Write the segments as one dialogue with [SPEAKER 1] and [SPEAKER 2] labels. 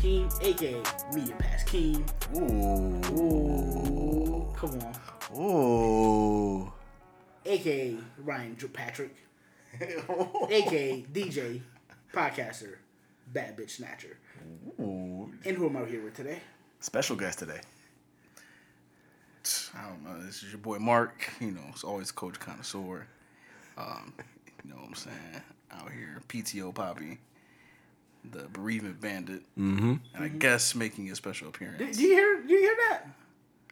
[SPEAKER 1] King, aka Media Pass King.
[SPEAKER 2] Ooh.
[SPEAKER 1] Ooh, come on.
[SPEAKER 2] Ooh.
[SPEAKER 1] aka Ryan Dr- Patrick, aka DJ, podcaster, bad bitch snatcher.
[SPEAKER 2] Ooh.
[SPEAKER 1] And who am I here with today?
[SPEAKER 2] Special guest today. I don't know. This is your boy Mark. You know, it's always Coach Connoisseur. Um, you know what I'm saying? Out here, PTO Poppy, the bereavement bandit, mm-hmm. and I guess making a special appearance.
[SPEAKER 1] Did, do you hear? Do you hear that?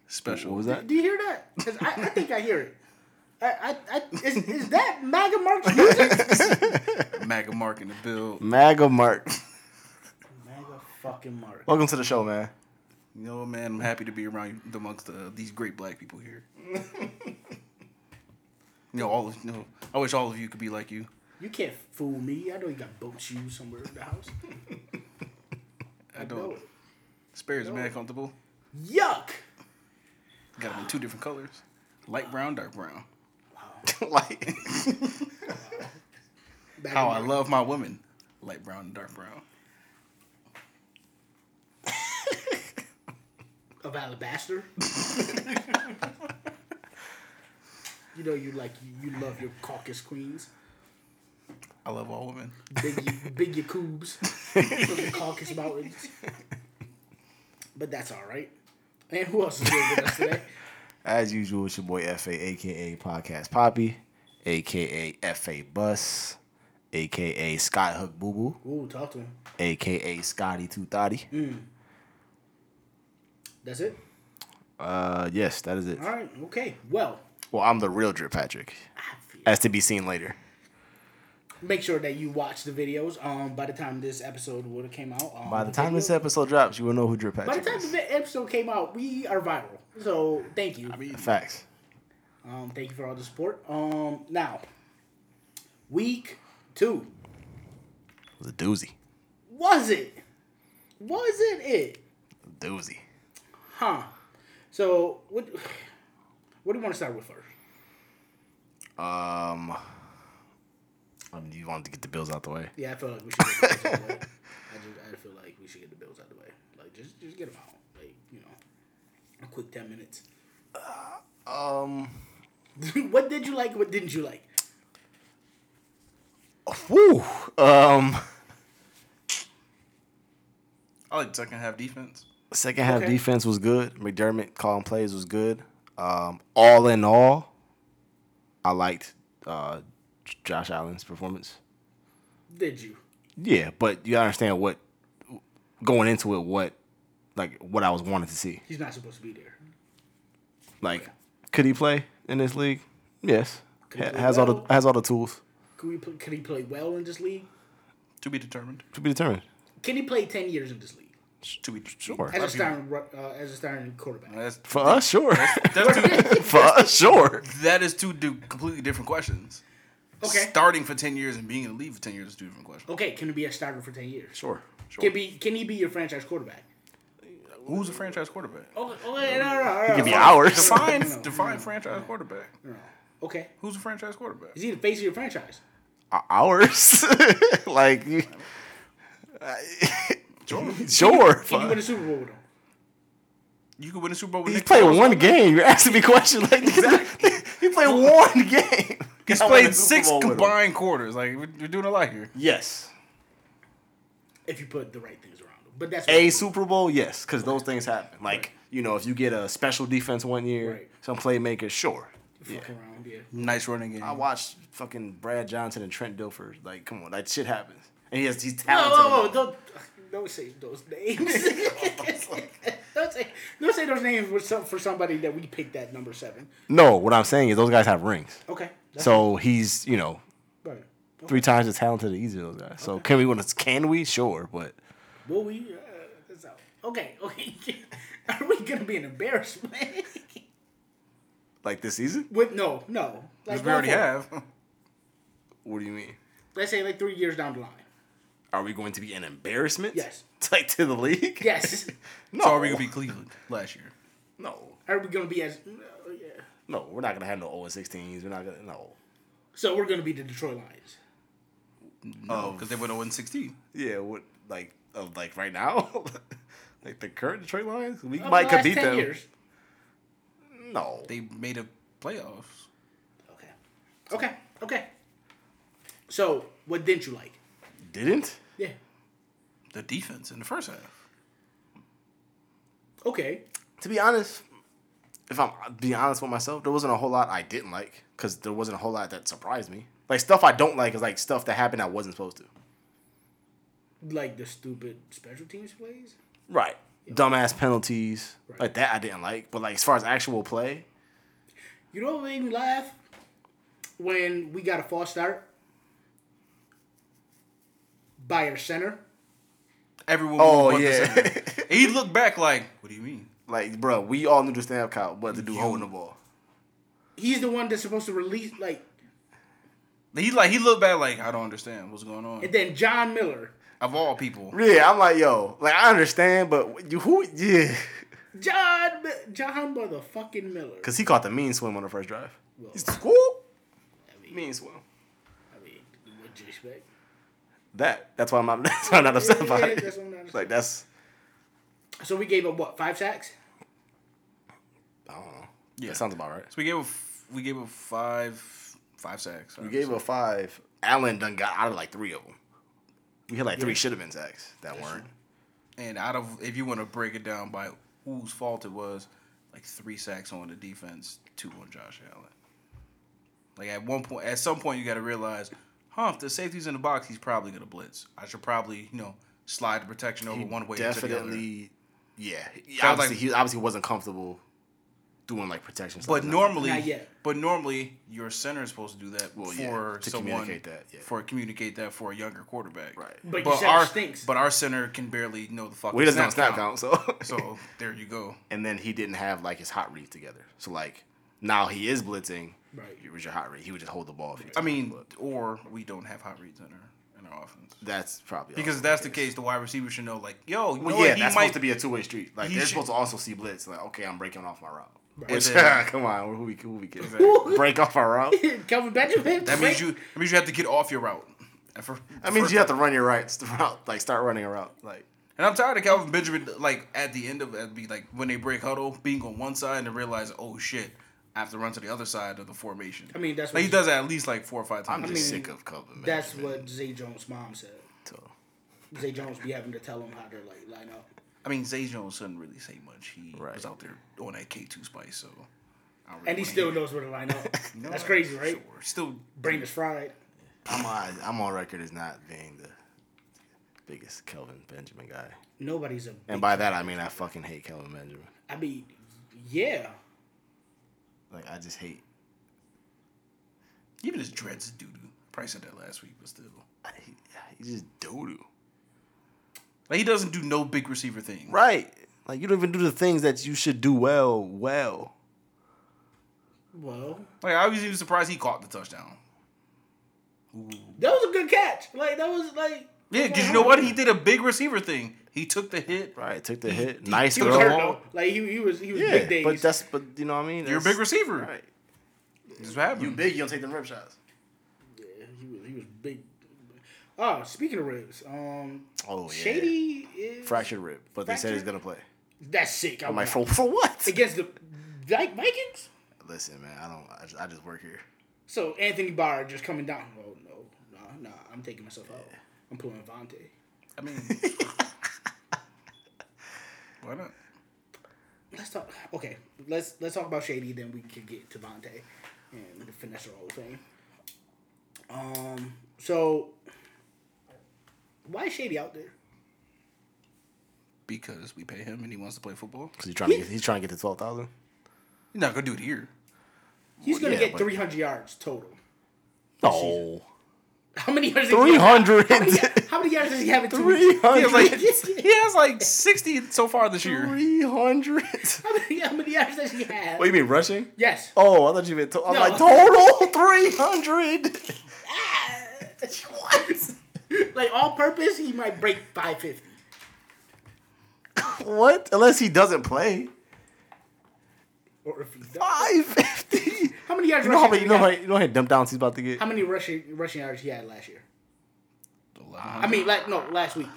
[SPEAKER 2] Special.
[SPEAKER 3] What was
[SPEAKER 1] Do-
[SPEAKER 3] that?
[SPEAKER 1] Do you hear that? 'Cause I, I think I hear it. I, I, I, is, is that MAGA Mark's music?
[SPEAKER 2] MAGA Mark in the build.
[SPEAKER 3] MAGA Mark.
[SPEAKER 1] MAGA fucking Mark.
[SPEAKER 3] Welcome to the show, man.
[SPEAKER 2] You know, what, man, I'm happy to be around you amongst uh, these great black people here. you know, all of, you know, I wish all of you could be like you.
[SPEAKER 1] You can't fool me. I know you got boat shoes somewhere in the house.
[SPEAKER 2] I don't. Spare is mad comfortable.
[SPEAKER 1] Yuck!
[SPEAKER 2] Got them in two different colors: light brown, dark brown.
[SPEAKER 3] like,
[SPEAKER 1] Back
[SPEAKER 2] How
[SPEAKER 1] in
[SPEAKER 2] I
[SPEAKER 1] my-
[SPEAKER 2] love my women: light brown and dark brown.
[SPEAKER 1] of alabaster. you know you like you, you love your caucus queens,
[SPEAKER 2] I love all women.
[SPEAKER 1] big big your coobs from the caucus mountains. But that's all right. And who else is here with us today?
[SPEAKER 3] as usual, it's your boy FA, aka Podcast Poppy, aka FA Bus, aka Skyhook Boo Boo,
[SPEAKER 1] Ooh, talk to him.
[SPEAKER 3] aka Scotty Two Thotty.
[SPEAKER 1] Mm. That's it.
[SPEAKER 3] Uh, yes, that is it.
[SPEAKER 1] All right. Okay. Well,
[SPEAKER 3] Well, I'm the real Drip Patrick,
[SPEAKER 1] I feel-
[SPEAKER 3] as to be seen later.
[SPEAKER 1] make sure that you watch the videos. Um, by the time this episode would have came out, um,
[SPEAKER 3] By the time
[SPEAKER 1] video-
[SPEAKER 3] this episode drops, you will know who Drip
[SPEAKER 1] by
[SPEAKER 3] Patrick
[SPEAKER 1] the time
[SPEAKER 3] is.
[SPEAKER 1] the episode came out, we are viral. So thank you.
[SPEAKER 3] Facts.
[SPEAKER 1] Um, thank you for all the support. Um, now, week two.
[SPEAKER 3] It was a doozy.
[SPEAKER 1] Was it? Wasn't it?
[SPEAKER 3] Doozy.
[SPEAKER 1] Huh. So, what, what do you want to start with first?
[SPEAKER 3] Um, um, you wanted to get the bills out the way.
[SPEAKER 1] Yeah, I feel like we should get the bills out of the way. I, just, I feel like we should get the bills out of the way. Like, just, just get them out. Like, you know, a quick 10 minutes.
[SPEAKER 3] Um,
[SPEAKER 1] what did you like? What didn't you like?
[SPEAKER 3] whew. Um.
[SPEAKER 2] I like second half defense.
[SPEAKER 3] Second half
[SPEAKER 1] Okay.
[SPEAKER 3] defense was good. McDermott calling plays was good. Um, all in all, I liked uh, J- Josh Allen's performance.
[SPEAKER 1] Did you?
[SPEAKER 3] Yeah, but you gotta understand what going into it, what like what I was wanting to see.
[SPEAKER 1] He's not supposed to be there.
[SPEAKER 3] Like, could he play in this league? Yes,
[SPEAKER 1] Could he
[SPEAKER 3] ha-
[SPEAKER 1] play
[SPEAKER 3] has all the
[SPEAKER 1] well?
[SPEAKER 3] has all the tools
[SPEAKER 1] Could, we, pl- could he play well in this league?
[SPEAKER 2] To be determined.
[SPEAKER 3] to be determined.
[SPEAKER 1] Can he play 10 years in this league?
[SPEAKER 2] To be
[SPEAKER 3] Sure.
[SPEAKER 1] As a starting, ru- uh, as a starting quarterback.
[SPEAKER 2] That's,
[SPEAKER 3] For us, sure.
[SPEAKER 2] that's two,
[SPEAKER 3] For us, sure.
[SPEAKER 2] that is two do, completely different questions.
[SPEAKER 1] Okay.
[SPEAKER 2] Starting for ten years and being in the league for ten years is two different questions.
[SPEAKER 1] Okay, can he be a starter for ten years?
[SPEAKER 3] Sure.
[SPEAKER 1] Can be can he be your franchise quarterback?
[SPEAKER 2] Who's a franchise quarterback?
[SPEAKER 1] Okay, okay, no, no, no, no,
[SPEAKER 3] Could be
[SPEAKER 1] Oh, no.
[SPEAKER 3] ours.
[SPEAKER 2] Define
[SPEAKER 1] No, no,
[SPEAKER 2] define franchise quarterback.
[SPEAKER 1] Okay,
[SPEAKER 2] Who's a franchise quarterback?
[SPEAKER 1] is he the face of your franchise?
[SPEAKER 3] Ours. like, you,
[SPEAKER 2] Sure.
[SPEAKER 3] sure.
[SPEAKER 1] Can you
[SPEAKER 3] fuck.
[SPEAKER 1] win a Super Bowl with him?
[SPEAKER 2] You could win a Super Bowl with
[SPEAKER 3] He
[SPEAKER 2] Nick
[SPEAKER 3] played
[SPEAKER 2] Foles.
[SPEAKER 3] one game. You're asking me questions like this. he played one game.
[SPEAKER 2] He's played six combined quarters. Like we're, we're doing a lot here.
[SPEAKER 3] Yes.
[SPEAKER 1] If you put the right things around him, but that's
[SPEAKER 3] A Super Bowl, yes, because those things happen. Like, you know, if you get a special defense one year,
[SPEAKER 1] Right.
[SPEAKER 3] some playmakers, sure.
[SPEAKER 1] fuck around. Yeah,
[SPEAKER 2] Nice running game.
[SPEAKER 3] I watched fucking Brad Johnson and Trent Dilfer. Like, come on, that shit happens. And he has he's
[SPEAKER 1] No,
[SPEAKER 3] talented.
[SPEAKER 1] no, no, don't don't say those names. don't say don't say those names for some for somebody that we picked at number seven.
[SPEAKER 3] No, what I'm saying is those guys have rings.
[SPEAKER 1] Okay, that's
[SPEAKER 3] So he's, you know,
[SPEAKER 1] right.
[SPEAKER 3] three times as talented as either of those guys. So can we win? this- Can we? Sure, but
[SPEAKER 1] Will we? Uh, that's out. Okay, okay. Are we gonna be an embarrassment?
[SPEAKER 3] like this season?
[SPEAKER 1] With no, no. Like,
[SPEAKER 2] Which we already
[SPEAKER 1] going forward.
[SPEAKER 2] have.
[SPEAKER 3] What do you mean?
[SPEAKER 1] Let's say like three years down the line.
[SPEAKER 3] Are we going to be an embarrassment?
[SPEAKER 1] Yes.
[SPEAKER 3] Like to the league?
[SPEAKER 1] Yes.
[SPEAKER 3] No.
[SPEAKER 2] So are we gonna be Cleveland last year?
[SPEAKER 3] No.
[SPEAKER 1] Are we gonna be as? no, yeah.
[SPEAKER 3] No, we're not gonna have no 0 and 16s. We're not gonna no.
[SPEAKER 1] So we're gonna be the Detroit Lions.
[SPEAKER 2] Oh. No, because they went 0 16.
[SPEAKER 3] Yeah, what like of like right now, like the current Detroit Lions, we
[SPEAKER 1] Over
[SPEAKER 3] might
[SPEAKER 1] the
[SPEAKER 3] could
[SPEAKER 1] last
[SPEAKER 3] beat
[SPEAKER 1] 10
[SPEAKER 3] them.
[SPEAKER 1] years.
[SPEAKER 3] No,
[SPEAKER 2] They made a playoffs.
[SPEAKER 1] Okay. Okay. Okay. So, what didn't you like?
[SPEAKER 3] didn't.
[SPEAKER 1] Yeah.
[SPEAKER 2] The defense in the first half.
[SPEAKER 1] Okay.
[SPEAKER 3] To be honest, if I'm being honest with myself, there wasn't a whole lot I didn't like because there wasn't a whole lot that surprised me. Like stuff I don't like is like stuff that happened I wasn't supposed to.
[SPEAKER 1] Like the stupid special teams plays?
[SPEAKER 3] Right. Dumbass penalties
[SPEAKER 1] Right.
[SPEAKER 3] like that I didn't like, but like as far as actual play,
[SPEAKER 1] You know what made me laugh? When we got a false start by our center.
[SPEAKER 2] Everyone.
[SPEAKER 3] Oh,
[SPEAKER 2] was-
[SPEAKER 3] yeah.
[SPEAKER 2] And he looked back like, "What do you mean?"
[SPEAKER 3] like bro, we all knew the snap count, but the dude holding the ball.
[SPEAKER 1] He's the one that's supposed to release, like,
[SPEAKER 2] He like he looked back like, "I don't understand what's going on."
[SPEAKER 1] and then John Miller.
[SPEAKER 2] Of all people,
[SPEAKER 3] Yeah, I'm like yo, like I understand, but you who? Yeah,
[SPEAKER 1] John, Mi- John motherfucking Miller.
[SPEAKER 3] because he caught the mean swim on the first drive.
[SPEAKER 1] Well,
[SPEAKER 3] He's cool.
[SPEAKER 1] I mean,
[SPEAKER 3] Mean swim.
[SPEAKER 1] I mean, what you expect?
[SPEAKER 3] That. That's why I'm not. That's why I'm not upset
[SPEAKER 1] Yeah,
[SPEAKER 3] about
[SPEAKER 1] yeah,
[SPEAKER 3] it.
[SPEAKER 1] that's what I'm not
[SPEAKER 3] like that's.
[SPEAKER 1] So we gave up, what, five sacks?
[SPEAKER 3] I don't know.
[SPEAKER 2] Yeah.
[SPEAKER 3] That sounds about right.
[SPEAKER 2] so we gave a f- we gave a five five sacks.
[SPEAKER 3] We gave a five. Allen done got out of like three of them. We had like three should have been sacks that weren't.
[SPEAKER 2] and out of if you want to break it down by whose fault it was, like three sacks on the defense, two on Josh Allen. Like at one point, at some point, you got to realize, huh? If the safety's in the box, he's probably gonna blitz. I should probably, you know, slide the protection over one way to the other.
[SPEAKER 3] Definitely. Yeah. He-
[SPEAKER 2] Sounds
[SPEAKER 3] obviously,
[SPEAKER 2] like-
[SPEAKER 3] he obviously wasn't comfortable doing like protection. stuff
[SPEAKER 2] But
[SPEAKER 3] like that.
[SPEAKER 2] normally,
[SPEAKER 1] Not yet.
[SPEAKER 2] but normally, your center is supposed to do that
[SPEAKER 3] Well, yeah,
[SPEAKER 2] for
[SPEAKER 3] to
[SPEAKER 2] someone
[SPEAKER 3] communicate that, yeah.
[SPEAKER 2] for communicate that for a younger quarterback.
[SPEAKER 3] Right.
[SPEAKER 1] But your center stinks.
[SPEAKER 2] But our center can barely know the fucking
[SPEAKER 3] Well, he doesn't
[SPEAKER 2] snap,
[SPEAKER 3] have snap
[SPEAKER 2] count.
[SPEAKER 3] count, so.
[SPEAKER 2] So there you go.
[SPEAKER 3] and then he didn't have like his hot read together. So like now he is blitzing.
[SPEAKER 1] Right.
[SPEAKER 3] It was your hot read. He would just hold the ball. If you
[SPEAKER 2] I mean, or we don't have hot reads in our in our offense.
[SPEAKER 3] that's probably
[SPEAKER 2] Because if that's the case, the wide receiver should know, like, yo, you
[SPEAKER 3] Well,
[SPEAKER 2] know what,
[SPEAKER 3] Oh, yeah,
[SPEAKER 2] he
[SPEAKER 3] that's
[SPEAKER 2] might
[SPEAKER 3] supposed to be a two way street. Like
[SPEAKER 2] he
[SPEAKER 3] they're
[SPEAKER 2] should-
[SPEAKER 3] supposed to also see blitz. Like okay, I'm breaking off my route.
[SPEAKER 1] Right.
[SPEAKER 3] Which,
[SPEAKER 2] And then-
[SPEAKER 3] come on, who we who we kidding?
[SPEAKER 2] Exactly.
[SPEAKER 3] Break off our route.
[SPEAKER 1] Calvin Benjamin.
[SPEAKER 2] That means you. That means you have to get off your route. And for-
[SPEAKER 3] That means
[SPEAKER 2] for-
[SPEAKER 3] you have to run your right route. Like start running a route. Like
[SPEAKER 2] And I'm tired of Calvin Benjamin, like at the end of it, be like when they break huddle, being on one side and then realize, oh shit, I have to run to the other side of the formation.
[SPEAKER 1] I mean, that's
[SPEAKER 2] like, he
[SPEAKER 1] what-
[SPEAKER 2] does that at least like four or five
[SPEAKER 3] I'm
[SPEAKER 2] times.
[SPEAKER 3] just
[SPEAKER 1] mean,
[SPEAKER 3] sick of cover. Man.
[SPEAKER 1] That's what Zay Jones' mom said.
[SPEAKER 3] So,
[SPEAKER 1] Zay Jones be having to tell him how to like line up.
[SPEAKER 2] I mean, Zay Jones didn't really say much. He
[SPEAKER 3] Right.
[SPEAKER 2] was out there on that K2 spice, so. I don't really
[SPEAKER 1] And he
[SPEAKER 2] wanna
[SPEAKER 1] still
[SPEAKER 2] hear it.
[SPEAKER 1] knows where to line up.
[SPEAKER 2] No,
[SPEAKER 1] That's crazy, right?
[SPEAKER 2] Sure. Still,
[SPEAKER 1] Brain is fried.
[SPEAKER 3] I'm on, I'm on record as not being the biggest Kelvin Benjamin guy.
[SPEAKER 1] Nobody's a.
[SPEAKER 3] And by that I mean I fucking hate Kelvin Benjamin.
[SPEAKER 1] I mean, yeah.
[SPEAKER 3] Like I just hate
[SPEAKER 2] even his dreads doo doo. Probably said that last week, but still,
[SPEAKER 3] he, he's just doo doo.
[SPEAKER 2] like he doesn't do no big receiver thing.
[SPEAKER 3] Right. Like you don't even do the things that you should do well, well.
[SPEAKER 1] Well,
[SPEAKER 2] Like I was even surprised he caught the touchdown.
[SPEAKER 1] that was a good catch. Like that was like.
[SPEAKER 2] Yeah, because you know what? He did a big receiver thing. He took the hit.
[SPEAKER 3] Right. Took the hit. Nice
[SPEAKER 1] He
[SPEAKER 3] throw.
[SPEAKER 1] was hurt though. Like he, he was he was big
[SPEAKER 3] Yeah.
[SPEAKER 1] days.
[SPEAKER 3] But that's but you know what I mean?
[SPEAKER 2] You're a big
[SPEAKER 3] That's-
[SPEAKER 2] receiver.
[SPEAKER 3] Right.
[SPEAKER 2] That's what happened.
[SPEAKER 3] big, you don't take them rip shots.
[SPEAKER 1] yeah, he was he was big. Oh, speaking of ribs, um,
[SPEAKER 3] Oh yeah.
[SPEAKER 1] Shady is
[SPEAKER 3] Fractured rib, but they said he's
[SPEAKER 1] Fractured?
[SPEAKER 3] gonna play.
[SPEAKER 1] That's sick. I'm
[SPEAKER 3] I'm like
[SPEAKER 1] not-
[SPEAKER 3] for, for what?
[SPEAKER 1] against the like Vikings.
[SPEAKER 3] Listen, man, I don't. I just, I just work here.
[SPEAKER 1] So Anthony Barr just coming down. Oh no, nah, nah. I'm taking myself out. I'm pulling Vontae.
[SPEAKER 2] I mean, why not?
[SPEAKER 1] Let's talk. Okay, let's let's talk about Shady. Then we can get to Vontae and the finesse roll thing. Um. So why is Shady out there?
[SPEAKER 2] Because we pay him and he wants to play football.
[SPEAKER 3] Cause he's trying to get. He's trying to get to twelve thousand.
[SPEAKER 2] He's not gonna do it here.
[SPEAKER 1] He's gonna
[SPEAKER 3] yeah,
[SPEAKER 1] get
[SPEAKER 3] but-
[SPEAKER 1] 300 yards total.
[SPEAKER 3] No.
[SPEAKER 1] How many yards? does he
[SPEAKER 3] Three
[SPEAKER 1] have?
[SPEAKER 3] hundred.
[SPEAKER 1] How many yards does he have in two
[SPEAKER 3] Three
[SPEAKER 1] weeks?
[SPEAKER 2] He has like,
[SPEAKER 3] hundred.
[SPEAKER 2] he has like sixty so far this year.
[SPEAKER 3] Three hundred.
[SPEAKER 1] How many, how many yards does he have?
[SPEAKER 3] What you mean rushing?
[SPEAKER 1] Yes.
[SPEAKER 3] Oh, I thought you meant. To- I'm
[SPEAKER 1] No.
[SPEAKER 3] like total three hundred.
[SPEAKER 1] what? like all purpose, he might break 550.
[SPEAKER 3] What? Unless he doesn't play.
[SPEAKER 1] Or if he does.
[SPEAKER 3] Five fifty.
[SPEAKER 1] How many yards?
[SPEAKER 3] You know how
[SPEAKER 1] rushing he
[SPEAKER 3] many? You know
[SPEAKER 1] had-
[SPEAKER 3] how you know how many dump downs he's about to get?
[SPEAKER 1] How many rushing rushing yards he had last year?
[SPEAKER 2] I
[SPEAKER 1] I mean, like no, last week.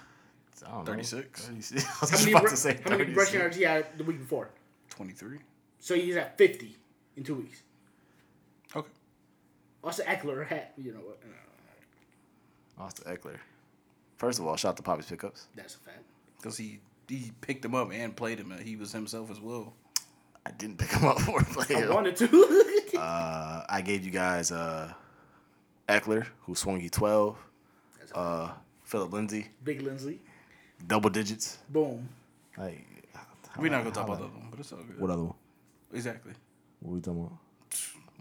[SPEAKER 3] I don't know.
[SPEAKER 2] 36.
[SPEAKER 3] 36. I was
[SPEAKER 1] How
[SPEAKER 3] just
[SPEAKER 1] many,
[SPEAKER 3] about
[SPEAKER 1] ru-
[SPEAKER 3] to say
[SPEAKER 1] how many rushing
[SPEAKER 3] 36.
[SPEAKER 1] yards he had the week before?
[SPEAKER 2] 23.
[SPEAKER 1] So he's at 50 in two weeks.
[SPEAKER 2] Okay.
[SPEAKER 1] Also, Eckler had, you know what? uh, no,
[SPEAKER 3] Austin Eckler. First of all, shout out to Poppy's pickups.
[SPEAKER 1] that's a fact.
[SPEAKER 2] Because he, he picked him up and played him, and he was himself as well.
[SPEAKER 3] I didn't pick him up for a
[SPEAKER 1] I
[SPEAKER 3] play.
[SPEAKER 1] wanted to.
[SPEAKER 3] Uh, I gave you guys uh, Eckler, who swung you 12.
[SPEAKER 1] That's a fact.
[SPEAKER 3] Uh, Philip Lindsay,
[SPEAKER 1] Big Lindsay.
[SPEAKER 3] double digits.
[SPEAKER 1] Boom.
[SPEAKER 3] Like, how-
[SPEAKER 2] We're not going to
[SPEAKER 3] how-
[SPEAKER 2] talk about the other one, but it's all good.
[SPEAKER 3] What other one?
[SPEAKER 2] Exactly.
[SPEAKER 3] What are we talking about?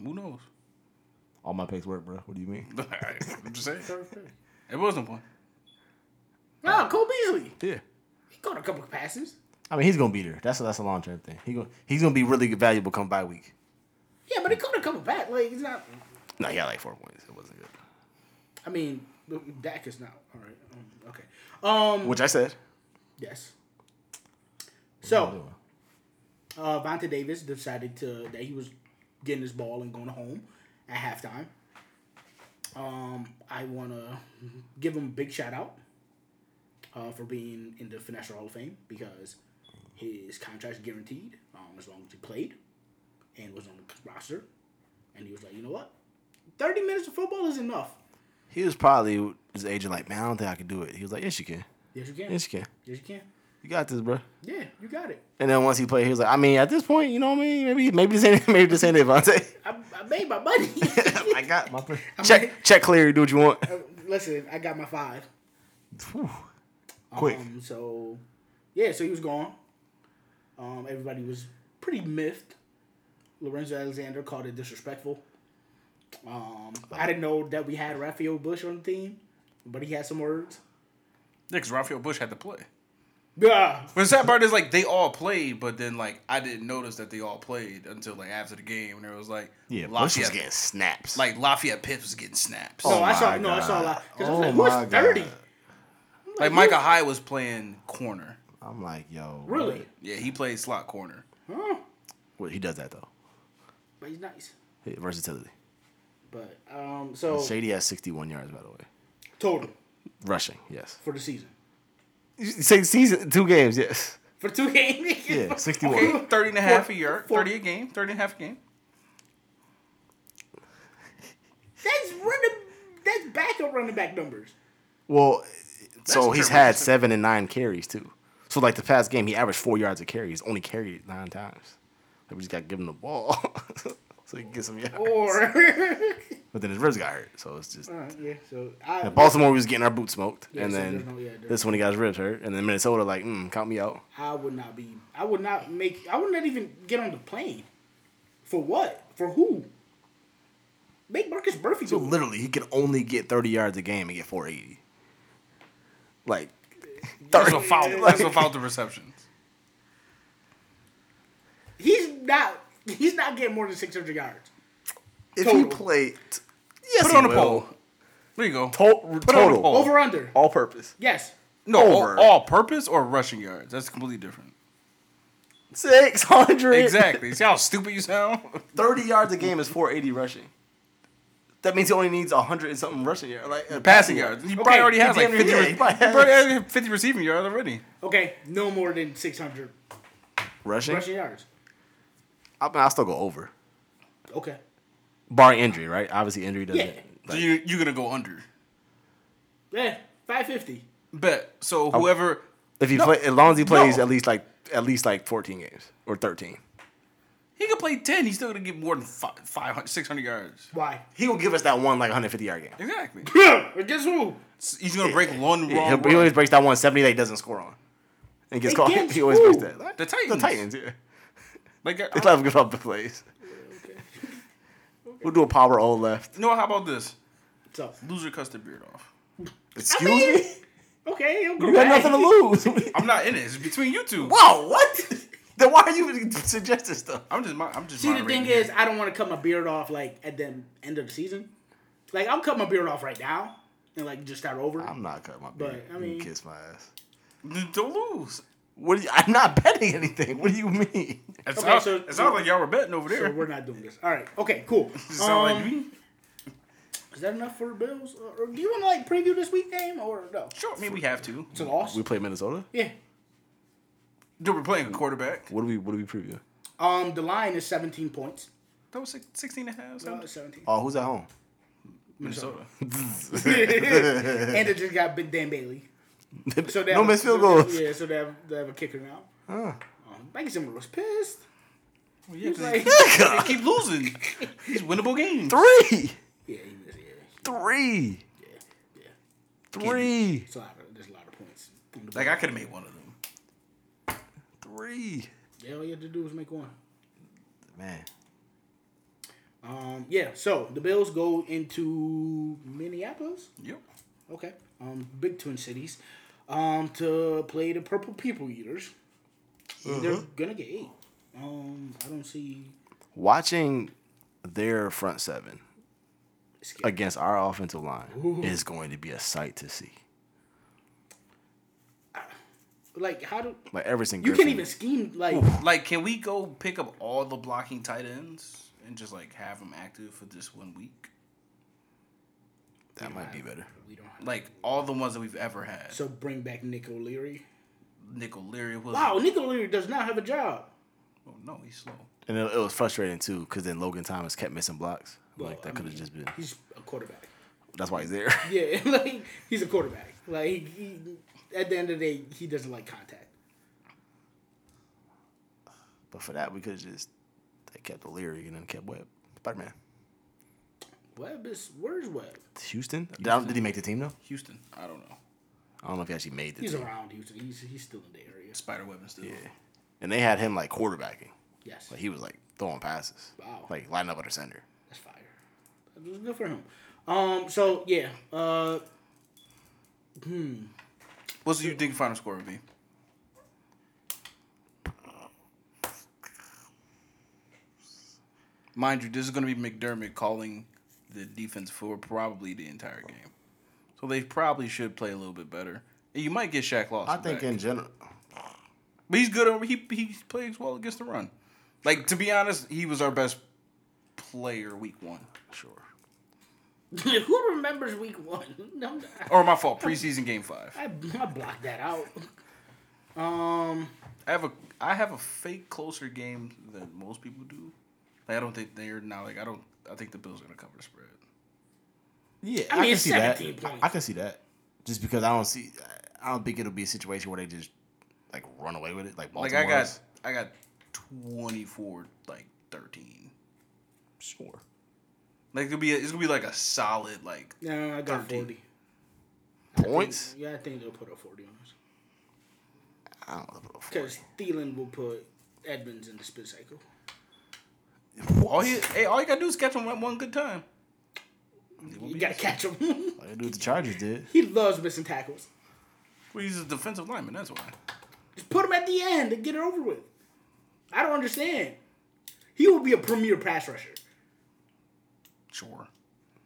[SPEAKER 2] Who knows?
[SPEAKER 3] All my picks work, bro. What do you mean?
[SPEAKER 2] I'm just saying.
[SPEAKER 1] Third pick.
[SPEAKER 2] It wasn't one.
[SPEAKER 1] No, Cole Beasley.
[SPEAKER 3] Yeah.
[SPEAKER 1] He caught a couple of passes.
[SPEAKER 3] I mean, he's gonna be there. That's a, that's a long term thing. He going he's gonna be really valuable come bye week.
[SPEAKER 1] Yeah, but he caught a couple back. Like, he's not.
[SPEAKER 3] No, he got like four points. It wasn't good.
[SPEAKER 1] I mean, Dak is not. All right. Um, okay. Um.
[SPEAKER 3] Which I said.
[SPEAKER 1] Yes. So, uh, Vontae Davis decided to that he was getting his ball and going home at halftime. Um, I want to give him a big shout out uh, for being in the Finesse Hall of Fame because his contract's guaranteed um, as long as he played and was on the roster. And he was like, you know what? 30 minutes of football is enough.
[SPEAKER 3] he was probably his agent. Like, man, I don't think I can do it. He was like, yes, you can.
[SPEAKER 1] Yes, you can.
[SPEAKER 3] Yes, you can.
[SPEAKER 1] Yes, you can.
[SPEAKER 3] You got this, bro.
[SPEAKER 1] Yeah, you got it.
[SPEAKER 3] And then once he played, he was like, I mean, at this point, you know what I mean? Maybe maybe this ain't maybe this ain't it, Vontae.
[SPEAKER 1] I, I made my money.
[SPEAKER 3] I got my
[SPEAKER 1] I'm
[SPEAKER 3] check
[SPEAKER 1] ready.
[SPEAKER 3] check clear. Do what you want.
[SPEAKER 1] Listen, I got my five.
[SPEAKER 3] Whew. Quick.
[SPEAKER 1] Um, so, yeah, so he was gone. Um, everybody was pretty miffed. Lorenzo Alexander called it disrespectful. Um, I didn't know that we had Raphael Bush on the team, but he had some words.
[SPEAKER 2] Yeah, 'cause Raphael Bush had to play.
[SPEAKER 1] Yeah,
[SPEAKER 2] But the sad part is like they all played, but then like I didn't notice that they all played until like after the game, and it was like
[SPEAKER 3] yeah, Bush was
[SPEAKER 2] Lafayette,
[SPEAKER 3] getting snaps.
[SPEAKER 2] like Lafayette Pitts was getting snaps.
[SPEAKER 1] no, I
[SPEAKER 3] Oh my
[SPEAKER 1] saw no, I saw a
[SPEAKER 3] God.
[SPEAKER 1] lot because I
[SPEAKER 3] Oh
[SPEAKER 1] was like, who
[SPEAKER 3] my
[SPEAKER 1] is
[SPEAKER 3] God.
[SPEAKER 1] thirty?
[SPEAKER 2] like Micah High was playing corner.
[SPEAKER 3] I'm like, yo,
[SPEAKER 1] Really?
[SPEAKER 2] Yeah, he played slot corner.
[SPEAKER 1] Huh?
[SPEAKER 3] Well, he does that though.
[SPEAKER 1] But he's nice.
[SPEAKER 3] Hey, Versatility.
[SPEAKER 1] But um, so
[SPEAKER 3] Shady has 61 yards, by the way.
[SPEAKER 1] total
[SPEAKER 3] Rushing, yes.
[SPEAKER 1] for the season
[SPEAKER 3] Say season two games, yes.
[SPEAKER 1] for two games.
[SPEAKER 3] Yeah, 61.
[SPEAKER 2] Okay, 30 and a half a year,
[SPEAKER 1] Four-
[SPEAKER 2] 30 a game, 30 and a half a game.
[SPEAKER 1] That's running. That's backup running back numbers.
[SPEAKER 3] Well, so
[SPEAKER 2] a
[SPEAKER 3] he's
[SPEAKER 2] trip,
[SPEAKER 3] had
[SPEAKER 2] that's a trip.
[SPEAKER 3] seven and nine carries too. So like the past game, he averaged four yards a carry. He's only carried it nine times. Like we just got to give him the ball so he can get some yards.
[SPEAKER 1] Or
[SPEAKER 3] But then his ribs got hurt, so it's
[SPEAKER 2] uh,
[SPEAKER 3] just.
[SPEAKER 1] Alright, yeah. So I
[SPEAKER 3] In Baltimore, we was getting our boot smoked,
[SPEAKER 1] Yeah,
[SPEAKER 3] and
[SPEAKER 1] so
[SPEAKER 3] then
[SPEAKER 1] there's no- yeah, there's-
[SPEAKER 3] this one he got his ribs hurt, and then Minnesota like, mm, count me out.
[SPEAKER 1] I would not be. I would not make. I would not even get on the plane. For what? For who? Make Marcus Murphy
[SPEAKER 3] So
[SPEAKER 1] do it.
[SPEAKER 3] literally, he can only get thirty yards a game and get four eighty. Like thirty.
[SPEAKER 2] That's a foul.
[SPEAKER 3] Like,
[SPEAKER 2] That's a foul to receptions.
[SPEAKER 1] He's not. He's not getting more than six hundred yards.
[SPEAKER 3] if he
[SPEAKER 1] total.
[SPEAKER 3] played, yes,
[SPEAKER 2] Put it
[SPEAKER 3] he
[SPEAKER 2] on a
[SPEAKER 3] will.
[SPEAKER 2] poll. There you go.
[SPEAKER 3] To-
[SPEAKER 2] it on a
[SPEAKER 3] total.
[SPEAKER 2] poll.
[SPEAKER 1] Over under.
[SPEAKER 3] All purpose.
[SPEAKER 1] Yes.
[SPEAKER 2] No, all,
[SPEAKER 3] over.
[SPEAKER 2] all purpose or rushing yards. That's completely different.
[SPEAKER 3] Six hundred.
[SPEAKER 2] Exactly. See how stupid you sound?
[SPEAKER 3] 30 yards a game is 480 rushing. That means he only needs 100 and something rushing yards. Like, uh,
[SPEAKER 2] Passing yards. You probably
[SPEAKER 1] Okay,
[SPEAKER 2] already has
[SPEAKER 3] he
[SPEAKER 2] like
[SPEAKER 3] damn near
[SPEAKER 2] 50,
[SPEAKER 3] did.
[SPEAKER 2] re-
[SPEAKER 3] He
[SPEAKER 2] you
[SPEAKER 3] probably
[SPEAKER 2] probably
[SPEAKER 3] has-
[SPEAKER 2] already had 50 receiving yards already.
[SPEAKER 1] Okay. No more than six hundred
[SPEAKER 3] Rushing?
[SPEAKER 1] rushing yards.
[SPEAKER 3] I mean, I'll still go over.
[SPEAKER 1] Okay.
[SPEAKER 3] Barring injury, right? Obviously, injury doesn't.
[SPEAKER 1] Yeah.
[SPEAKER 2] So
[SPEAKER 3] Like,
[SPEAKER 2] you, you're going to go under.
[SPEAKER 1] Yeah. Five fifty.
[SPEAKER 2] Bet. So whoever.
[SPEAKER 3] if he play, as long as he plays
[SPEAKER 2] No.
[SPEAKER 3] at least like at least like 14 games or 13,
[SPEAKER 2] He could play 10. He's still going to get more than fi- 500, 600 yards.
[SPEAKER 1] Why?
[SPEAKER 3] he will give us that one like 150 yard game.
[SPEAKER 2] Exactly.
[SPEAKER 1] Guess who?
[SPEAKER 2] He's going to break one
[SPEAKER 3] Yeah,
[SPEAKER 2] wrong
[SPEAKER 3] he'll- he always
[SPEAKER 2] run.
[SPEAKER 3] breaks that 170 that he doesn't score on. And gets called.
[SPEAKER 1] Against
[SPEAKER 3] He always
[SPEAKER 1] who?
[SPEAKER 3] breaks that.
[SPEAKER 2] The
[SPEAKER 3] The
[SPEAKER 2] Titans.
[SPEAKER 3] Titans, yeah.
[SPEAKER 2] Like,
[SPEAKER 3] They
[SPEAKER 2] I,
[SPEAKER 3] love give up the plays. We'll do a power O left.
[SPEAKER 2] no, how about this?
[SPEAKER 1] So.
[SPEAKER 2] Lose your custard beard off.
[SPEAKER 3] Excuse
[SPEAKER 1] mean,
[SPEAKER 3] me?
[SPEAKER 1] Okay. he'll go
[SPEAKER 3] You got
[SPEAKER 1] back.
[SPEAKER 3] nothing to lose.
[SPEAKER 2] I'm not in it. It's between you two.
[SPEAKER 3] Whoa, what? then why are you suggesting stuff?
[SPEAKER 2] I'm just, mi- I'm just.
[SPEAKER 1] See, the
[SPEAKER 2] moderating
[SPEAKER 1] thing
[SPEAKER 2] here.
[SPEAKER 1] is, I don't want to cut my beard off like at the end of the season. Like I'll cut my beard off right now and like just start over.
[SPEAKER 3] I'm not cutting my
[SPEAKER 1] But,
[SPEAKER 3] beard.
[SPEAKER 1] I mean-
[SPEAKER 3] you kiss my ass.
[SPEAKER 2] don't lose.
[SPEAKER 3] What? Do you, I'm not betting anything. What do you mean?
[SPEAKER 2] It
[SPEAKER 1] Okay,
[SPEAKER 2] sounds,
[SPEAKER 1] so-
[SPEAKER 2] it sounds like y'all were betting over there.
[SPEAKER 1] so we're not doing this. All right. Okay. Cool.
[SPEAKER 2] It sounds
[SPEAKER 1] Um,
[SPEAKER 2] like me.
[SPEAKER 1] Is that enough for Bills? Or, or do you want to like preview this week game or no?
[SPEAKER 2] Sure. I mean, we have to.
[SPEAKER 1] It's a loss.
[SPEAKER 3] We play Minnesota.
[SPEAKER 1] yeah.
[SPEAKER 2] Dude, we're playing a quarterback.
[SPEAKER 3] What do we What do we preview?
[SPEAKER 1] Um, the line is 17 points.
[SPEAKER 2] That was six- 16 and a half.
[SPEAKER 1] Uh,
[SPEAKER 2] something?
[SPEAKER 1] 17.
[SPEAKER 3] Oh, who's at home?
[SPEAKER 2] Minnesota.
[SPEAKER 1] and they just got Big Dan Bailey. So they
[SPEAKER 3] no
[SPEAKER 1] have a-
[SPEAKER 3] missed field
[SPEAKER 1] so they-
[SPEAKER 3] goals.
[SPEAKER 1] Yeah, so they have, they have a kicker now.
[SPEAKER 3] Huh.
[SPEAKER 1] Um, Mike Zimmer was pissed.
[SPEAKER 2] Well,
[SPEAKER 1] He
[SPEAKER 2] yeah,
[SPEAKER 1] was
[SPEAKER 2] 'cause they-
[SPEAKER 1] like,
[SPEAKER 2] they keep losing. These winnable games.
[SPEAKER 3] Three,
[SPEAKER 1] yeah, he was, yeah,
[SPEAKER 3] three,
[SPEAKER 1] yeah.
[SPEAKER 3] three,
[SPEAKER 1] It's a lot of, there's a lot of points. on the
[SPEAKER 2] Like
[SPEAKER 1] board.
[SPEAKER 2] I could have made one of them.
[SPEAKER 3] three.
[SPEAKER 1] yeah, all you had to do was make one.
[SPEAKER 3] Man,
[SPEAKER 1] Um, yeah, so the Bills go into Minneapolis.
[SPEAKER 2] Yep.
[SPEAKER 1] Okay. Um, big Twin Cities. Um, to play the Purple People Eaters. And They're gonna get eight. Um, I don't see.
[SPEAKER 3] watching their front seven against our offensive line is going to be a sight to see.
[SPEAKER 1] Like, how do
[SPEAKER 3] Like every single
[SPEAKER 1] you can't even scheme like
[SPEAKER 2] Like, can we go pick up all the blocking tight ends and just like have them active for this one week?
[SPEAKER 3] that might be better.
[SPEAKER 1] we don't. Have
[SPEAKER 2] Like all the ones that we've ever had.
[SPEAKER 1] So bring back Nick O'Leary.
[SPEAKER 2] Nick O'Leary was.
[SPEAKER 1] Wow, Nick O'Leary does not have a job.
[SPEAKER 2] Oh, no, he's slow.
[SPEAKER 3] And it, it was frustrating too, because then Logan Thomas kept missing blocks. like
[SPEAKER 1] I
[SPEAKER 3] that could have
[SPEAKER 1] mean,
[SPEAKER 3] just been.
[SPEAKER 1] He's a quarterback.
[SPEAKER 3] That's why he's there.
[SPEAKER 1] Yeah, like he's a quarterback. Like he, at the end of the day, he doesn't like contact.
[SPEAKER 3] but for that, we could have just they kept O'Leary and then kept Webb. Spider Man.
[SPEAKER 1] Webb is where's Webb?
[SPEAKER 3] Houston? Did, I- did he make the team though?
[SPEAKER 2] Houston. I don't know.
[SPEAKER 3] I don't know if he actually made the
[SPEAKER 1] He's
[SPEAKER 3] team.
[SPEAKER 1] around Houston. He's he's still in the area.
[SPEAKER 2] Spider web and stuff.
[SPEAKER 3] Yeah. And they had him like quarterbacking.
[SPEAKER 1] Yes,
[SPEAKER 3] Like he was like throwing passes.
[SPEAKER 1] Wow.
[SPEAKER 3] Like lining up under center.
[SPEAKER 1] that's fire. That was good for him. Um. So yeah. Uh.
[SPEAKER 2] What's your think final score would be? Mind you, this is going to be McDermott calling the defense for probably the entire game. So they probably should play a little bit better. And you might get Shaq Lawson.
[SPEAKER 3] I think
[SPEAKER 2] back.
[SPEAKER 3] in general
[SPEAKER 2] But he's good over he he plays well against the run. Like to be honest, he was our best player week 1.
[SPEAKER 3] sure.
[SPEAKER 1] Who remembers week one? I'm,
[SPEAKER 2] Or my fault, preseason game 5.
[SPEAKER 1] I, I blocked that out. Um,
[SPEAKER 2] I have a I have a fake closer game than most people do. Like I don't think they're not like I don't I think the Bills are gonna cover the spread.
[SPEAKER 3] Yeah,
[SPEAKER 1] I
[SPEAKER 3] I,
[SPEAKER 1] mean,
[SPEAKER 3] can
[SPEAKER 1] it's
[SPEAKER 3] see that.
[SPEAKER 1] 17
[SPEAKER 3] I,
[SPEAKER 1] points.
[SPEAKER 3] I can see that. Just because I don't see I don't think it'll be a situation where they just like run away with it. Like
[SPEAKER 2] Like
[SPEAKER 3] Baltimore
[SPEAKER 2] I got
[SPEAKER 3] was.
[SPEAKER 2] I got twenty four like thirteen.
[SPEAKER 3] sure.
[SPEAKER 2] Like it'll be a, it's gonna be like a solid like
[SPEAKER 1] No, uh, I got
[SPEAKER 2] 13.
[SPEAKER 1] forty
[SPEAKER 3] Points?
[SPEAKER 1] Yeah, I think they'll put up forty on us
[SPEAKER 3] I don't know. about forty.
[SPEAKER 1] because Thielen will put Edmonds in the spin cycle.
[SPEAKER 2] all you hey, all you gotta do is catch them one, one good time.
[SPEAKER 1] You gotta catch him.
[SPEAKER 3] Like I do what the Chargers did.
[SPEAKER 1] he loves missing tackles.
[SPEAKER 2] Well, he's a defensive lineman, that's why.
[SPEAKER 1] Just put him at the end and get it over with. I don't understand. He will be a premier pass rusher.
[SPEAKER 2] Sure.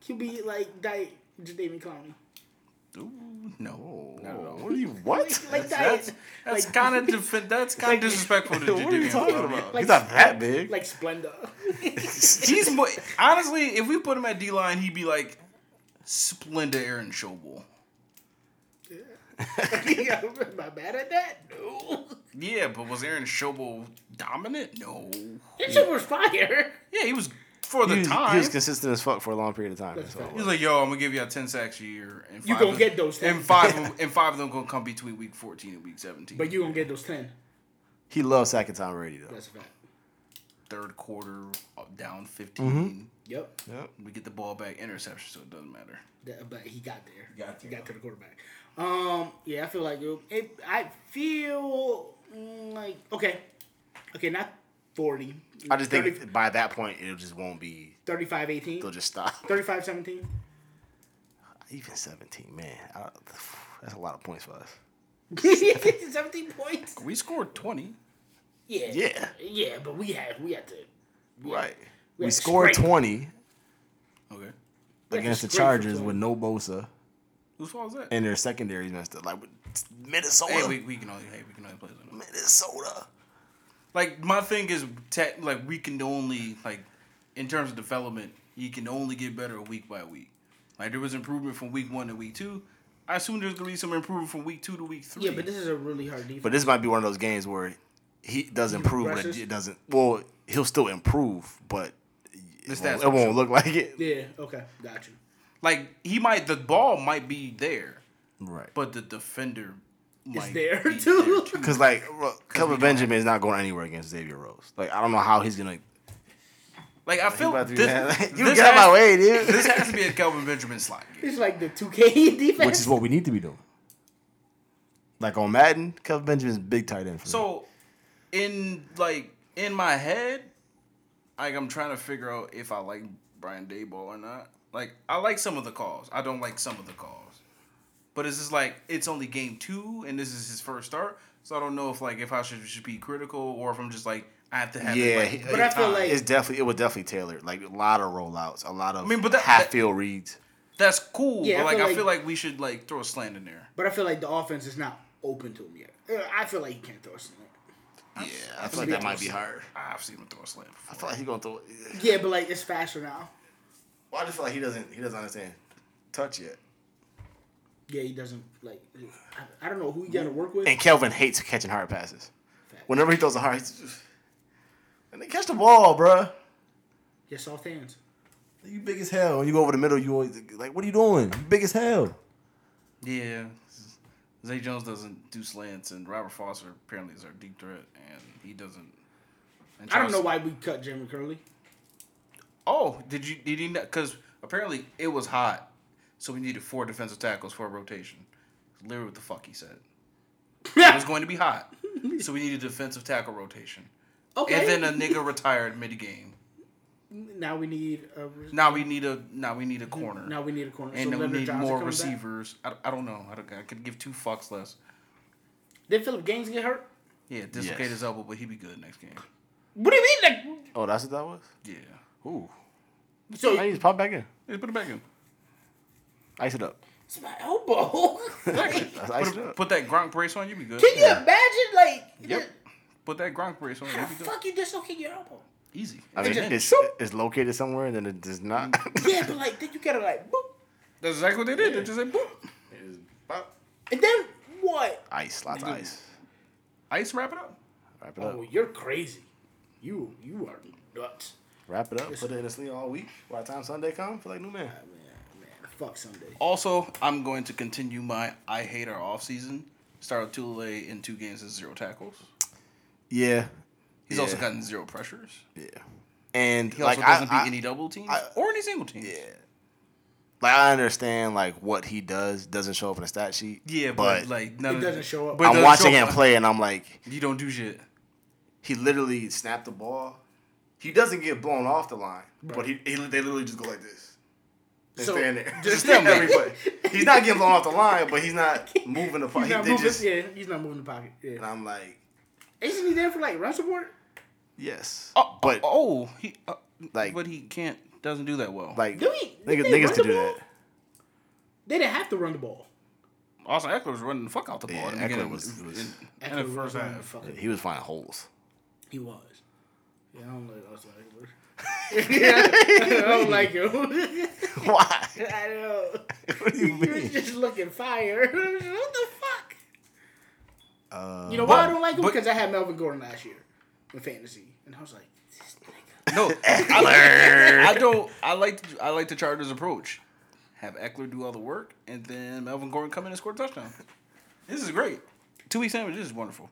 [SPEAKER 1] He'll be like Di- Jadavion Clowney.
[SPEAKER 2] Ooh, no, not at all.
[SPEAKER 3] What are you what?
[SPEAKER 1] Like
[SPEAKER 2] That's
[SPEAKER 1] Di-
[SPEAKER 2] that's
[SPEAKER 1] like,
[SPEAKER 2] kind of defen- that's kind
[SPEAKER 1] Like-
[SPEAKER 2] of disrespectful to
[SPEAKER 3] what are you
[SPEAKER 2] Jadavion
[SPEAKER 3] talking
[SPEAKER 2] Clowney.
[SPEAKER 3] about?
[SPEAKER 1] Like-
[SPEAKER 3] He's not that big.
[SPEAKER 1] like Splenda.
[SPEAKER 2] He's more, honestly, if we put him at D line, he'd be like Splenda Aaron Schobel.
[SPEAKER 1] Am I bad at that? No.
[SPEAKER 2] Yeah, but was Aaron Schobel dominant? No.
[SPEAKER 1] That shit was fire.
[SPEAKER 2] Yeah, he was for the
[SPEAKER 3] he, was, he
[SPEAKER 2] time.
[SPEAKER 3] was consistent as fuck for a long period of time. That's all.
[SPEAKER 1] fact.
[SPEAKER 2] He was like, "Yo, I'm gonna give you a ten sacks a year, and
[SPEAKER 1] You
[SPEAKER 2] five
[SPEAKER 1] gonna
[SPEAKER 2] of-
[SPEAKER 1] get those
[SPEAKER 2] and
[SPEAKER 1] 10.
[SPEAKER 2] five, of- and five of them gonna come between week 14 and week 17,
[SPEAKER 1] But you gonna get those ten.
[SPEAKER 3] He loves second time already though.
[SPEAKER 1] That's a fact.
[SPEAKER 2] third quarter up, down 15.
[SPEAKER 3] Mm-hmm.
[SPEAKER 1] Yep.
[SPEAKER 3] Yep.
[SPEAKER 2] We get the ball back, interception, so it doesn't matter.
[SPEAKER 1] That- but he got there.
[SPEAKER 2] Got
[SPEAKER 1] He
[SPEAKER 2] there.
[SPEAKER 1] got to the quarterback. Um. Yeah, I feel like it. it I feel mm, like okay, okay, not forty.
[SPEAKER 3] I just
[SPEAKER 1] 30
[SPEAKER 3] think by that point it just won't be.
[SPEAKER 1] 35 18
[SPEAKER 3] They'll just stop.
[SPEAKER 1] 35 17
[SPEAKER 3] Even seventeen, man, I, that's a lot of points for us.
[SPEAKER 1] 17 points
[SPEAKER 2] We scored 20.
[SPEAKER 1] yeah
[SPEAKER 3] Yeah.
[SPEAKER 1] yeah but we had we had to
[SPEAKER 3] Right.
[SPEAKER 1] We
[SPEAKER 3] We,
[SPEAKER 1] had to
[SPEAKER 3] scored
[SPEAKER 1] scrape.
[SPEAKER 3] twenty
[SPEAKER 2] Okay,
[SPEAKER 1] to
[SPEAKER 3] against the
[SPEAKER 1] scrape for
[SPEAKER 3] Chargers
[SPEAKER 1] 20.
[SPEAKER 3] with no Bosa
[SPEAKER 2] whose fault is that?
[SPEAKER 3] and their secondaries messed up. Like with Minnesota,
[SPEAKER 2] hey, we, we can only hey we can only play. Like
[SPEAKER 3] Minnesota.
[SPEAKER 2] like my thing is tech, like we can only like in terms of development you can only get better week by week Like there was improvement from week one to week two. I assume there's gonna be some improvement from week two to week three.
[SPEAKER 1] Yeah, but this is a really hard defense.
[SPEAKER 3] But this might be one of those games where he does improve, but
[SPEAKER 1] progresses?
[SPEAKER 3] it doesn't. Well, he'll still improve, but
[SPEAKER 2] The
[SPEAKER 3] it
[SPEAKER 2] stats
[SPEAKER 3] won't, it
[SPEAKER 2] won't
[SPEAKER 3] won't look like it.
[SPEAKER 1] yeah, okay, got you.
[SPEAKER 2] like he might the ball might be there,
[SPEAKER 3] Right.
[SPEAKER 2] but the defender might
[SPEAKER 1] there,
[SPEAKER 2] be
[SPEAKER 1] too.
[SPEAKER 3] Because like Ro- Kelvin Benjamin is not going anywhere against Xavier Rose. Like I don't know how he's gonna.
[SPEAKER 2] Like I
[SPEAKER 3] He
[SPEAKER 2] feel
[SPEAKER 3] about
[SPEAKER 2] this,
[SPEAKER 3] to be mad. Like, you
[SPEAKER 2] this
[SPEAKER 3] get out
[SPEAKER 2] has-
[SPEAKER 3] my way, dude.
[SPEAKER 2] This has to be a Kelvin Benjamin slot game.
[SPEAKER 1] It's like the 2K defense.
[SPEAKER 4] which is what we need to be doing.
[SPEAKER 3] like on Madden, Kelvin Benjamin's a big tight end. For me.
[SPEAKER 2] So, in like in my head, like I'm trying to figure out if I like Brian Dayball or not. Like I like some of the calls. I don't like some of the calls. But it's just like it's only game two, and this is his first start. So I don't know if like if I should, should be critical or if I'm just like I have to have.
[SPEAKER 3] yeah,
[SPEAKER 2] it,
[SPEAKER 3] he- uh,
[SPEAKER 2] like,
[SPEAKER 1] But I feel like-
[SPEAKER 3] it's definitely it was definitely tailored. Like a lot of rollouts, a lot of I
[SPEAKER 2] mean,
[SPEAKER 3] mean,
[SPEAKER 2] but
[SPEAKER 3] but
[SPEAKER 2] that-
[SPEAKER 3] half field reads.
[SPEAKER 2] that's cool.
[SPEAKER 1] Yeah,
[SPEAKER 2] but
[SPEAKER 1] I
[SPEAKER 2] like
[SPEAKER 1] feel
[SPEAKER 2] I feel
[SPEAKER 1] like-
[SPEAKER 2] like we should like throw a slant in there.
[SPEAKER 1] But I feel like the offense is not open to him yet. Uh, I feel like he can't throw a slant.
[SPEAKER 3] Yeah, I feel
[SPEAKER 1] like that might be
[SPEAKER 3] hard.
[SPEAKER 2] I've seen him throw a slant.
[SPEAKER 3] I
[SPEAKER 2] Before.
[SPEAKER 3] feel like he's gonna throw.
[SPEAKER 1] Yeah, but like it's faster now.
[SPEAKER 3] Well, I just feel like he doesn't he doesn't understand touch yet.
[SPEAKER 1] Yeah, he doesn't like. I, I don't know who he got to work with.
[SPEAKER 3] And Kelvin hates catching hard passes. Whenever he throws a hard, he's just, and they catch the ball, bruh.
[SPEAKER 1] Your soft hands.
[SPEAKER 4] You big as hell. When you go over the middle, you always like, what are you doing? You big as hell.
[SPEAKER 2] Yeah. Zay Jones doesn't do slants, and Robert Foster apparently is our deep threat, and he doesn't. And
[SPEAKER 1] I don't
[SPEAKER 2] Charles-
[SPEAKER 1] know why we cut Jeremy Curley.
[SPEAKER 2] Oh, did you did he not? Because apparently it was hot, so we needed four defensive tackles for a rotation. Literally what the fuck he said. It was going to be hot, so we needed a defensive tackle rotation.
[SPEAKER 1] okay.
[SPEAKER 2] And then a nigga retired mid game.
[SPEAKER 1] now we need a. re-
[SPEAKER 2] Now we need a now we need a corner.
[SPEAKER 1] Now we need a corner.
[SPEAKER 2] and
[SPEAKER 1] so
[SPEAKER 2] then we
[SPEAKER 1] Leonard
[SPEAKER 2] need
[SPEAKER 1] Johnson
[SPEAKER 2] more
[SPEAKER 1] coming back?
[SPEAKER 2] receivers. I, I don't know. I, don't, I could give two fucks less.
[SPEAKER 1] Did Philip Gaines get hurt?
[SPEAKER 2] Yeah, dislocate
[SPEAKER 3] Yes.
[SPEAKER 2] his elbow, but he'd be good next game.
[SPEAKER 1] What do you mean?
[SPEAKER 3] Oh, that's what that was.
[SPEAKER 2] Yeah.
[SPEAKER 3] Ooh,
[SPEAKER 1] Like,
[SPEAKER 3] I
[SPEAKER 1] so
[SPEAKER 3] need to pop back in.
[SPEAKER 2] Yeah, put it back in.
[SPEAKER 3] Ice it up.
[SPEAKER 1] it's my elbow. Like,
[SPEAKER 3] That's ice it
[SPEAKER 2] Put,
[SPEAKER 3] up.
[SPEAKER 2] put that Gronk brace on, you'd be good.
[SPEAKER 1] can you imagine? Like,
[SPEAKER 2] Yep. Put that Gronk brace on,
[SPEAKER 1] how the
[SPEAKER 2] you'd be good.
[SPEAKER 1] fuck you dislocate your elbow?
[SPEAKER 2] Easy.
[SPEAKER 3] I mean,
[SPEAKER 1] just-
[SPEAKER 3] it's, it's located somewhere, and then it does not.
[SPEAKER 1] Yeah, but like, then you gotta like, boop,
[SPEAKER 2] That's exactly what they did. They just said, boop.
[SPEAKER 1] and then what?
[SPEAKER 3] ice, lots of ice.
[SPEAKER 2] Ice, wrap it up.
[SPEAKER 3] Wrap it up.
[SPEAKER 1] Oh, you're crazy. You you are nuts.
[SPEAKER 3] Wrap it up. Put it in the sleeve all week. By the time Sunday comes, feel like new man.
[SPEAKER 1] Man, Oh, man, fuck Sunday.
[SPEAKER 2] Also, I'm going to continue my I hate our offseason. Start with Tule in two games and zero tackles.
[SPEAKER 3] Yeah.
[SPEAKER 2] He's also
[SPEAKER 3] Yeah.
[SPEAKER 2] gotten zero pressures.
[SPEAKER 3] Yeah. And
[SPEAKER 2] He
[SPEAKER 3] like
[SPEAKER 2] also doesn't
[SPEAKER 3] I,
[SPEAKER 2] beat
[SPEAKER 3] I-
[SPEAKER 2] any double teams
[SPEAKER 3] I-
[SPEAKER 2] or any single teams.
[SPEAKER 3] Yeah. Like I understand like what he does doesn't show up in the stat sheet.
[SPEAKER 2] Yeah, but, like none
[SPEAKER 1] it
[SPEAKER 2] of-
[SPEAKER 1] doesn't show up.
[SPEAKER 2] but it
[SPEAKER 3] I'm
[SPEAKER 2] doesn't
[SPEAKER 3] watching
[SPEAKER 2] show
[SPEAKER 3] him
[SPEAKER 2] up.
[SPEAKER 3] play and I'm like,
[SPEAKER 2] You don't do shit.
[SPEAKER 3] he literally snapped the ball. He doesn't get blown off the line, but he, he they literally just go like this. And
[SPEAKER 1] So,
[SPEAKER 3] stand there.
[SPEAKER 1] just-
[SPEAKER 3] Just stand there. everybody. He's not getting blown off the line, but he's not moving the
[SPEAKER 2] Oh,
[SPEAKER 1] He's
[SPEAKER 3] pocket.
[SPEAKER 1] not
[SPEAKER 3] They
[SPEAKER 1] moving.
[SPEAKER 3] just,
[SPEAKER 1] yeah, he's not moving the pocket.
[SPEAKER 3] And
[SPEAKER 1] Yeah.
[SPEAKER 3] I'm like,
[SPEAKER 1] Isn't he there for like run support?
[SPEAKER 3] yes.
[SPEAKER 2] Oh,
[SPEAKER 3] but
[SPEAKER 2] oh, he uh,
[SPEAKER 3] Like-
[SPEAKER 2] but he can't doesn't do that well.
[SPEAKER 3] like
[SPEAKER 1] Do we- did
[SPEAKER 3] niggas,
[SPEAKER 1] they
[SPEAKER 3] niggas
[SPEAKER 1] run the
[SPEAKER 3] to do
[SPEAKER 1] ball?
[SPEAKER 3] that.
[SPEAKER 1] They didn't have to run the ball.
[SPEAKER 2] Austin Eckler was running the fuck out the ball.
[SPEAKER 3] Yeah,
[SPEAKER 2] in the
[SPEAKER 3] Eckler
[SPEAKER 2] beginning.
[SPEAKER 3] was- was-
[SPEAKER 2] in, in
[SPEAKER 1] Eckler
[SPEAKER 2] the
[SPEAKER 1] was
[SPEAKER 2] first
[SPEAKER 1] running the
[SPEAKER 2] half.
[SPEAKER 1] fucking-
[SPEAKER 3] He was finding holes.
[SPEAKER 1] He was. Yeah, I don't like Austin Eckler. I don't like him.
[SPEAKER 3] Why?
[SPEAKER 1] I don't.
[SPEAKER 3] what do
[SPEAKER 1] He was just looking fire. what the fuck?
[SPEAKER 3] Uh,
[SPEAKER 1] You know why I don't like him?
[SPEAKER 2] but-
[SPEAKER 1] Because I had Melvin Gordon last year in fantasy, and I was like, this nigga.
[SPEAKER 2] No, I, I don't. I like the, I like the Chargers' approach. Have Eckler do all the work, and then Melvin Gordon come in and score a touchdown. This is great. Two week sandwich. This is wonderful.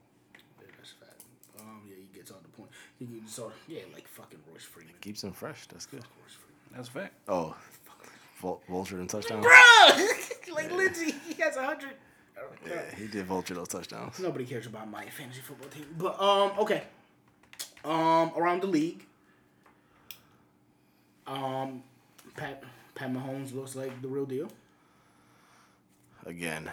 [SPEAKER 1] Yeah, that's a fact. Um, yeah, he gets all the point. He gets all yeah, like fucking Royce Freeman.
[SPEAKER 3] Keeps him fresh. That's good.
[SPEAKER 1] Royce Freeman.
[SPEAKER 2] That's a fact.
[SPEAKER 3] Oh, Vul- vulture and touchdowns.
[SPEAKER 1] Bro, like Lindsey, he has a hundred.
[SPEAKER 3] Yeah, he did vulture those touchdowns.
[SPEAKER 1] Nobody cares about my fantasy football team, but um, okay. Um, around the league, um, Pat Pat Mahomes looks like the real deal.
[SPEAKER 3] Again.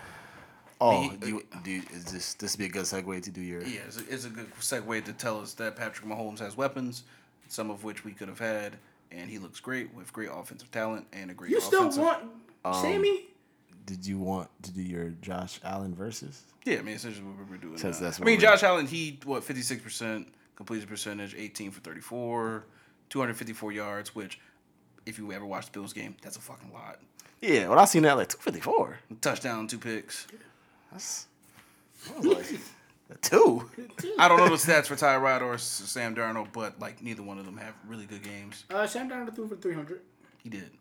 [SPEAKER 3] Oh,
[SPEAKER 2] He-
[SPEAKER 3] do you, do you, is this this would be a good segue to do your?
[SPEAKER 2] Yeah, it's a, it's a good segue to tell us that Patrick Mahomes has weapons, some of which we could have had, and he looks great with great offensive talent and a great.
[SPEAKER 1] You still
[SPEAKER 2] offensive-
[SPEAKER 1] want Sammy?
[SPEAKER 4] Did you want to do your Josh Allen versus?
[SPEAKER 2] Yeah, I mean, essentially what we're doing.
[SPEAKER 3] Since
[SPEAKER 2] now.
[SPEAKER 3] that's
[SPEAKER 2] I
[SPEAKER 3] what
[SPEAKER 2] mean,
[SPEAKER 3] we're-
[SPEAKER 2] Josh Allen, he, what, 56% completion percentage, 18 for 34, 254 yards, which If you ever watch the Bills game, that's a fucking lot.
[SPEAKER 3] Yeah, well, I seen that like two fifty four.
[SPEAKER 2] Touchdown, two picks.
[SPEAKER 3] That's I was like a two.
[SPEAKER 2] I don't know the stats for Tyrod or S- Sam Darnold, but like neither one of them have really good games.
[SPEAKER 1] Uh, Sam Darnold threw for 300.
[SPEAKER 2] He did.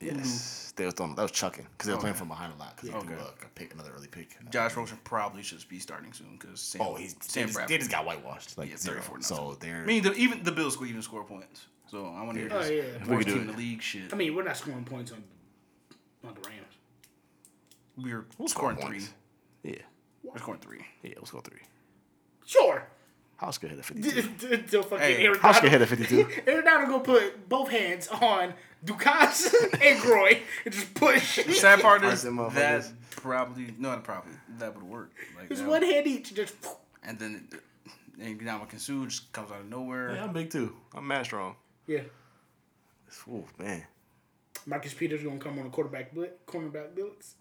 [SPEAKER 3] Yes, they was throwing. That was chucking because they were playing from behind a lot. Because they threw
[SPEAKER 2] Okay.
[SPEAKER 3] a, a pick, another early pick.
[SPEAKER 2] Josh Rosen probably should be starting soon because Sam.
[SPEAKER 3] Oh, he's they
[SPEAKER 2] Sam
[SPEAKER 3] just, they
[SPEAKER 2] Bradford.
[SPEAKER 3] just got whitewashed like
[SPEAKER 2] Yeah,
[SPEAKER 3] zero.
[SPEAKER 2] 34
[SPEAKER 3] So they're
[SPEAKER 2] I mean, the, even the Bills could even score points. So I want to hear
[SPEAKER 1] Oh,
[SPEAKER 2] this
[SPEAKER 1] yeah. We
[SPEAKER 3] could
[SPEAKER 2] worst
[SPEAKER 3] do
[SPEAKER 2] team in
[SPEAKER 3] it.
[SPEAKER 2] the league shit.
[SPEAKER 1] I mean, we're not scoring points on on the Rams.
[SPEAKER 2] we were
[SPEAKER 3] We'll score
[SPEAKER 2] scoring three.
[SPEAKER 3] points. yeah,
[SPEAKER 2] We're scoring three.
[SPEAKER 3] yeah. Let's go three.
[SPEAKER 1] Sure.
[SPEAKER 3] House could hit a fifty two.
[SPEAKER 1] Until fucking
[SPEAKER 2] Hey,
[SPEAKER 1] Aaron
[SPEAKER 3] House could hit
[SPEAKER 1] Donald.
[SPEAKER 3] a fifty two.
[SPEAKER 1] Aaron Donald gonna put both hands on Dukas and Groy and just push.
[SPEAKER 2] The sad part
[SPEAKER 3] Alright,
[SPEAKER 2] is
[SPEAKER 3] then, motherfuckers.
[SPEAKER 2] that probably no, not probably that would work. Like
[SPEAKER 1] Just
[SPEAKER 2] that
[SPEAKER 1] one
[SPEAKER 2] would-
[SPEAKER 1] hand each. Just
[SPEAKER 2] and then and Gnamaka Sue just comes out of nowhere.
[SPEAKER 3] Yeah, I'm big too. I'm mad strong.
[SPEAKER 1] yeah.
[SPEAKER 3] Ooh, man.
[SPEAKER 1] Marcus Peters gonna come on a quarterback blitz. Cornerback blitz.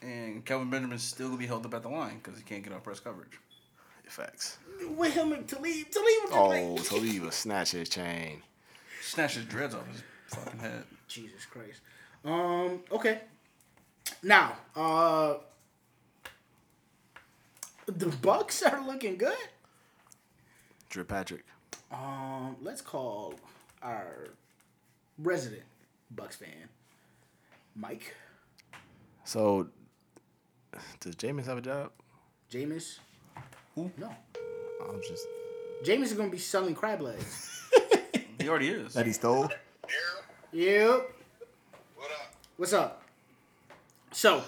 [SPEAKER 2] And Kelvin Benjamin's still gonna be held up at the line because he can't get off press coverage.
[SPEAKER 3] Facts.
[SPEAKER 1] With him and Talib. Talib was just
[SPEAKER 3] Oh,
[SPEAKER 1] like,
[SPEAKER 3] so he was snatch his chain.
[SPEAKER 2] Snatch his dreads off his fucking head.
[SPEAKER 1] Jesus Christ. Um. Okay. Now, uh, the Bucks are looking good.
[SPEAKER 3] Drew Patrick.
[SPEAKER 1] Um. Let's call our resident Bucks fan, Mike
[SPEAKER 3] So, does Jameis have a job?
[SPEAKER 1] Jameis.
[SPEAKER 2] Who?
[SPEAKER 1] No.
[SPEAKER 3] I'm just.
[SPEAKER 1] Jameis is gonna be selling crab legs.
[SPEAKER 2] He already is.
[SPEAKER 4] That he stole?
[SPEAKER 5] Daryl,
[SPEAKER 1] yep.
[SPEAKER 5] what up?
[SPEAKER 1] What's up? So,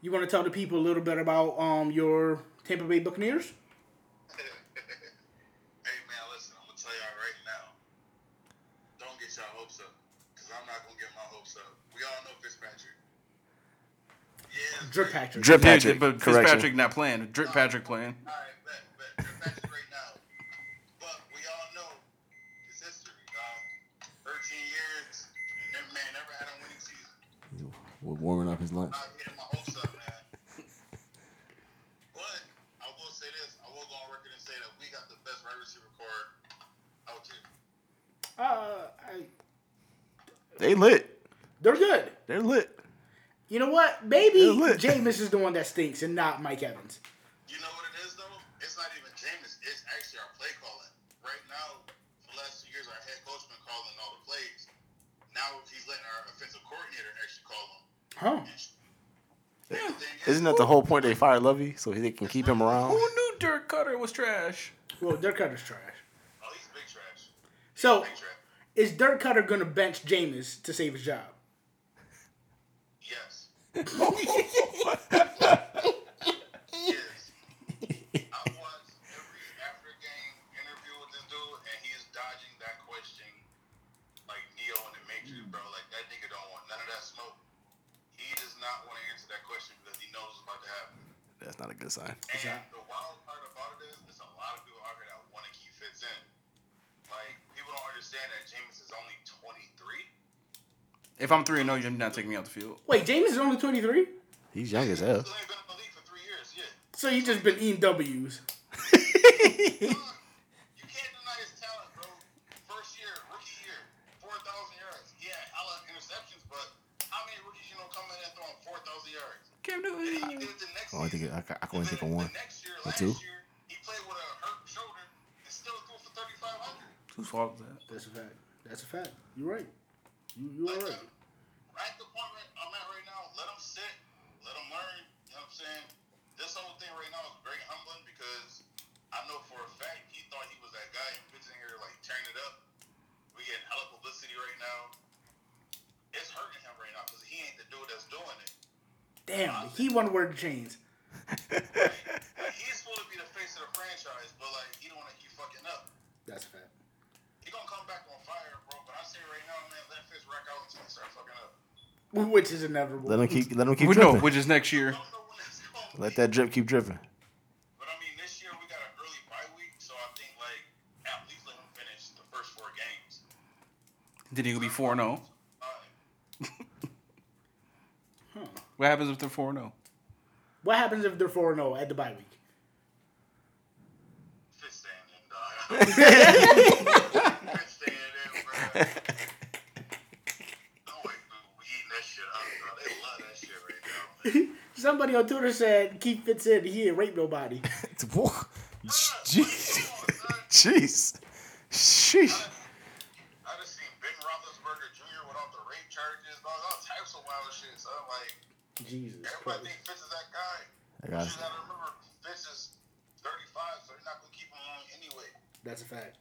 [SPEAKER 1] you want to tell the people a little bit about um your Tampa Bay Buccaneers?
[SPEAKER 5] Hey man, listen, I'm gonna tell y'all right now. Don't get y'all hopes up, cause I'm not gonna get my hopes up. We all know Fitzpatrick. Yeah, it's
[SPEAKER 1] Drip
[SPEAKER 5] great.
[SPEAKER 1] Patrick.
[SPEAKER 3] Drip
[SPEAKER 2] Yeah,
[SPEAKER 3] Patrick.
[SPEAKER 2] but
[SPEAKER 3] correction.
[SPEAKER 2] Fitzpatrick not playing. Drip Patrick playing.
[SPEAKER 5] All right, bet, bet. Drip Patrick right now. But we all know his history, dog. 13 years, that man never had a winning season.
[SPEAKER 4] We're warming up his lunch.
[SPEAKER 5] I'm not getting my hopes up, man. But I will say this: I will go on record and say that we got the best wide receiver core out here.
[SPEAKER 1] Uh, I,
[SPEAKER 3] They lit.
[SPEAKER 1] they're good.
[SPEAKER 3] They're lit.
[SPEAKER 1] You know what? Maybe
[SPEAKER 3] Yeah, look.
[SPEAKER 1] Jameis is the one that stinks and not Mike Evans.
[SPEAKER 5] You know what it is though? It's not even Jameis. It's actually our play calling. Right now, for the last two years, our head coach been calling all the plays. Now he's letting our offensive coordinator actually call them.
[SPEAKER 1] Huh?
[SPEAKER 5] And the thing is,
[SPEAKER 3] Isn't that the whole point? They fired Lovey so they can keep him around.
[SPEAKER 2] Who knew Dirk Cutter was trash?
[SPEAKER 1] Well, Dirk Cutter's trash.
[SPEAKER 5] oh, he's big trash.
[SPEAKER 1] So,
[SPEAKER 5] Big trash.
[SPEAKER 1] is Dirk Cutter gonna bench Jameis to save his job?
[SPEAKER 5] Yes. yes. I watched every after game interview with this dude, and he is dodging that question like Neo in the Matrix, bro. Like that nigga don't want none of that smoke. He does not want to answer that question because he knows it's about to happen.
[SPEAKER 3] That's not a good sign.
[SPEAKER 5] And
[SPEAKER 1] Yeah.
[SPEAKER 5] the wild part about it is, there's a lot of people out here that want to keep Fitz in. Like people don't understand that James is only 23.
[SPEAKER 2] If I'm three and no, you're not taking me out the field.
[SPEAKER 1] Wait, Jameis is only 23?
[SPEAKER 3] He's young as hell.
[SPEAKER 5] He's only been in the league for three years. Yeah.
[SPEAKER 1] So he just been eating W's.
[SPEAKER 5] You can't deny his talent, bro. First year, rookie year, 4,000 yards. Yeah, I love interceptions, but how many rookies you know coming in and throwing 4,000 yards?
[SPEAKER 2] Cam
[SPEAKER 5] And he
[SPEAKER 2] Newton.
[SPEAKER 5] did the next
[SPEAKER 3] Oh, I think
[SPEAKER 5] season.
[SPEAKER 3] I, ca- I can only
[SPEAKER 5] And
[SPEAKER 3] think of
[SPEAKER 5] then
[SPEAKER 3] one.
[SPEAKER 5] The next year,
[SPEAKER 3] or
[SPEAKER 5] last
[SPEAKER 3] two.
[SPEAKER 5] year, he played with a hurt shoulder and still threw for 3,500.
[SPEAKER 2] Whose fault is that?
[SPEAKER 1] That's a fact. That's a fact. You're right. You, you are right.
[SPEAKER 5] At the point right- I'm at right now, let them sit, let them learn. You know what I'm saying? This whole thing right now is very humbling because I know for a fact he thought he was that guy and Pitt's in here like tearing it up. We getting hella publicity right now. It's hurting him right now because he ain't the dude that's doing it.
[SPEAKER 1] Damn, he won word the chains.
[SPEAKER 5] Like, he's supposed to be the face of the franchise, but like he don't want to keep fucking up.
[SPEAKER 1] That's a fact.
[SPEAKER 5] He gonna come back on fire, bro. But I say right now, man, let Fitz rack out until he start fucking up.
[SPEAKER 1] Which is inevitable.
[SPEAKER 4] Let him keep let him keep
[SPEAKER 2] Which, no,
[SPEAKER 4] dripping.
[SPEAKER 2] which is next year.
[SPEAKER 5] I don't know when that's gonna
[SPEAKER 4] Let
[SPEAKER 5] be.
[SPEAKER 4] that drip keep dripping.
[SPEAKER 5] But I mean, this year we got an early bye week, so I think like at least let him finish the first four games.
[SPEAKER 2] Then he'll be four and oh. zero.
[SPEAKER 5] Uh,
[SPEAKER 2] What happens if they're four and oh? zero?
[SPEAKER 1] What happens if they're 4 0 at the bye week?
[SPEAKER 5] Fitz staying in, dog. Fitz staying in, bro.
[SPEAKER 1] on Twitter said Keith fits in. He didn't rape nobody.
[SPEAKER 4] Whoa. Jeez.
[SPEAKER 5] Come on, son.
[SPEAKER 3] Jeez. Sheesh.
[SPEAKER 5] I just seen Ben Roethlisberger Jr. with all the rape charges, all, all types of wild shit. So I'm like,
[SPEAKER 1] Jesus Christ.
[SPEAKER 5] everybody think Fitz is that guy.
[SPEAKER 4] I got you.
[SPEAKER 5] you gotta remember, Fitz is 35, so they're not gonna keep him on anyway.
[SPEAKER 1] That's a fact.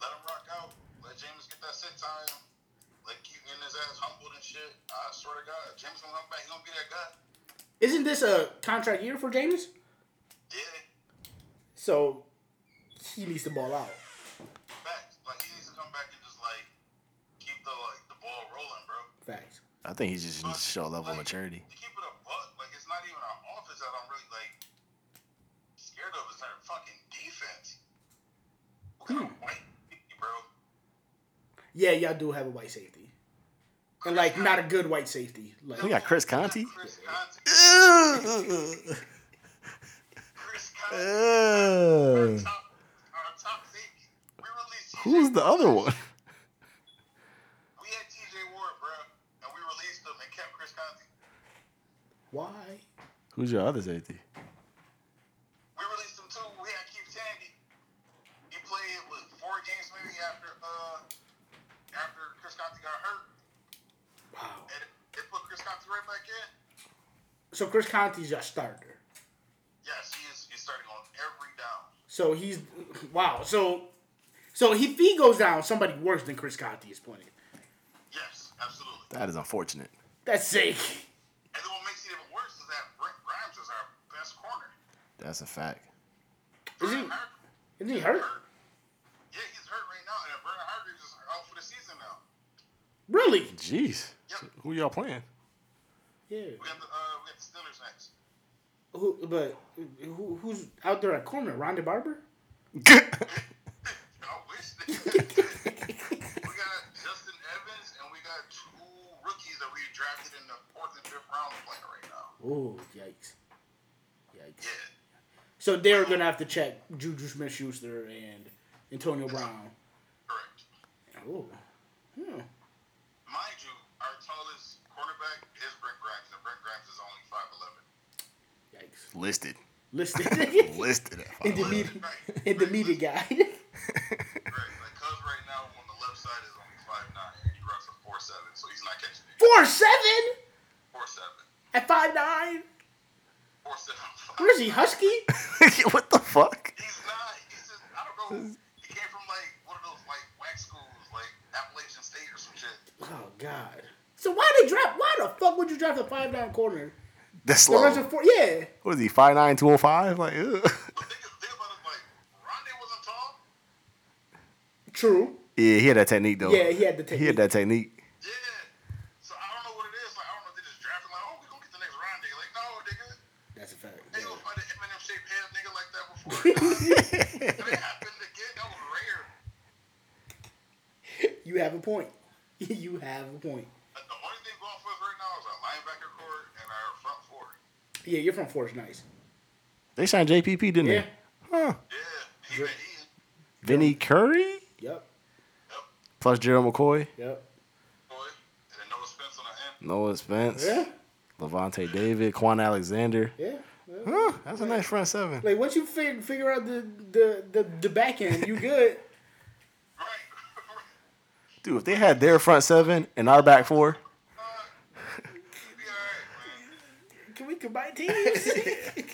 [SPEAKER 5] Let him rock out. Let James get that sit time. Let keep getting his ass humbled and shit. I swear to God, James gonna come back. He gonna be that guy.
[SPEAKER 1] Isn't this a contract year for James?
[SPEAKER 5] Yeah.
[SPEAKER 1] So he needs to ball out.
[SPEAKER 5] back. Like he needs to come back and just like keep the like the ball rolling, bro.
[SPEAKER 1] Facts.
[SPEAKER 3] I think he just needs to show a level of
[SPEAKER 5] Like,
[SPEAKER 3] maturity.
[SPEAKER 5] To keep it a buck, like it's not even our offense that I'm really like scared of. It's our fucking defense. What kind of
[SPEAKER 3] Hmm.
[SPEAKER 5] white safety, bro?
[SPEAKER 1] Yeah, y'all do have a white safety, and like not a good white safety. Like
[SPEAKER 5] Oh,
[SPEAKER 3] We got Chris Conti.
[SPEAKER 5] Chris Conti. Chris Conti.
[SPEAKER 3] Uh.
[SPEAKER 5] Our
[SPEAKER 4] Ugh.
[SPEAKER 5] top, our top safety. We released. TJ
[SPEAKER 3] Who's the other one?
[SPEAKER 5] We had T.J. Ward, bro, and we released him and kept Chris Conti.
[SPEAKER 1] why?
[SPEAKER 4] Who's your other safety?
[SPEAKER 5] We released him too. We had Keith Tandy. He played with four games maybe after uh after Chris Conti got hurt,
[SPEAKER 1] Wow.
[SPEAKER 5] and it, it put Chris Conti right back in.
[SPEAKER 1] So Chris Conti's your starter.
[SPEAKER 5] Yes, he is. He's starting on every down.
[SPEAKER 1] So he's wow. So so if he goes down, somebody worse than Chris Conti is playing.
[SPEAKER 5] Yes, absolutely.
[SPEAKER 3] That is unfortunate.
[SPEAKER 1] That's sick.
[SPEAKER 5] And then what makes it even worse is that Brent Grimes is our best corner.
[SPEAKER 3] That's a fact.
[SPEAKER 1] Is he-
[SPEAKER 5] Vernon Hargreaves
[SPEAKER 1] Isn't he hurt?
[SPEAKER 5] hurt. Yeah, he's hurt right now, and Vernon Hargreaves is out for the season now.
[SPEAKER 1] Really?
[SPEAKER 3] Jeez. So who y'all playing?
[SPEAKER 1] Yeah.
[SPEAKER 5] We got the uh, we got the Steelers next.
[SPEAKER 1] Who? But who, who's out there at corner? Ronda Barber?
[SPEAKER 5] I wish they We got Justin Evans and we got two rookies that we drafted in the fourth and fifth round playing right now.
[SPEAKER 1] Oh yikes! Yikes!
[SPEAKER 5] Yeah.
[SPEAKER 1] So they're gonna have to check Juju Smith-Schuster and Antonio Brown.
[SPEAKER 5] Correct.
[SPEAKER 1] Oh. Hmm.
[SPEAKER 5] Mind you, our tallest cornerback is Brent Grimes, and Brent Grimes is only five eleven.
[SPEAKER 1] Yikes.
[SPEAKER 3] Listed.
[SPEAKER 1] Listed.
[SPEAKER 3] Listed. at
[SPEAKER 1] in the
[SPEAKER 3] 5'11".
[SPEAKER 1] media,
[SPEAKER 5] Right.
[SPEAKER 1] in the media guy.
[SPEAKER 5] Right. Like cuz right now on the left side is only five nine and he runs a four seven, so he's not catching it.
[SPEAKER 1] Four seven
[SPEAKER 5] Four seven.
[SPEAKER 1] at five nine.
[SPEAKER 5] Four seven five.
[SPEAKER 1] Where's he? Husky?
[SPEAKER 3] what the fuck?
[SPEAKER 5] He's not. He's just. I don't know. He came from like one of those like whack schools, like Appalachian State or some shit.
[SPEAKER 1] Oh God. So why they draft? Why the fuck would you draft a five nine corner?
[SPEAKER 3] That's
[SPEAKER 1] The
[SPEAKER 3] slow.
[SPEAKER 1] rest of four, yeah.
[SPEAKER 3] What is he, 5'9", 205? Like, ugh.
[SPEAKER 5] But think, think about it, like Rondé wasn't tall.
[SPEAKER 1] True.
[SPEAKER 3] Yeah, he had that technique, though.
[SPEAKER 1] Yeah, he had the technique.
[SPEAKER 3] He had that technique.
[SPEAKER 5] Yeah. So I don't know what it is. Like I don't know if they just drafted like, oh, we gonna get the next Rondé. Like no, nigga.
[SPEAKER 1] That's a fact.
[SPEAKER 5] They
[SPEAKER 1] yeah.
[SPEAKER 5] gonna find an Eminem shaped ass nigga like that before. it happened again. That was rare.
[SPEAKER 1] You have a point. you have a point.
[SPEAKER 5] But the only thing going for us right now is our linebacker core and our front four.
[SPEAKER 1] Yeah, you're from Forest Nice.
[SPEAKER 3] They signed JPP, didn't
[SPEAKER 1] Yeah.
[SPEAKER 5] Yeah. He been eating.
[SPEAKER 3] they? Vinny Curry?
[SPEAKER 1] Yep.
[SPEAKER 5] Yep.
[SPEAKER 3] Plus Gerald McCoy?
[SPEAKER 1] Yep.
[SPEAKER 5] Boy. And then Noah Spence on the end.
[SPEAKER 3] Noah Spence?
[SPEAKER 1] Yeah.
[SPEAKER 3] Levante David? Quan Alexander?
[SPEAKER 1] Yeah. yeah.
[SPEAKER 3] Huh, that's a nice front seven.
[SPEAKER 1] Like once you figure figure out the the the, the back end, you good.
[SPEAKER 5] Right.
[SPEAKER 3] Dude, if they had their front seven and our back four,
[SPEAKER 5] He be alright, man.
[SPEAKER 1] Can we combine teams?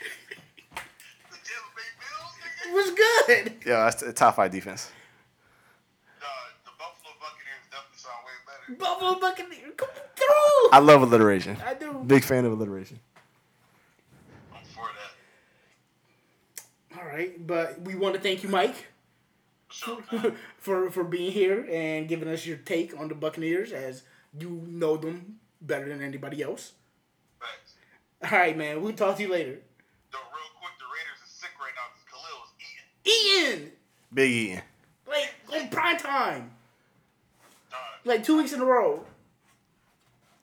[SPEAKER 5] The Jets big bills, nigga.
[SPEAKER 1] What's good?
[SPEAKER 3] yeah, that's a top five defense.
[SPEAKER 5] Nah, the Buffalo Buccaneers definitely sound way better.
[SPEAKER 1] Buffalo Buccaneers, come through.
[SPEAKER 3] I love alliteration.
[SPEAKER 1] I do.
[SPEAKER 3] Big fan of alliteration.
[SPEAKER 5] I'm for that.
[SPEAKER 1] All right, but we want to thank you, Mike,
[SPEAKER 5] Sure. man.
[SPEAKER 1] for for being here and giving us your take on the Buccaneers, as you know them better than anybody else.
[SPEAKER 5] Facts.
[SPEAKER 1] All right, man. We'll talk to you later.
[SPEAKER 5] Though, real quick, the Raiders is sick right now because Khalil is eating.
[SPEAKER 1] Ian,
[SPEAKER 3] Big E. Eaton.
[SPEAKER 1] like like prime time,
[SPEAKER 5] Dog,
[SPEAKER 1] like two weeks in a row.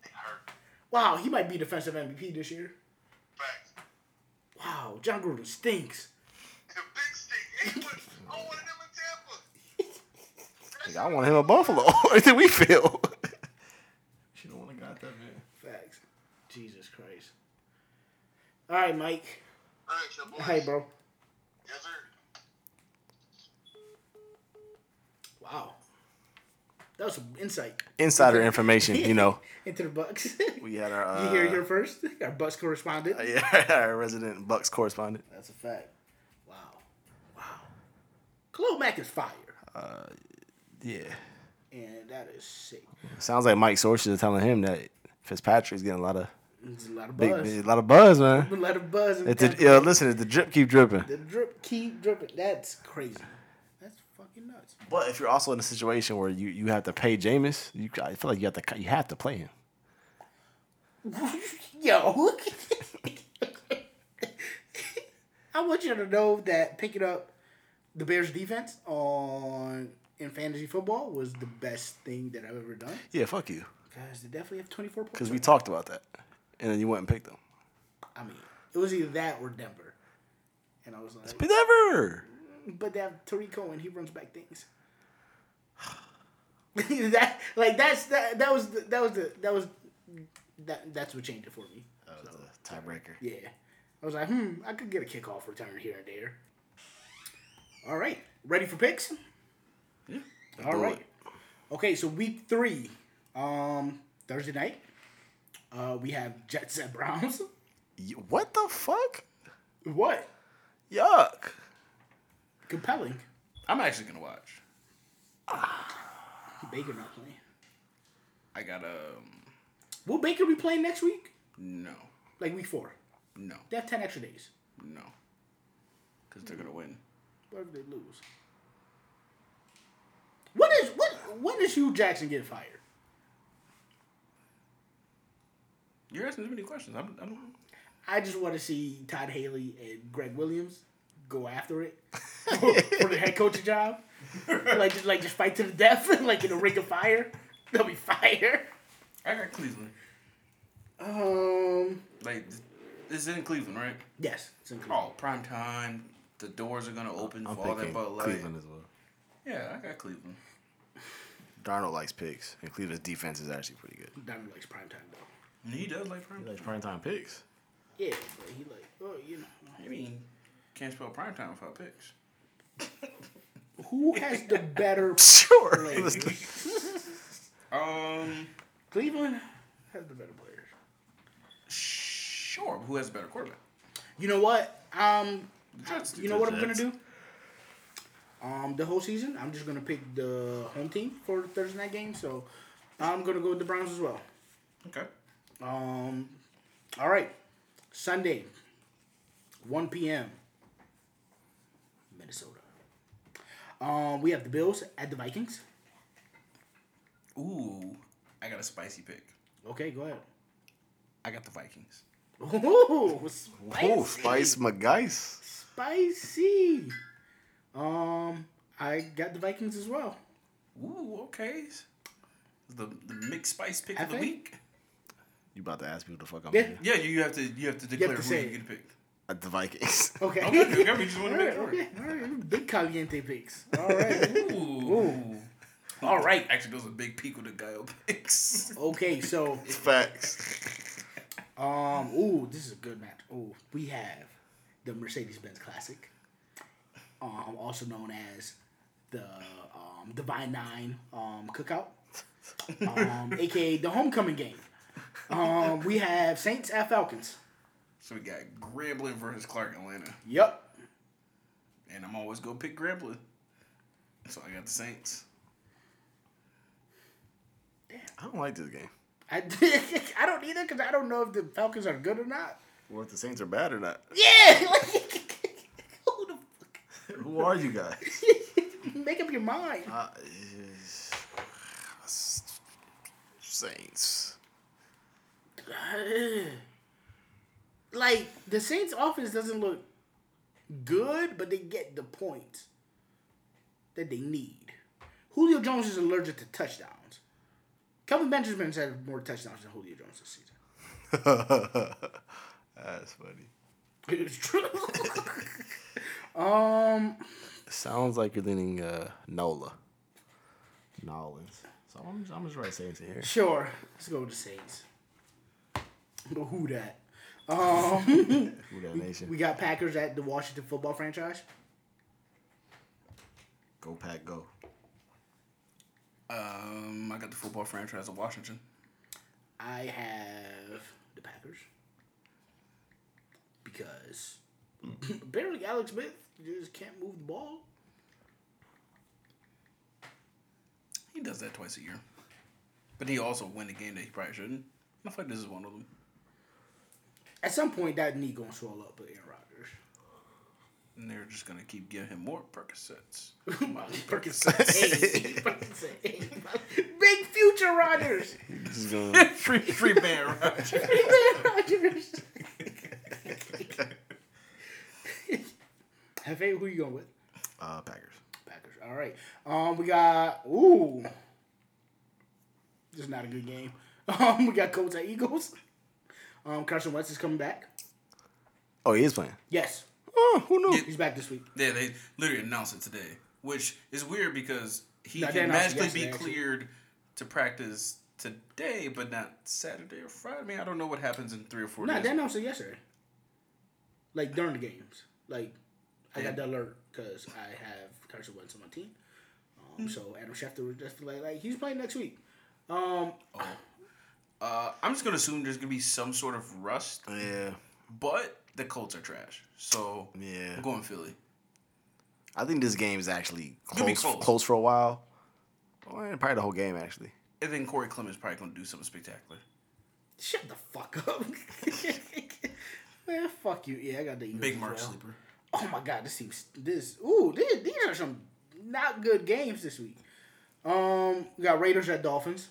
[SPEAKER 5] it hurt.
[SPEAKER 1] Wow, he might be defensive MVP this year.
[SPEAKER 5] Facts.
[SPEAKER 1] Wow, John Gruden stinks.
[SPEAKER 5] The big stick. Hey, but I wanted him in Tampa.
[SPEAKER 3] Like, I want him a Buffalo. what did we feel?
[SPEAKER 4] She don't want to got that man.
[SPEAKER 1] Facts. Jesus Christ. All right, Mike.
[SPEAKER 5] All right, your boy.
[SPEAKER 1] Hey, bro.
[SPEAKER 5] Yes, sir.
[SPEAKER 1] Wow. That was some insight
[SPEAKER 3] Insider information, you know.
[SPEAKER 1] into the Bucks.
[SPEAKER 3] We had our uh,
[SPEAKER 1] you hear it here first? Our Bucks correspondent.
[SPEAKER 3] yeah, our resident Bucks correspondent.
[SPEAKER 1] That's a fact. Wow. Wow. Khalil Mack is fire.
[SPEAKER 3] Yeah,
[SPEAKER 1] And that is sick.
[SPEAKER 3] sounds like Mike sources are telling him that Fitzpatrick's getting a lot of
[SPEAKER 1] There's a lot of
[SPEAKER 3] big,
[SPEAKER 1] buzz.
[SPEAKER 3] a lot of buzz,
[SPEAKER 1] A
[SPEAKER 3] man.
[SPEAKER 1] lot of buzz. and
[SPEAKER 3] If the,
[SPEAKER 1] kind
[SPEAKER 3] yo,
[SPEAKER 1] of-
[SPEAKER 3] listen, if the drip keep dripping.
[SPEAKER 1] The drip keep dripping. That's crazy. That's fucking nuts.
[SPEAKER 3] But if you're also in a situation where you, you have to pay Jameis, you I feel like you have to cut- you have to play him.
[SPEAKER 1] Yo. I want you to know that picking up the Bears defense on in fantasy football was the best thing that I've ever done.
[SPEAKER 3] Yeah, fuck you,
[SPEAKER 1] Because they definitely have 24 points.
[SPEAKER 3] because we talked about that, and then you went and picked him.
[SPEAKER 1] I mean, it was either that or Denver. And I was like,
[SPEAKER 3] But never.
[SPEAKER 1] but they have Tariq Cohen, he runs back things. that like that's that that was the, that was the that was that that's what changed it for me.
[SPEAKER 3] Tiebreaker.
[SPEAKER 1] Yeah. I was like, hmm, I could get a kickoff return here and there. All right. Ready for picks? Yeah. All
[SPEAKER 3] do
[SPEAKER 1] right.
[SPEAKER 3] it.
[SPEAKER 1] Okay, so week three, um, Thursday night, uh, we have Jets at Browns.
[SPEAKER 3] What the fuck?
[SPEAKER 1] What?
[SPEAKER 3] Yuck.
[SPEAKER 1] Compelling.
[SPEAKER 2] I'm actually gonna watch.
[SPEAKER 1] Baker not playing.
[SPEAKER 2] I got um
[SPEAKER 1] Will Baker be playing next week?
[SPEAKER 2] no,
[SPEAKER 1] Like week four.
[SPEAKER 2] no,
[SPEAKER 1] They have ten extra days.
[SPEAKER 2] no, because they're gonna win.
[SPEAKER 1] What if they lose? When is what when does Hugh Jackson get fired?
[SPEAKER 2] You're asking too many questions. I'm, I'm
[SPEAKER 1] I just want to see Todd Haley and Greg Williams go after it for, for the head coaching job. like just like just fight to the death, like in a ring of fire. They'll be fire.
[SPEAKER 2] I got Cleveland.
[SPEAKER 1] Um.
[SPEAKER 2] Like this is in Cleveveland, right?
[SPEAKER 1] Yes. It's in Cleveland.
[SPEAKER 2] Oh, prime time. The doors are gonna open
[SPEAKER 4] I'm
[SPEAKER 2] for all that
[SPEAKER 4] thinking
[SPEAKER 2] but
[SPEAKER 4] Cleveland as well.
[SPEAKER 2] Yeah, I got Cleveland.
[SPEAKER 3] Darnold likes picks, and Cleveland's defense is actually pretty good.
[SPEAKER 1] Diamond likes prime time though.
[SPEAKER 2] And he does like prime. time.
[SPEAKER 3] primetime picks.
[SPEAKER 1] Yeah, but he like oh you know
[SPEAKER 2] I mean, can't spell prime time without picks.
[SPEAKER 1] who has the better
[SPEAKER 3] Sure.
[SPEAKER 1] players?
[SPEAKER 2] Um,
[SPEAKER 1] Cleveland has the better players.
[SPEAKER 2] sure. but Who has a better quarterback?
[SPEAKER 1] You know what? Um,
[SPEAKER 2] Jets do.
[SPEAKER 1] you know what I'm gonna
[SPEAKER 3] Jets.
[SPEAKER 1] do? Um, the whole season, I'm just gonna pick the home team for the Thursday night game. So I'm gonna go with the Browns as well.
[SPEAKER 2] Okay.
[SPEAKER 1] Um, all right, Sunday, 1 p.m. Minnesota. Um, we have the Bills at the Vikings.
[SPEAKER 2] Ooh, I got a spicy pick.
[SPEAKER 1] Okay, go ahead.
[SPEAKER 2] I got the Vikings.
[SPEAKER 1] Ooh, spicy.
[SPEAKER 3] Oh, Spice McGice.
[SPEAKER 1] Spicy. Um, I got the Vikings as well.
[SPEAKER 2] Ooh, okay. The the mixed spice pick
[SPEAKER 1] I
[SPEAKER 2] of the
[SPEAKER 1] think-
[SPEAKER 2] week.
[SPEAKER 3] You about to ask me who the fuck I'm
[SPEAKER 1] Yeah.
[SPEAKER 3] picking?
[SPEAKER 2] Yeah, you, you have to you have to declare who
[SPEAKER 1] say
[SPEAKER 2] you
[SPEAKER 1] it.
[SPEAKER 2] get picked.
[SPEAKER 3] Uh, The Vikings.
[SPEAKER 1] Okay.
[SPEAKER 2] Okay, okay, we just
[SPEAKER 1] All
[SPEAKER 2] want to make
[SPEAKER 1] right,
[SPEAKER 2] sure.
[SPEAKER 1] okay, all right. Big caliente picks. All right.
[SPEAKER 2] Ooh. All right. Actually, those are big peak with the Gallo picks.
[SPEAKER 1] okay, so
[SPEAKER 3] Facts.
[SPEAKER 1] um, ooh, this is a good match. Ooh, we have the Mercedes Benz Classic, um, also known as the um, Divine Nine um, Cookout, um, aka the Homecoming Game. Um, we have Saints at Falcons.
[SPEAKER 2] So we got Grambling versus Clark Atlanta,
[SPEAKER 1] Yep.
[SPEAKER 2] and I'm always gonna pick Grambling. So I got the Saints.
[SPEAKER 3] I don't like this game.
[SPEAKER 1] I, I don't either because I don't know if the Falcons are good or not.
[SPEAKER 3] Well, if the Saints are bad or not.
[SPEAKER 1] Yeah. Like, who the fuck?
[SPEAKER 4] Who are you guys?
[SPEAKER 1] Make up your mind.
[SPEAKER 3] Uh, Saints.
[SPEAKER 1] like the Saints' offense doesn't look good, but they get the points that they need. Julio Jones is allergic to touchdowns. Kelvin Benjamin's had more touchdowns than Julio Jones this season.
[SPEAKER 3] That's funny.
[SPEAKER 1] It's true.
[SPEAKER 3] Sounds like you're leaning uh, Nola. Nolans. So I'm, I'm just right Saints here.
[SPEAKER 1] sure, let's go with the Saints. But who that? Um,
[SPEAKER 4] Who that nation?
[SPEAKER 1] we got Packers at the Washington football franchise.
[SPEAKER 4] go pack, go.
[SPEAKER 2] Um, I got the football franchise of Washington.
[SPEAKER 1] I have the Packers because apparently Alex Smith just can't move the ball.
[SPEAKER 2] He does that twice a year, but he also win a game that he probably shouldn't. I feel like this is one of them.
[SPEAKER 1] At some point, that knee gonna swell up with Aaron Rodgers.
[SPEAKER 2] And they're just gonna keep giving him more Percocets.
[SPEAKER 1] Hey,
[SPEAKER 2] Percocets.
[SPEAKER 1] Big future Rodgers.
[SPEAKER 4] This is gonna.
[SPEAKER 2] free, free band. Rodgers.
[SPEAKER 1] Big Rodgers. Have who you going with?
[SPEAKER 3] Uh, Packers.
[SPEAKER 1] Packers. All right. Um, we got ooh, this is not a good game. Um, we got Colts at Eagles. Um, Carson Wentz is coming back.
[SPEAKER 3] Oh, he is playing.
[SPEAKER 1] Yes,
[SPEAKER 3] Oh, who knew?
[SPEAKER 1] he's back this week.
[SPEAKER 2] Yeah, they literally announced it today, which is weird because he
[SPEAKER 1] No, they
[SPEAKER 2] can
[SPEAKER 1] announced it
[SPEAKER 2] magically be
[SPEAKER 1] yesterday, actually.
[SPEAKER 2] cleared to practice today, but not Saturday or Friday. I mean, I don't know what happens in three or four
[SPEAKER 1] No,
[SPEAKER 2] days.
[SPEAKER 1] they announced it yesterday. Like during the games, like I got the alert because I have Carson Wentz on my team. Um, so Adam Schefter was just like, like he's playing next week. Um,
[SPEAKER 2] Uh, I'm just gonna assume there's gonna be some sort of rust,
[SPEAKER 3] Yeah.
[SPEAKER 2] but the Colts are trash, so
[SPEAKER 3] Yeah.
[SPEAKER 2] I'm going Philly.
[SPEAKER 3] I think this game is actually
[SPEAKER 2] Could be
[SPEAKER 3] close,
[SPEAKER 2] close.
[SPEAKER 3] close. for a while. Or probably the whole game, actually.
[SPEAKER 2] And then Corey Clement is probably gonna do something spectacular.
[SPEAKER 1] shut the fuck up. Man, fuck you. Yeah, I got the Eagles
[SPEAKER 2] Big
[SPEAKER 1] as
[SPEAKER 2] Mark
[SPEAKER 1] well.
[SPEAKER 2] sleeper.
[SPEAKER 1] Oh my god, this seems this. Ooh, these, these are some not good games this week. Um, we got Raiders at Dolphins.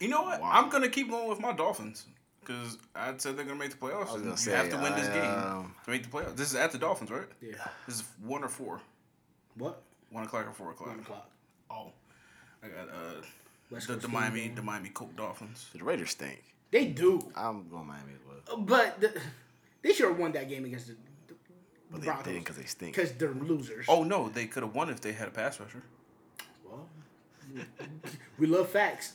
[SPEAKER 2] You know what?
[SPEAKER 3] Wow.
[SPEAKER 2] I'm gonna keep going with my Dolphins because I said they're gonna make the playoffs. and
[SPEAKER 3] gonna
[SPEAKER 2] you have
[SPEAKER 3] say,
[SPEAKER 2] to win this
[SPEAKER 3] I,
[SPEAKER 2] game
[SPEAKER 3] um,
[SPEAKER 2] to make the playoffs. This is at the Dolphins, right?
[SPEAKER 1] Yeah.
[SPEAKER 2] This is one or four,
[SPEAKER 1] What?
[SPEAKER 2] one o'clock or four o'clock.
[SPEAKER 1] One o'clock.
[SPEAKER 2] Oh, I got uh
[SPEAKER 1] West
[SPEAKER 2] the,
[SPEAKER 1] Coast
[SPEAKER 2] the
[SPEAKER 1] team
[SPEAKER 2] Miami
[SPEAKER 1] going.
[SPEAKER 2] the Miami Coke Dolphins.
[SPEAKER 3] The Raiders stink.
[SPEAKER 1] They do,
[SPEAKER 3] I'm going Miami as well.
[SPEAKER 1] but the, they should have won that game against the, the
[SPEAKER 3] But they
[SPEAKER 1] Broncos
[SPEAKER 3] didn't because they stink.
[SPEAKER 1] because they're losers.
[SPEAKER 2] Oh no, they could have won if they had a pass rusher.
[SPEAKER 1] Well, we love facts.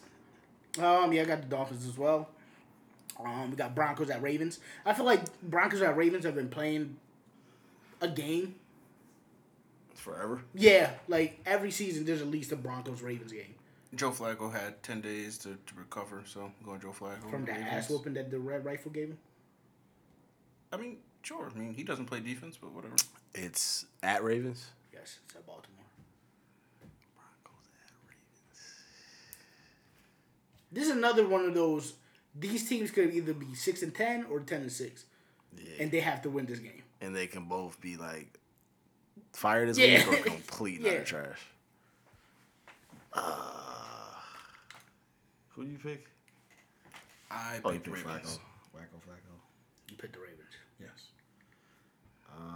[SPEAKER 1] Um, yeah, I got the Dolphins as well. Um, we got Broncos at Ravens. I feel like Broncos at Ravens have been playing a game
[SPEAKER 3] Forever.
[SPEAKER 1] Yeah, like every season, there's at least a Broncos Ravens game
[SPEAKER 2] Joe Flacco had ten days to, to recover, so I'm going Joe Flacco.
[SPEAKER 1] from the
[SPEAKER 2] Ravens.
[SPEAKER 1] ass whooping that the Red Rifle gave him.
[SPEAKER 2] I mean, sure. I mean, he doesn't play defense, but whatever.
[SPEAKER 3] It's at Ravens.
[SPEAKER 1] Yes, it's at Baltimore. This is another one of those. These teams could either be six and ten or ten and six,
[SPEAKER 3] Yeah.
[SPEAKER 1] and they have to win this game.
[SPEAKER 3] And they can both be like fired as
[SPEAKER 1] Yeah.
[SPEAKER 3] week or complete
[SPEAKER 1] Yeah.
[SPEAKER 3] yeah. trash. Uh,
[SPEAKER 4] Who you pick?
[SPEAKER 2] I
[SPEAKER 3] oh, you
[SPEAKER 2] picked
[SPEAKER 3] pick Flacco.
[SPEAKER 2] Ravens.
[SPEAKER 4] Wacko, Flacco.
[SPEAKER 1] You pick the Ravens.
[SPEAKER 4] Yes.
[SPEAKER 3] Uh,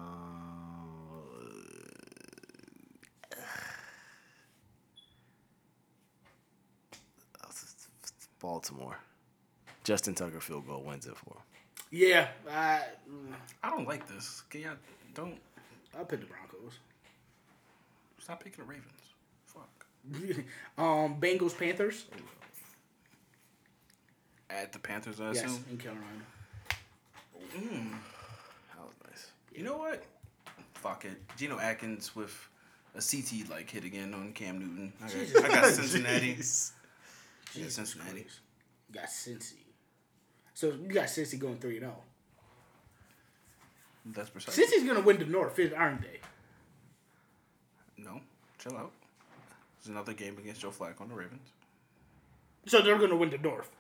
[SPEAKER 3] Baltimore. Justin Tucker field goal wins it for him.
[SPEAKER 1] Yeah, I mm,
[SPEAKER 2] I don't like this. Can y'all don't
[SPEAKER 1] I pick the Broncos.
[SPEAKER 2] stop picking the Ravens? Fuck.
[SPEAKER 1] um, Bengals Panthers.
[SPEAKER 2] At the Panthers, I assume.
[SPEAKER 1] Yes, in Carolina.
[SPEAKER 3] That was nice.
[SPEAKER 2] You know what? Fuck it. Geno Atkins with a CT like hit again on Cam Newton. I got, I got Cincinnati. Yeah, Cincinnati.
[SPEAKER 1] You got Cincy. So you got Cincy going three and zero.
[SPEAKER 2] That's precise.
[SPEAKER 1] Cincy's gonna win the North. Fifth Iron Day.
[SPEAKER 2] No, chill out. There's another game against Joe Flacco on the Ravens.
[SPEAKER 1] So they're gonna win the North.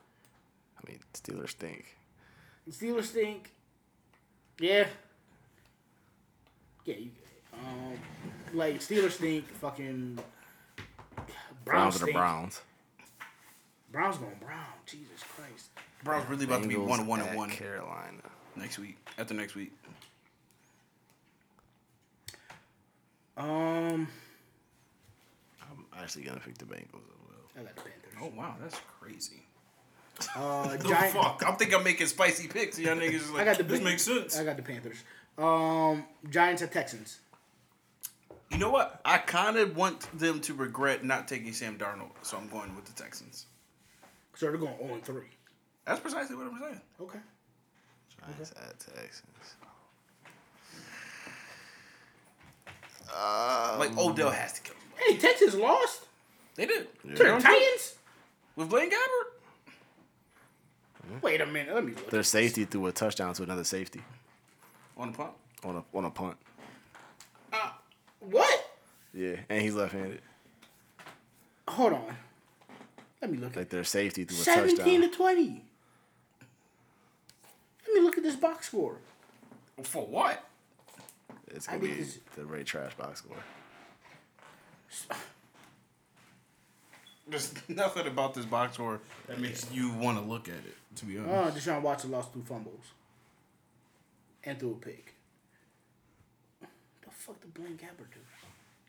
[SPEAKER 3] I mean, Steelers stink.
[SPEAKER 1] The Steelers think. Yeah. Yeah, you um like Steelers think fucking Browns
[SPEAKER 3] Browns are the
[SPEAKER 1] stink.
[SPEAKER 3] Browns.
[SPEAKER 1] Browns going brown. Jesus Christ.
[SPEAKER 2] Brown's really about to be
[SPEAKER 3] Bengals
[SPEAKER 2] one one
[SPEAKER 3] at
[SPEAKER 2] and one
[SPEAKER 3] Carolina.
[SPEAKER 2] next week. After next week,
[SPEAKER 1] Um
[SPEAKER 3] I'm actually gonna pick the Bengals as well.
[SPEAKER 1] I got the Panthers.
[SPEAKER 2] oh wow, that's crazy.
[SPEAKER 1] Uh
[SPEAKER 2] The
[SPEAKER 1] Giant,
[SPEAKER 2] fuck, I'm thinking I'm making spicy picks. Y'all niggas is like,
[SPEAKER 1] I got the
[SPEAKER 2] this
[SPEAKER 1] Ban-
[SPEAKER 2] makes sense.
[SPEAKER 1] I got the Panthers. Um Giants at Texans.
[SPEAKER 2] you know what? I kind of want them to regret not taking Sam Darnold, so I'm going with the Texans.
[SPEAKER 1] So they're going 0 3.
[SPEAKER 2] That's precisely what I'm saying.
[SPEAKER 1] oh Okay.
[SPEAKER 3] Giants at Texans. Uh,
[SPEAKER 2] Like Odell has to kill. him.
[SPEAKER 1] Hey, Texas lost
[SPEAKER 2] They did.
[SPEAKER 1] to the Titans.
[SPEAKER 2] With Blaine Gabbert.
[SPEAKER 1] Wait a minute. Let me look.
[SPEAKER 3] their safety threw a touchdown to another safety
[SPEAKER 2] On the punt.
[SPEAKER 3] on a on a punt.
[SPEAKER 1] What?
[SPEAKER 3] Yeah, and he's left-handed.
[SPEAKER 1] Hold on. Let me look at
[SPEAKER 3] Like their safety threw a
[SPEAKER 1] seventeen
[SPEAKER 3] touchdown.
[SPEAKER 1] to twenty. Let me look at this box score.
[SPEAKER 2] For what?
[SPEAKER 3] It's gonna
[SPEAKER 1] I think
[SPEAKER 3] be
[SPEAKER 1] it's-
[SPEAKER 3] the Ray trash box score.
[SPEAKER 2] There's nothing about this box score that makes you want to look at it. To be
[SPEAKER 1] Uh,
[SPEAKER 2] honest.
[SPEAKER 1] Deshaun Watson lost two fumbles and threw a pick. The fuck did Blaine Gabbert do?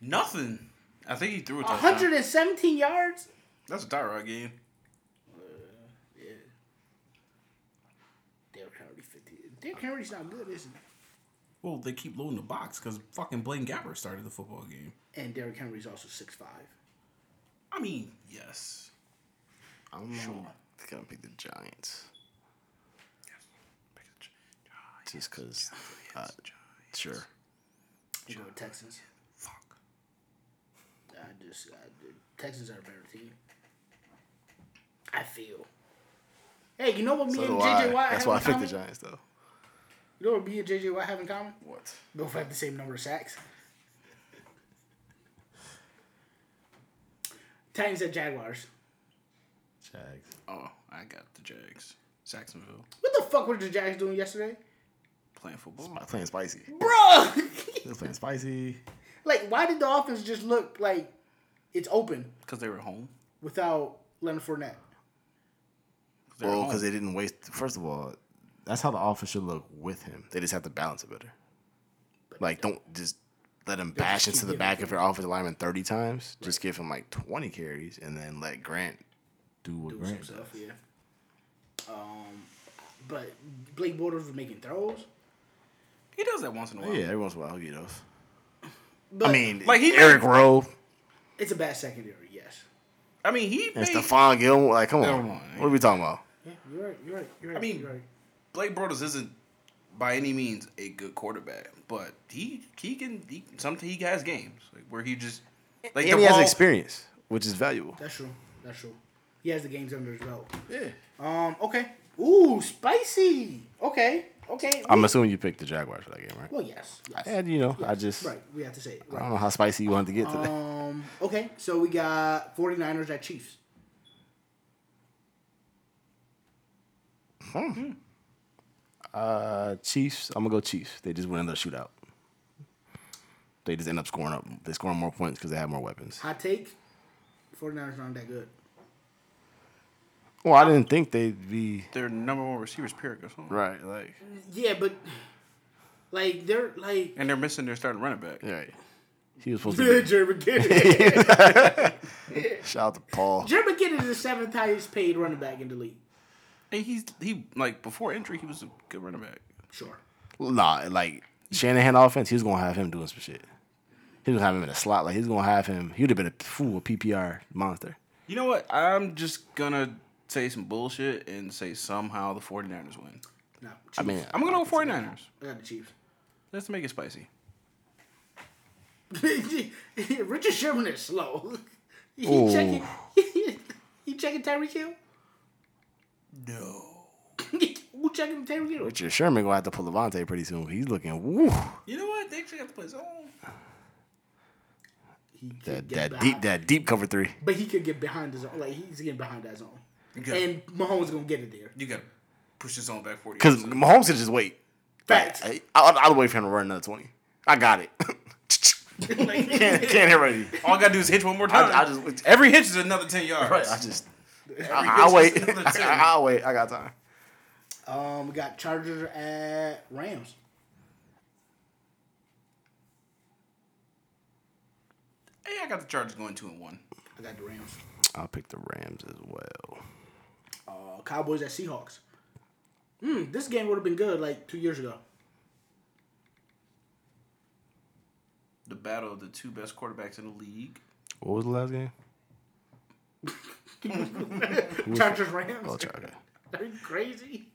[SPEAKER 2] Nothing. I think he threw a touchdown.
[SPEAKER 1] 117 yards?
[SPEAKER 2] That's a Tyrod game.
[SPEAKER 1] Yeah. Derrick Henry 50. Derrick Henry's not good, is he?
[SPEAKER 2] Well, they keep loading the box because fucking Blaine Gabbert started the football game.
[SPEAKER 1] And Derrick Henry's also 6'5.
[SPEAKER 2] I mean, yes.
[SPEAKER 3] I'm gonna pick the Giants just because. Uh, sure.
[SPEAKER 1] You go with Texans.
[SPEAKER 2] Fuck.
[SPEAKER 1] I just, I, the Texans are a better team. I feel. Hey, you know what me
[SPEAKER 3] So
[SPEAKER 1] and
[SPEAKER 3] do
[SPEAKER 1] JJ
[SPEAKER 3] I.
[SPEAKER 1] Watt
[SPEAKER 3] That's
[SPEAKER 1] have
[SPEAKER 3] why I
[SPEAKER 1] in common?
[SPEAKER 3] picked the Giants though.
[SPEAKER 1] You know what me and JJ Watt have in common?
[SPEAKER 3] What?
[SPEAKER 1] Both have the same number of sacks. Titans at Jaguars.
[SPEAKER 4] Jags.
[SPEAKER 2] Oh, I got the Jags. Saxonville
[SPEAKER 1] What the fuck were the Jags doing yesterday?
[SPEAKER 2] playing football.
[SPEAKER 3] I'm playing spicy.
[SPEAKER 1] Bruh!
[SPEAKER 3] They're playing spicy.
[SPEAKER 1] like, why did the offense just look like it's open
[SPEAKER 2] Because they were home.
[SPEAKER 1] without Leonard Fournette?
[SPEAKER 2] They're
[SPEAKER 3] well,
[SPEAKER 2] home.
[SPEAKER 3] because they didn't waste. First of all, that's how the offense should look with him. They just have to balance it better. Like, don't just let him bash into the back of your offensive lineman thirty times. Just give him like twenty carries, and then let Grant.
[SPEAKER 4] Do what Grant does.
[SPEAKER 1] Stuff, yeah. Um, but Blake Bortles was making throws.
[SPEAKER 2] he does that once in a while.
[SPEAKER 3] Yeah, every once in a while he'll get off.
[SPEAKER 1] But
[SPEAKER 3] I mean,
[SPEAKER 2] Like,
[SPEAKER 3] like
[SPEAKER 2] he-
[SPEAKER 3] Eric Rowe
[SPEAKER 1] it's a bad secondary. Yes,
[SPEAKER 2] I mean, he
[SPEAKER 3] and
[SPEAKER 2] made
[SPEAKER 3] Stephon Gilmore. Like, come on,
[SPEAKER 2] Come on.
[SPEAKER 3] what are we talking about?
[SPEAKER 1] you're right. You're right. You're right.
[SPEAKER 2] I mean-
[SPEAKER 1] you're right.
[SPEAKER 2] Blake Bortles isn't by any means a good quarterback, but he he can he, some he has games like where he just like
[SPEAKER 3] and
[SPEAKER 2] the
[SPEAKER 3] he
[SPEAKER 2] ball-
[SPEAKER 3] has experience, which is valuable.
[SPEAKER 1] that's true. That's true. He has the games under his belt.
[SPEAKER 3] Yeah,
[SPEAKER 1] Um. Okay. Ooh, spicy. Okay. Okay.
[SPEAKER 3] I'm assuming you picked the Jaguars for that game, right?
[SPEAKER 1] well, yes. yes.
[SPEAKER 3] And you know, I just
[SPEAKER 1] Right. We have to say it.
[SPEAKER 3] I
[SPEAKER 1] Right.
[SPEAKER 3] don't know how spicy you wanted to get today.
[SPEAKER 1] Um. Okay. So we got 49ers at Chiefs.
[SPEAKER 3] Uh, Chiefs. I'm gonna go Chiefs. They just win another shootout. They just end up scoring up. They scoring more points because they have more weapons.
[SPEAKER 1] Hot take. 49ers aren't that good.
[SPEAKER 3] Well, I didn't think they'd be
[SPEAKER 2] their number one receivers period goes home,
[SPEAKER 3] right. Like,
[SPEAKER 1] Yeah, but like they're like
[SPEAKER 2] and they're missing their starting running back.
[SPEAKER 3] right. He was supposed to.
[SPEAKER 1] Jerry
[SPEAKER 3] Be,
[SPEAKER 1] McKinnon.
[SPEAKER 3] shout out to Paul.
[SPEAKER 1] Jerry McKinnon is the seventh highest paid running back in the league.
[SPEAKER 2] And he's he like before injury he was a good running back.
[SPEAKER 1] Sure.
[SPEAKER 3] Nah, like Shanahan offense. He was gonna have him doing some shit. He was gonna have him in a slot. Like he's gonna have him. He'd have been a fool, a PPR monster.
[SPEAKER 2] You know what? I'm just gonna say some bullshit and say somehow the 49ers win.
[SPEAKER 1] No, Chiefs.
[SPEAKER 3] I mean,
[SPEAKER 2] I'm gonna go 49ers.
[SPEAKER 1] I got the Chiefs.
[SPEAKER 2] Let's make it spicy.
[SPEAKER 1] Richard Sherman is slow. he
[SPEAKER 3] Ooh.
[SPEAKER 1] checking. he checking Tyreek Hill.
[SPEAKER 2] No.
[SPEAKER 1] Who checking Tyreek Hill?
[SPEAKER 3] Richard Sherman gonna have to pull Levante pretty soon. He's looking woo.
[SPEAKER 2] You know what? They actually have to play zone.
[SPEAKER 1] He could
[SPEAKER 3] That
[SPEAKER 1] get
[SPEAKER 3] that
[SPEAKER 1] behind-
[SPEAKER 3] deep that deep cover three.
[SPEAKER 1] But he could get behind the zone. Like he's getting behind that zone.
[SPEAKER 2] Okay.
[SPEAKER 1] And Mahomes gonna get it there.
[SPEAKER 2] You gotta push this on back 40.
[SPEAKER 3] Because Mahomes could just wait.
[SPEAKER 1] Facts.
[SPEAKER 3] I, I'll, I'll wait for him to run another 20. I got it. can't, can't hit ready.
[SPEAKER 2] All I gotta do is hitch one more time.
[SPEAKER 3] I, I just,
[SPEAKER 2] Every hitch is another 10 yards.
[SPEAKER 3] right, I just, I, I'll
[SPEAKER 2] pitch
[SPEAKER 3] wait.
[SPEAKER 2] is another ten.
[SPEAKER 3] I, will wait. I got time.
[SPEAKER 1] Um, we got Chargers at Rams.
[SPEAKER 2] Hey, I got the Chargers going 2 and 1.
[SPEAKER 1] I got the Rams.
[SPEAKER 3] I'll pick the Rams as well.
[SPEAKER 1] Uh, Cowboys at Seahawks. Hmm, this game would have been good like two years ago.
[SPEAKER 2] The battle of the two best quarterbacks in the league.
[SPEAKER 3] What was the last game?
[SPEAKER 1] Chargers Rams.
[SPEAKER 3] Oh, Chargers.
[SPEAKER 1] Are you crazy?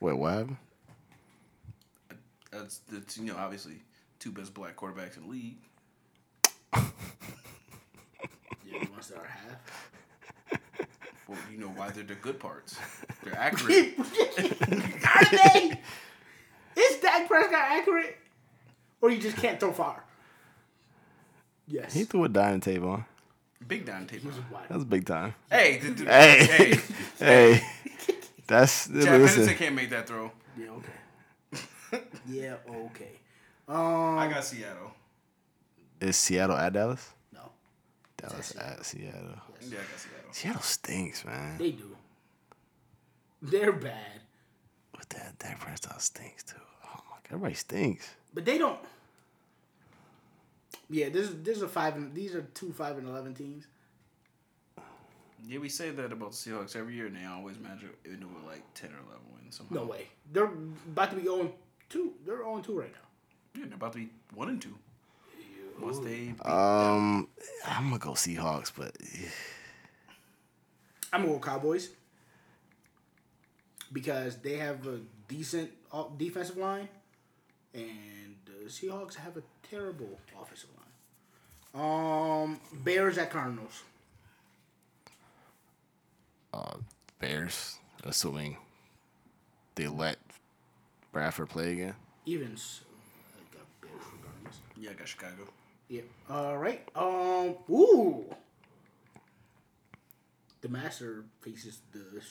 [SPEAKER 3] Wait, what happened?
[SPEAKER 2] That's, that's you know obviously two best black quarterbacks in the league.
[SPEAKER 1] Yeah, you want to start half?
[SPEAKER 2] Well, you know why they're the good parts. They're accurate.
[SPEAKER 1] Are they? Is Dak Prescott accurate? Or you just can't throw far? Yes.
[SPEAKER 3] He threw a diamond tape on.
[SPEAKER 2] Big down tape.
[SPEAKER 3] That was big time.
[SPEAKER 2] Hey, th- th-
[SPEAKER 3] Hey.
[SPEAKER 2] hey,
[SPEAKER 3] Hey, that's
[SPEAKER 2] Chad Pennington
[SPEAKER 3] listen.
[SPEAKER 2] can't make that throw.
[SPEAKER 1] Yeah, okay. yeah, okay. Um,
[SPEAKER 2] I got Seattle.
[SPEAKER 3] Is Seattle at Dallas?
[SPEAKER 1] No,
[SPEAKER 3] Dallas at uh, Seattle.
[SPEAKER 2] Yeah, I got Seattle.
[SPEAKER 3] Seattle stinks, man.
[SPEAKER 1] they do. They're bad.
[SPEAKER 3] But that Dak Prescott stinks too. Oh my god, everybody stinks.
[SPEAKER 1] But they don't. Yeah, this is this is a five and these are two five and eleven teams.
[SPEAKER 2] Yeah, we say that about the Seahawks every year, and they always match up into a, like ten or eleven wins somehow.
[SPEAKER 1] No way. They're about to be on two. They're on two right now.
[SPEAKER 2] Dude, they're about to be one and two. Once they
[SPEAKER 3] Um, I'm gonna go Seahawks, but
[SPEAKER 1] I'm gonna go Cowboys because they have a decent o- defensive line, and the Seahawks have a terrible offensive line. Um, Bears at Cardinals.
[SPEAKER 3] uh, Bears, assuming they let Bradford play again.
[SPEAKER 1] Even so, I got Bears for Cardinals.
[SPEAKER 2] yeah, I got Chicago.
[SPEAKER 1] Yep. All right. Um. Ooh. The master faces the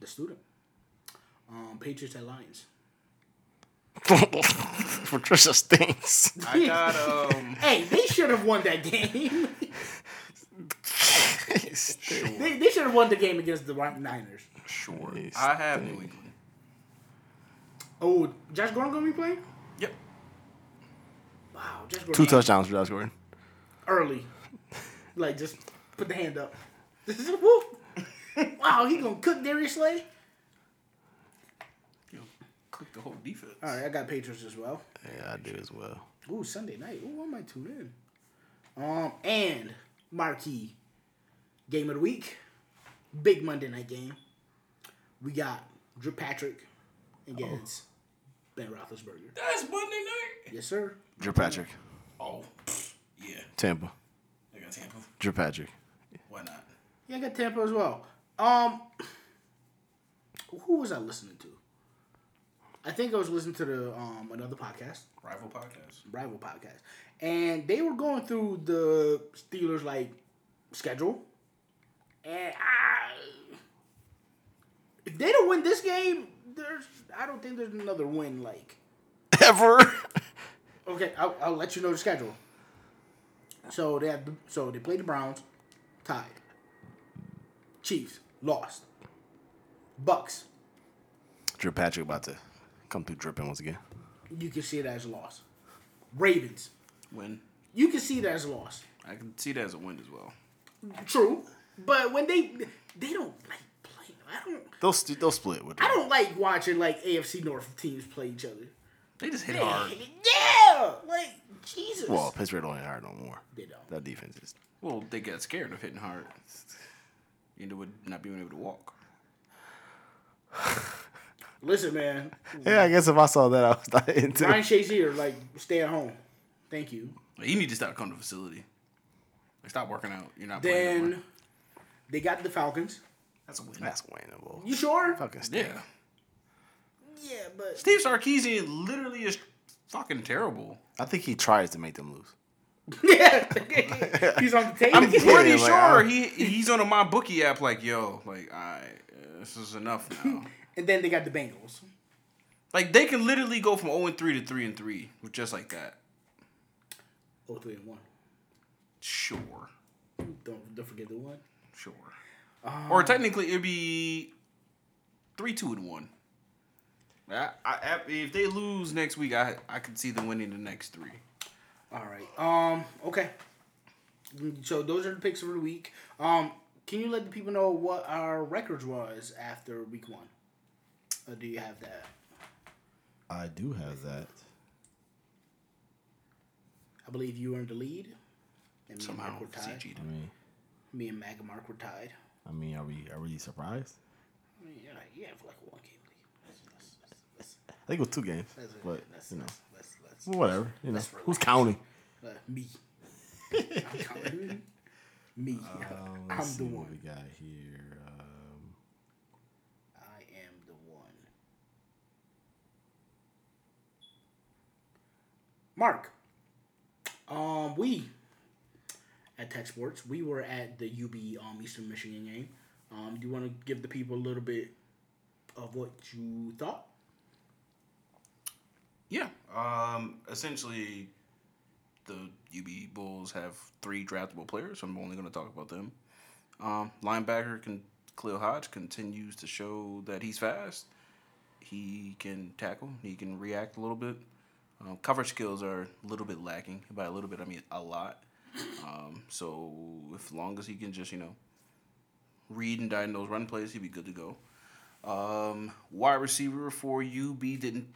[SPEAKER 1] the student. Um. Patriots at Lions.
[SPEAKER 3] Patricia stinks.
[SPEAKER 2] I got um.
[SPEAKER 1] Hey, they should have won that game.
[SPEAKER 2] sure,
[SPEAKER 1] they they should have won the game against the Niners.
[SPEAKER 2] sure. I have New England.
[SPEAKER 1] Oh, Josh Gordon gonna be playing?
[SPEAKER 2] Yep.
[SPEAKER 1] Wow, Josh Gordon.
[SPEAKER 3] Two touchdowns for Josh Gordon.
[SPEAKER 1] early. Like just put the hand up. Whoop. wow, he gonna cook Darius Slay.
[SPEAKER 2] You know, click the whole defense.
[SPEAKER 1] All right, I got Patriots as well.
[SPEAKER 3] Yeah, I do as well.
[SPEAKER 1] Ooh, Sunday night. Ooh, I might tune in. Um, and marquee game of the week, big Monday night game. We got Drew Patrick against Ben Roethlisberger.
[SPEAKER 2] That's Monday night.
[SPEAKER 1] Yes, sir.
[SPEAKER 3] Drew Patrick,
[SPEAKER 2] Oh, pfft, yeah.
[SPEAKER 3] Tampa.
[SPEAKER 2] I got Tampa.
[SPEAKER 3] Drew Patrick.
[SPEAKER 2] Why not?
[SPEAKER 1] Yeah, I got Tampa as well. Um, who was I listening to? I think I was listening to the um another podcast.
[SPEAKER 2] Rival podcast.
[SPEAKER 1] rival podcast, and they were going through the Steelers like schedule, and I, if they don't win this game, there's I don't think there's another win. Like
[SPEAKER 3] Ever.
[SPEAKER 1] okay, I'll, I'll let you know the schedule. So they have the, so they play the Browns, tied. Chiefs lost. Bucks,
[SPEAKER 3] Drew Patrick about to come through dripping once again.
[SPEAKER 1] you can see it as a loss. Ravens,
[SPEAKER 2] Win.
[SPEAKER 1] you can see it as a loss.
[SPEAKER 2] I can see that as a win as well.
[SPEAKER 1] True, but when they they don't like play, I don't
[SPEAKER 3] They'll st- they'll split with.
[SPEAKER 1] I don't like watching like AFC North teams play each other.
[SPEAKER 2] They just hit
[SPEAKER 1] They-
[SPEAKER 2] hard.
[SPEAKER 1] Yeah, like Jesus.
[SPEAKER 3] Well, Pittsburgh don't hire no more.
[SPEAKER 1] they don't.
[SPEAKER 3] That defense is.
[SPEAKER 2] Well, they got scared of hitting hard. Into would not being able to walk.
[SPEAKER 1] Listen, man,
[SPEAKER 3] Yeah, I guess if I saw that, I was not into.
[SPEAKER 1] Ryan
[SPEAKER 3] it.
[SPEAKER 1] Shazier, like stay at home. Thank you.
[SPEAKER 2] Like, you need to stop coming to the facility. Like, stop working out. You're not playing. no more.
[SPEAKER 1] Then they got the Falcons.
[SPEAKER 2] That's a win.
[SPEAKER 3] That's winnable.
[SPEAKER 1] You sure?
[SPEAKER 3] Fucking stink.
[SPEAKER 2] yeah.
[SPEAKER 1] Yeah, but
[SPEAKER 2] Steve Sarkeesian literally is fucking terrible.
[SPEAKER 3] I think he tries to make them lose.
[SPEAKER 1] yeah, he's on the table.
[SPEAKER 2] I'm pretty
[SPEAKER 3] like,
[SPEAKER 2] sure
[SPEAKER 3] I-
[SPEAKER 2] he he's on a my bookie app. Like, yo, like, I this is enough now.
[SPEAKER 1] and then they got the Bengals.
[SPEAKER 2] like, they can literally go from zero and three to three and three just like that.
[SPEAKER 1] Oh, three and one.
[SPEAKER 2] Sure,
[SPEAKER 1] Don't don't forget the one.
[SPEAKER 2] sure. or technically, it'd be three two and one. I, I, if they lose next week, I I could see them winning the next three.
[SPEAKER 1] All right. Um. Okay. So those are the picks for the week. Um. Can you let the people know what our records was after week one? Or do you have that?
[SPEAKER 4] I do have that.
[SPEAKER 1] I believe you were in the lead. And me and
[SPEAKER 2] Somehow,
[SPEAKER 1] Mark were tied.
[SPEAKER 2] CG
[SPEAKER 4] I mean,
[SPEAKER 1] Me and Mag and Mark were tied.
[SPEAKER 4] I mean, are we are we surprised?
[SPEAKER 1] I mean, yeah, yeah, for like one game lead. Let's- let's- let's- let's-
[SPEAKER 3] I think it was two games,
[SPEAKER 1] let's-
[SPEAKER 3] but
[SPEAKER 1] let's-
[SPEAKER 3] you know,
[SPEAKER 1] let's- let's- let's-
[SPEAKER 3] whatever. You know,
[SPEAKER 1] Let's
[SPEAKER 3] who's
[SPEAKER 1] relax.
[SPEAKER 3] counting?
[SPEAKER 1] Uh, me. I'm counting. me. I'm the
[SPEAKER 3] Uh, Um, What we
[SPEAKER 1] one.
[SPEAKER 3] got here? Um,
[SPEAKER 1] I am the one. Mark. Um, we at Tech Sports, we were at the UB um, Eastern Michigan game. Um, do you want to give the people a little bit of what you thought?
[SPEAKER 2] Yeah. Um, essentially, the UB Bulls have three draftable players. I'm only going to talk about them. Um, linebacker can Khalil Hodge continues to show that he's fast. He can tackle. He can react a little bit. Um, cover skills are a little bit lacking. By a little bit, I mean a lot. Um, so as long as he can just you know read and diagnose run plays, he'd be good to go. Um, wide receiver for UB didn't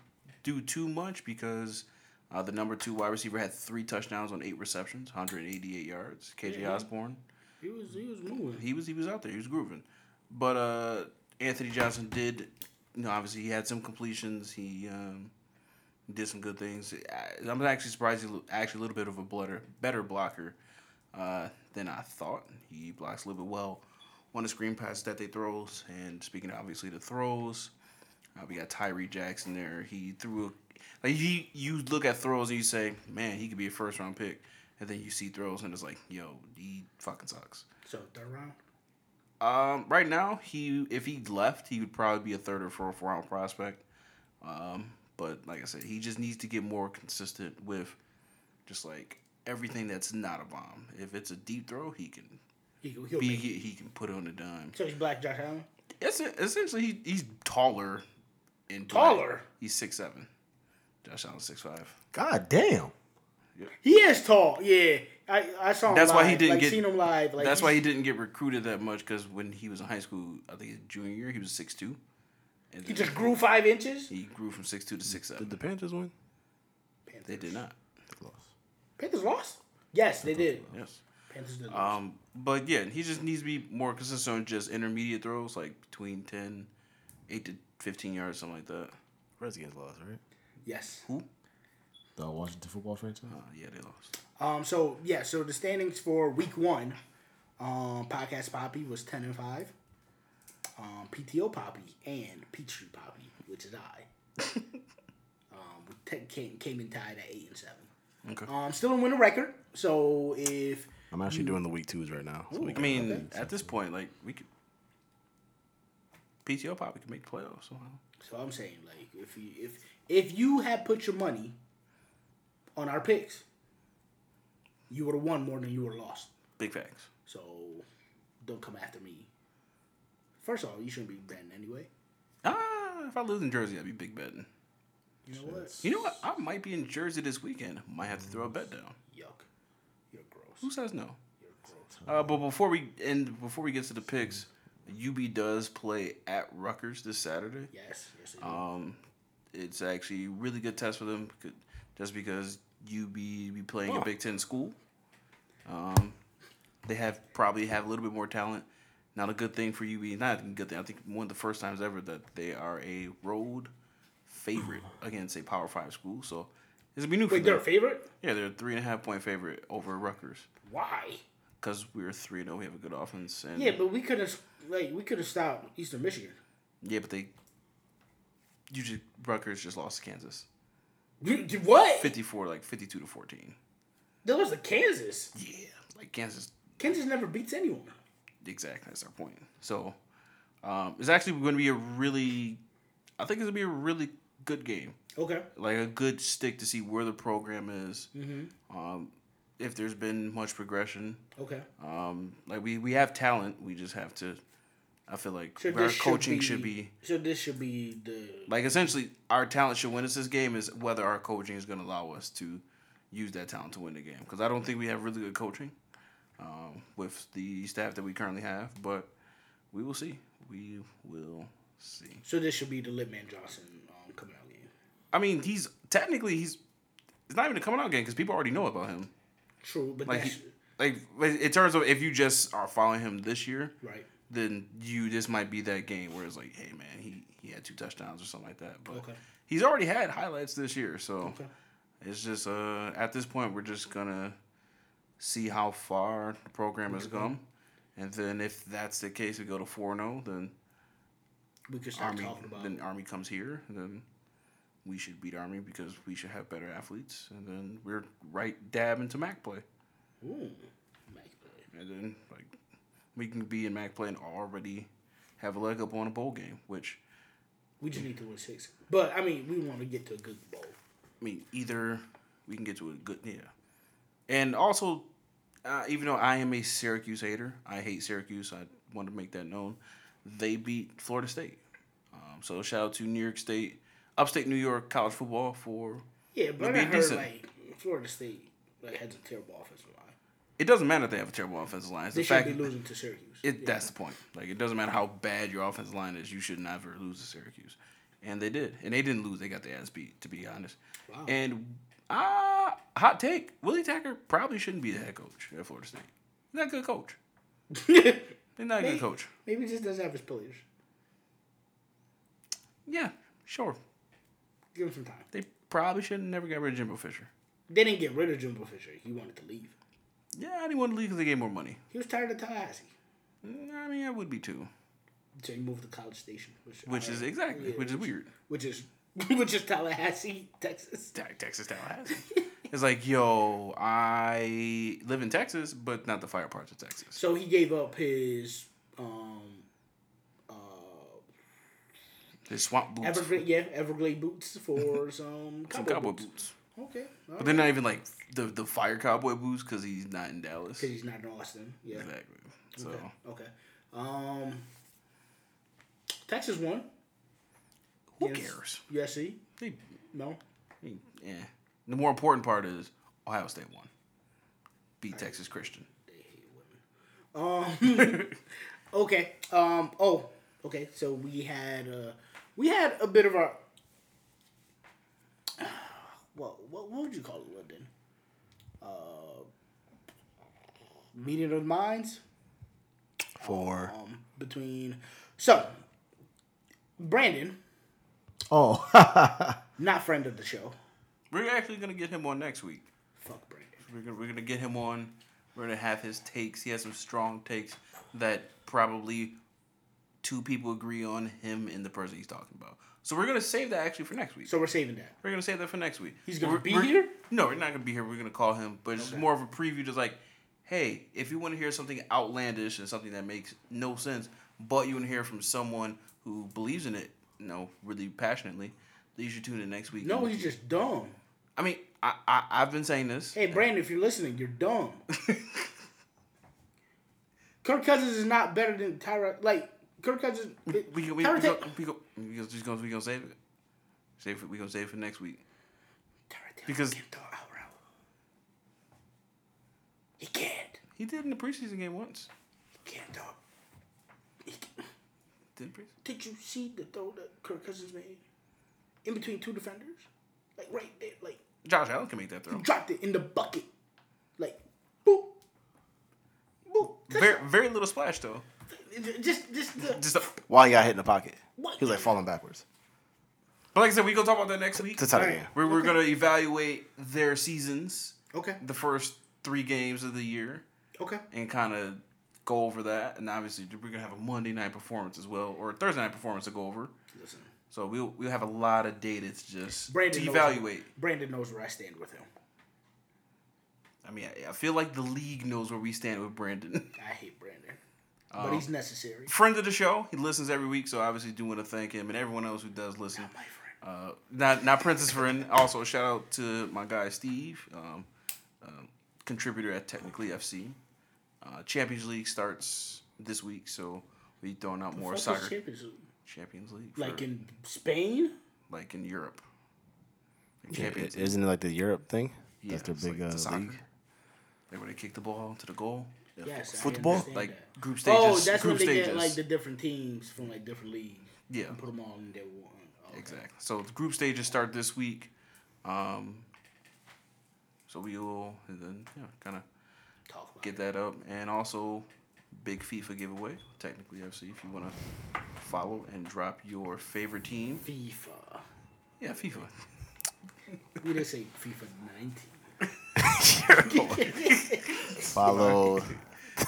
[SPEAKER 2] do too much because uh, the number two wide receiver had three touchdowns on eight receptions, 188 yards. KJ
[SPEAKER 1] Yeah.
[SPEAKER 2] Osborne,
[SPEAKER 1] He was he was moving.
[SPEAKER 2] he was he was out there, he was grooving. But uh, Anthony Johnson did, you know, obviously he had some completions. He um, did some good things. I, I'm actually surprised he's a li- actually a little bit of a better better blocker uh, than I thought. He blocks a little bit well on the screen passes that they throws. And speaking of obviously the throws, uh, we got Tyree Jackson there. He threw a like he you look at throws and you say, man, he could be a first round pick. And then you see throws and it's like, yo, he fucking sucks.
[SPEAKER 1] So third round.
[SPEAKER 2] Um, right now, he if he left, he would probably be a third or fourth round prospect. Um, but like I said, he just needs to get more consistent with just like everything that's not a bomb. If it's a deep throw, he can
[SPEAKER 1] He, he'll
[SPEAKER 2] be
[SPEAKER 1] be,
[SPEAKER 2] he, he can put it on the dime.
[SPEAKER 1] so he's black Josh Allen.
[SPEAKER 2] It's essentially he, he's taller and black.
[SPEAKER 1] Taller.
[SPEAKER 2] He's six seven. Josh Allen's six five.
[SPEAKER 3] God damn.
[SPEAKER 1] He is tall. Yeah, I, I saw him.
[SPEAKER 2] That's why
[SPEAKER 1] live.
[SPEAKER 2] he didn't
[SPEAKER 1] like,
[SPEAKER 2] get-
[SPEAKER 1] seen him live. Like
[SPEAKER 2] That's
[SPEAKER 1] he's-
[SPEAKER 2] why he didn't get recruited that much because when he was in high school, I think his junior year, he was six two. And
[SPEAKER 1] He
[SPEAKER 2] then
[SPEAKER 1] just grew five inches.
[SPEAKER 2] he grew from six two to six
[SPEAKER 3] Did
[SPEAKER 2] seven.
[SPEAKER 3] the Panthers win?
[SPEAKER 2] They did not.
[SPEAKER 1] Panthers lost. Yes, they did.
[SPEAKER 2] Yes.
[SPEAKER 1] Panthers did. lose.
[SPEAKER 2] Um, but yeah, he just needs to be more consistent on just intermediate throws, like between 10, 8 to 15 yards, something like that.
[SPEAKER 3] Redskins lost, right?
[SPEAKER 1] yes.
[SPEAKER 3] The Washington football franchise.
[SPEAKER 2] Uh, yeah, they lost.
[SPEAKER 1] Um. So yeah. So the standings for week one, um, podcast Poppy was ten and five. Um, PTO Poppy and Peachtree Poppy, which is I. um, we te- came came in tied at eight and seven.
[SPEAKER 2] Okay.
[SPEAKER 1] Um, still in winning record. So if
[SPEAKER 3] I'm actually doing the week twos right now. So we
[SPEAKER 2] I
[SPEAKER 3] can-
[SPEAKER 2] mean, at this point, like, we could. PTO probably could make the playoffs somehow.
[SPEAKER 1] So I'm saying, like, if you if if you had put your money on our picks, you would have won more than you would have lost.
[SPEAKER 2] Big facts.
[SPEAKER 1] So don't come after me. First of all, you shouldn't be betting anyway.
[SPEAKER 2] Ah, if I lose in Jersey, I'd be big betting.
[SPEAKER 1] You know what?
[SPEAKER 2] You know what? I might be in Jersey this weekend. Might have to throw a bet down.
[SPEAKER 1] Yuck. You're gross.
[SPEAKER 2] Who says no?
[SPEAKER 1] You're gross.
[SPEAKER 2] Uh, but before we end, before we get to the picks, UB does play at Rutgers this Saturday.
[SPEAKER 1] Yes. Yes. it is.
[SPEAKER 2] Um, it's actually a really good test for them, c- just because you be be playing a Big Ten school. Um, they have probably have a little bit more talent. Not a good thing for UB. Not a good thing. I think one of the first times ever that they are a road favorite against a Power Five school. So this will be new for
[SPEAKER 1] Wait,
[SPEAKER 2] them.
[SPEAKER 1] their favorite?
[SPEAKER 2] yeah, they're a three and a half point favorite over Rutgers
[SPEAKER 1] Why?
[SPEAKER 2] because we're three and zero. We have a good offense. And,
[SPEAKER 1] Yeah, but we could have like we could have stopped Eastern Michigan.
[SPEAKER 2] yeah, but they. You just Rutgers just lost to Kansas,
[SPEAKER 1] You- you- What?
[SPEAKER 2] fifty four like fifty two to fourteen.
[SPEAKER 1] They lost to Kansas.
[SPEAKER 2] Yeah, like Kansas.
[SPEAKER 1] Kansas never beats anyone.
[SPEAKER 2] Exactly, that's our point. So, um, it's actually going to be a really, I think it's going to be a really good game.
[SPEAKER 1] Okay.
[SPEAKER 2] Like a good stick to see where the program is. Um, if there's been much progression,
[SPEAKER 1] Okay.
[SPEAKER 2] um, like we we have talent, we just have to. I feel like
[SPEAKER 1] So
[SPEAKER 2] our
[SPEAKER 1] this
[SPEAKER 2] coaching should be
[SPEAKER 1] So this should be the
[SPEAKER 2] like essentially our talent should win us this game is whether our coaching is going to allow us to use that talent to win the game because I don't think we have really good coaching um, with the staff that we currently have, but we will see. We will see.
[SPEAKER 1] So this should be the Lip Man Johnson um, coming out game.
[SPEAKER 2] I mean, he's technically he's it's not even a coming out game because people already know about him.
[SPEAKER 1] True, but
[SPEAKER 2] Like,
[SPEAKER 1] that's
[SPEAKER 2] he, like in terms of if you just are following him this year,
[SPEAKER 1] right.
[SPEAKER 2] then you this might be that game where it's like, hey man, he he had two touchdowns or something like that. But
[SPEAKER 1] Okay.
[SPEAKER 2] he's already had highlights this year, so
[SPEAKER 1] Okay.
[SPEAKER 2] it's just uh at this point we're just gonna see how far the program has come. And then if that's the case, we go to 4-0, then
[SPEAKER 1] We could start
[SPEAKER 2] Army
[SPEAKER 1] talking about
[SPEAKER 2] then Army comes here, and then we should beat Army because we should have better athletes, and then we're right dab into MAC play,
[SPEAKER 1] Ooh, Mac play.
[SPEAKER 2] and then like we can be in MAC play and already have a leg up on a bowl game. Which
[SPEAKER 1] We just need to win six. But I mean, we want to get to a good bowl.
[SPEAKER 2] I mean, either we can get to a good yeah, and also uh, even though I am a Syracuse hater, I hate Syracuse. I want to make that known. They beat Florida State, um, so shout out to New York State, upstate New York college football for
[SPEAKER 1] Yeah, but I
[SPEAKER 2] It'd be
[SPEAKER 1] heard
[SPEAKER 2] decent.
[SPEAKER 1] like Florida State like has a terrible offensive line.
[SPEAKER 2] It doesn't matter if they have a terrible offensive line. It's
[SPEAKER 1] They
[SPEAKER 2] the
[SPEAKER 1] should
[SPEAKER 2] fact
[SPEAKER 1] be losing to Syracuse.
[SPEAKER 2] it that's the point. Like it doesn't matter how bad your offensive line is, you should never lose to Syracuse, and they did, and they didn't lose. They got their ass beat, to be honest.
[SPEAKER 1] Wow.
[SPEAKER 2] And uh hot take: Willie Tacker probably shouldn't be the head coach at Florida State. He's not a good coach. He's not a good
[SPEAKER 1] Maybe-
[SPEAKER 2] coach.
[SPEAKER 1] Maybe he just doesn't have his pillars.
[SPEAKER 2] Yeah, sure.
[SPEAKER 1] Give him some time.
[SPEAKER 2] They probably should have never got rid of Jimbo Fisher.
[SPEAKER 1] They didn't get rid of Jimbo Fisher. He wanted to leave.
[SPEAKER 2] Yeah, I didn't want to leave because they gave more money.
[SPEAKER 1] He was tired of Tallahassee.
[SPEAKER 2] Mm, I mean, I would be too,
[SPEAKER 1] So he moved to College Station, which,
[SPEAKER 2] which is exactly,
[SPEAKER 1] Yeah,
[SPEAKER 2] which is weird.
[SPEAKER 1] which is which is Tallahassee, Texas.
[SPEAKER 2] Te- Texas Tallahassee. it's like, yo, I live in Texas, but not the fire parts of Texas.
[SPEAKER 1] So he gave up his um uh
[SPEAKER 2] The swamp boots,
[SPEAKER 1] Everglade yeah, Everglade boots for some
[SPEAKER 2] some
[SPEAKER 1] cowboy,
[SPEAKER 2] cowboy boots.
[SPEAKER 1] boots. Okay.
[SPEAKER 2] But they're not even like the the fire cowboy boots because he's not in Dallas.
[SPEAKER 1] Because he's not in Austin. Yeah.
[SPEAKER 2] Exactly. So
[SPEAKER 1] Okay. okay. Um Texas won.
[SPEAKER 2] who
[SPEAKER 1] Yes.
[SPEAKER 2] cares?
[SPEAKER 1] USC.
[SPEAKER 2] They,
[SPEAKER 1] No.
[SPEAKER 2] they- yeah. The more important part is Ohio State won. Beat Texas Christian.
[SPEAKER 1] Um Okay. Um oh, okay. So we had uh we had a bit of a what what what would you call it, London? Uh meeting of minds?
[SPEAKER 3] For
[SPEAKER 1] um, between. So, Brandon,
[SPEAKER 3] oh,
[SPEAKER 1] not friend of the show.
[SPEAKER 2] We're actually gonna get him on next week.
[SPEAKER 1] Fuck Brandon.
[SPEAKER 2] We're gonna, we're gonna get him on. We're gonna have his takes. He has some strong takes that probably two people agree on him and the person he's talking about. So we're gonna save that actually for next week.
[SPEAKER 1] So we're saving that.
[SPEAKER 2] we're gonna save that for next week.
[SPEAKER 1] He's gonna
[SPEAKER 2] We're-
[SPEAKER 1] be
[SPEAKER 2] we're-
[SPEAKER 1] here?
[SPEAKER 2] No, we're not gonna be here. We're gonna call him, but it's just more of a preview. Just like, hey, if you want to hear something outlandish and something that makes no sense, but you want to hear from someone who believes in it, you know, really passionately, then you should tune in next week.
[SPEAKER 1] No,
[SPEAKER 2] And-
[SPEAKER 1] he's just dumb.
[SPEAKER 2] I mean, I, I I've been saying this.
[SPEAKER 1] Hey, Brandon, if you're listening, you're dumb. Kirk Cousins is not better than Tyra. Like Kirk Cousins.
[SPEAKER 2] We can we,
[SPEAKER 1] Tyra
[SPEAKER 2] we,
[SPEAKER 1] Ta-
[SPEAKER 2] go, we, go, we go, just gonna we gonna save it. Save it. We gonna save it for next week.
[SPEAKER 1] Tyra Taylor
[SPEAKER 2] because-
[SPEAKER 1] can't throw out route. He can't.
[SPEAKER 2] He did in the preseason game once.
[SPEAKER 1] He can't throw. He can-
[SPEAKER 2] Did pre?
[SPEAKER 1] Did you see the throw that Kirk Cousins made in between two defenders? Like right there, like
[SPEAKER 2] Josh Allen can make that throw.
[SPEAKER 1] dropped it in the bucket. Like, boop. Boop.
[SPEAKER 2] Very very little splash though.
[SPEAKER 1] Just, just the.
[SPEAKER 2] Just. A,
[SPEAKER 3] why you got hit in the pocket?
[SPEAKER 1] What?
[SPEAKER 3] He was like falling backwards.
[SPEAKER 2] But like I said, we gonna talk about that next week.
[SPEAKER 3] It's a tight
[SPEAKER 1] Alright.
[SPEAKER 3] game.
[SPEAKER 2] We're, we're gonna evaluate their seasons,
[SPEAKER 1] Okay.
[SPEAKER 2] the first three games of the year,
[SPEAKER 1] Okay.
[SPEAKER 2] and kind of go over that. And obviously, we're gonna have a Monday night performance as well, or a Thursday night performance to go over.
[SPEAKER 1] Listen,
[SPEAKER 2] So we'll we'll have a lot of data to just
[SPEAKER 1] Brandon
[SPEAKER 2] to
[SPEAKER 1] knows-
[SPEAKER 2] evaluate.
[SPEAKER 1] Brandon knows where I stand with him.
[SPEAKER 2] I mean, I, I feel like the league knows where we stand with Brandon.
[SPEAKER 1] I hate Brandon,
[SPEAKER 2] Oh.
[SPEAKER 1] but he's necessary.
[SPEAKER 2] Friend of the show, he listens every week, so I obviously do want to thank him and everyone else who does listen.
[SPEAKER 1] My friend.
[SPEAKER 2] Uh, not not Princess friend. Also, shout out to my guy Steve, um, um, contributor at Technically FC. Uh, Champions League starts this week, so we throwing out more
[SPEAKER 1] Fuck
[SPEAKER 2] soccer
[SPEAKER 1] this Champions League.
[SPEAKER 2] Champions League,
[SPEAKER 1] Like
[SPEAKER 2] for-
[SPEAKER 1] in Spain,
[SPEAKER 2] like in Europe. Like Champions League.
[SPEAKER 3] Isn't it like the Europe thing?
[SPEAKER 2] Yeah,
[SPEAKER 3] That's their
[SPEAKER 2] it's like
[SPEAKER 3] big
[SPEAKER 2] the
[SPEAKER 3] uh,
[SPEAKER 2] soccer.
[SPEAKER 3] league.
[SPEAKER 2] Like where they kick the ball to the goal.
[SPEAKER 1] yes, I
[SPEAKER 3] Football?
[SPEAKER 1] understand
[SPEAKER 2] Like
[SPEAKER 1] that.
[SPEAKER 2] group stages.
[SPEAKER 1] Oh, that's
[SPEAKER 2] group
[SPEAKER 1] when they
[SPEAKER 2] stages.
[SPEAKER 1] get like the different teams from like different leagues
[SPEAKER 2] yeah.
[SPEAKER 1] and put them all in their one. Oh,
[SPEAKER 2] Exactly. So the group stages start this week. Um, so we will and then yeah, kind of
[SPEAKER 1] talk about
[SPEAKER 2] get that up, and also Big FIFA giveaway, technically FC, if you want to follow and drop your favorite team.
[SPEAKER 1] FIFA.
[SPEAKER 2] Yeah, FIFA.
[SPEAKER 1] We didn't say FIFA 19.
[SPEAKER 3] Follow.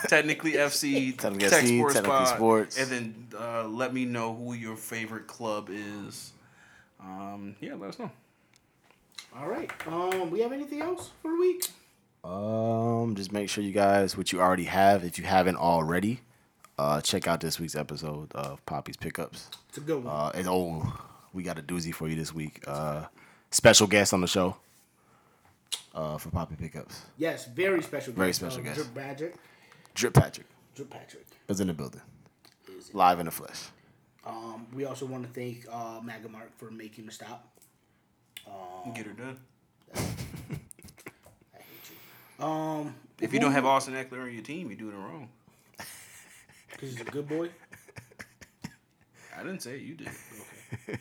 [SPEAKER 2] technically FC,
[SPEAKER 3] Technically
[SPEAKER 2] Tech
[SPEAKER 3] FC,
[SPEAKER 2] Sports,
[SPEAKER 3] Technically
[SPEAKER 2] Pod,
[SPEAKER 3] Sports.
[SPEAKER 2] and then uh, let me know who your favorite club is. Um, yeah, let us know.
[SPEAKER 1] All right. Um, we have anything else for the week?
[SPEAKER 3] Um, just make sure you guys, what you already have, if you haven't already, uh, check out this week's episode of Poppy's Pickups.
[SPEAKER 1] It's a good one.
[SPEAKER 3] Uh, and oh, we got a doozy for you this week. Uh, special guest on the show. Uh, for Poppy Pickups,
[SPEAKER 1] yes, very special.
[SPEAKER 3] very
[SPEAKER 1] guest,
[SPEAKER 3] special
[SPEAKER 1] uh,
[SPEAKER 3] guest.
[SPEAKER 1] Drip Magic.
[SPEAKER 3] Drip Patrick
[SPEAKER 1] Drip Patrick.
[SPEAKER 3] is in the building,
[SPEAKER 1] Is it?
[SPEAKER 3] live in the flesh.
[SPEAKER 1] Um, we also want to thank uh, Magamark for making the stop.
[SPEAKER 2] Get her done.
[SPEAKER 1] I hate you. Um,
[SPEAKER 2] If you don't have Austin Eckler on your team, you're doing it wrong.
[SPEAKER 1] because he's a good boy.
[SPEAKER 2] I didn't say it, you did.
[SPEAKER 1] Okay.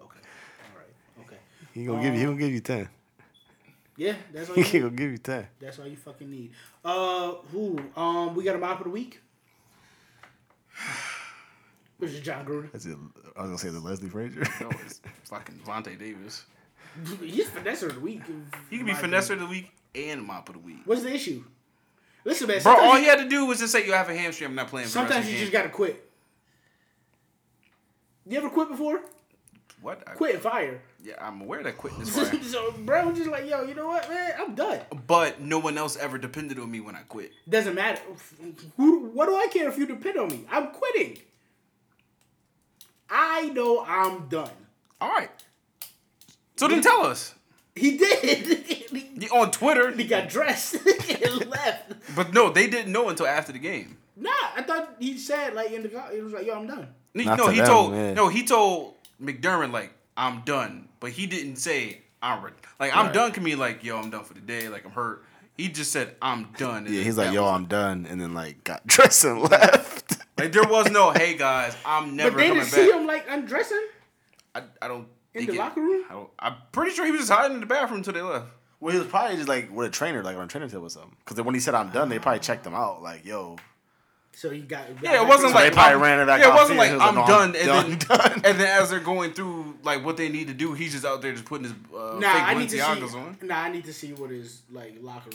[SPEAKER 1] Okay. All right. Okay.
[SPEAKER 3] He gonna give you. He gonna give you ten.
[SPEAKER 1] Yeah, that's all.
[SPEAKER 3] He
[SPEAKER 1] You need.
[SPEAKER 3] gonna give you ten.
[SPEAKER 1] That's all you fucking need. Uh, who? Um, we got a mop of the week. Which is John Gruden.
[SPEAKER 3] That's it. I was gonna say the Leslie Frazier.
[SPEAKER 2] No, it's fucking Vontae Davis.
[SPEAKER 1] He's finesse of the week.
[SPEAKER 2] He could be
[SPEAKER 1] My
[SPEAKER 2] finesse of the week and mop of the week.
[SPEAKER 1] What's the issue? Listen, man.
[SPEAKER 2] Bro,
[SPEAKER 1] sometimes
[SPEAKER 2] all
[SPEAKER 1] you-
[SPEAKER 2] he had to do was just say you have a hamstring. I'm not playing. For the rest of
[SPEAKER 1] Sometimes
[SPEAKER 2] the
[SPEAKER 1] you
[SPEAKER 2] game."
[SPEAKER 1] just gotta quit. You ever quit before?
[SPEAKER 2] what? I,
[SPEAKER 1] Quit and fire.
[SPEAKER 2] Yeah, I'm aware that quitting is fire.
[SPEAKER 1] so, bro, just like, yo, you know what, man? I'm done.
[SPEAKER 2] but no one else ever depended on me when I quit.
[SPEAKER 1] Doesn't matter. Who? What do I care if you depend on me? I'm quitting. I know I'm done.
[SPEAKER 2] All right. So then tell us
[SPEAKER 1] He did. he
[SPEAKER 2] You- on Twitter.
[SPEAKER 1] got dressed and left.
[SPEAKER 2] But no, they didn't know until after the game.
[SPEAKER 1] Nah, I thought he said like in the. co- It was like, yo, I'm done.
[SPEAKER 2] No,
[SPEAKER 3] Not
[SPEAKER 2] no
[SPEAKER 3] to
[SPEAKER 2] he
[SPEAKER 3] them,
[SPEAKER 2] told
[SPEAKER 3] yeah.
[SPEAKER 2] no, he told McDermott like I'm done, but he didn't say I'm re- like I'm
[SPEAKER 3] Right.
[SPEAKER 2] done. Can mean like yo, I'm done for the day. Like I'm hurt. He just said I'm done. and
[SPEAKER 3] Yeah, he's
[SPEAKER 2] that
[SPEAKER 3] like, yo,
[SPEAKER 2] was-
[SPEAKER 3] I'm done, and then like got dressed and left.
[SPEAKER 2] like there was no hey guys, I'm never
[SPEAKER 1] But they
[SPEAKER 2] coming
[SPEAKER 1] didn't
[SPEAKER 2] back.
[SPEAKER 1] see him like undressing.
[SPEAKER 2] I, I don't
[SPEAKER 1] In
[SPEAKER 2] think
[SPEAKER 1] the locker room?
[SPEAKER 2] I don't, I'm pretty sure he was just hiding in the bathroom until they left.
[SPEAKER 3] Well, he was probably just like with a trainer, like on a trainer table or something. Because when he said I'm done, they probably checked him out. Like, yo,
[SPEAKER 1] So he got.
[SPEAKER 2] Yeah, it wasn't
[SPEAKER 3] So they
[SPEAKER 2] like
[SPEAKER 3] probably
[SPEAKER 2] I'm-
[SPEAKER 3] ran it back
[SPEAKER 2] Yeah, it
[SPEAKER 3] off
[SPEAKER 2] wasn't
[SPEAKER 3] season.
[SPEAKER 2] like "Oh,
[SPEAKER 3] He was like,
[SPEAKER 2] I'm
[SPEAKER 3] "No, I'm
[SPEAKER 2] done, and
[SPEAKER 3] done,
[SPEAKER 2] then
[SPEAKER 3] done."
[SPEAKER 2] and then as they're going through like what they need to do, he's just out there just putting his uh,
[SPEAKER 1] Nah, I need
[SPEAKER 2] fake
[SPEAKER 1] to
[SPEAKER 2] Balenciagas
[SPEAKER 1] see.
[SPEAKER 2] on.
[SPEAKER 1] Nah, I need to see what his like locker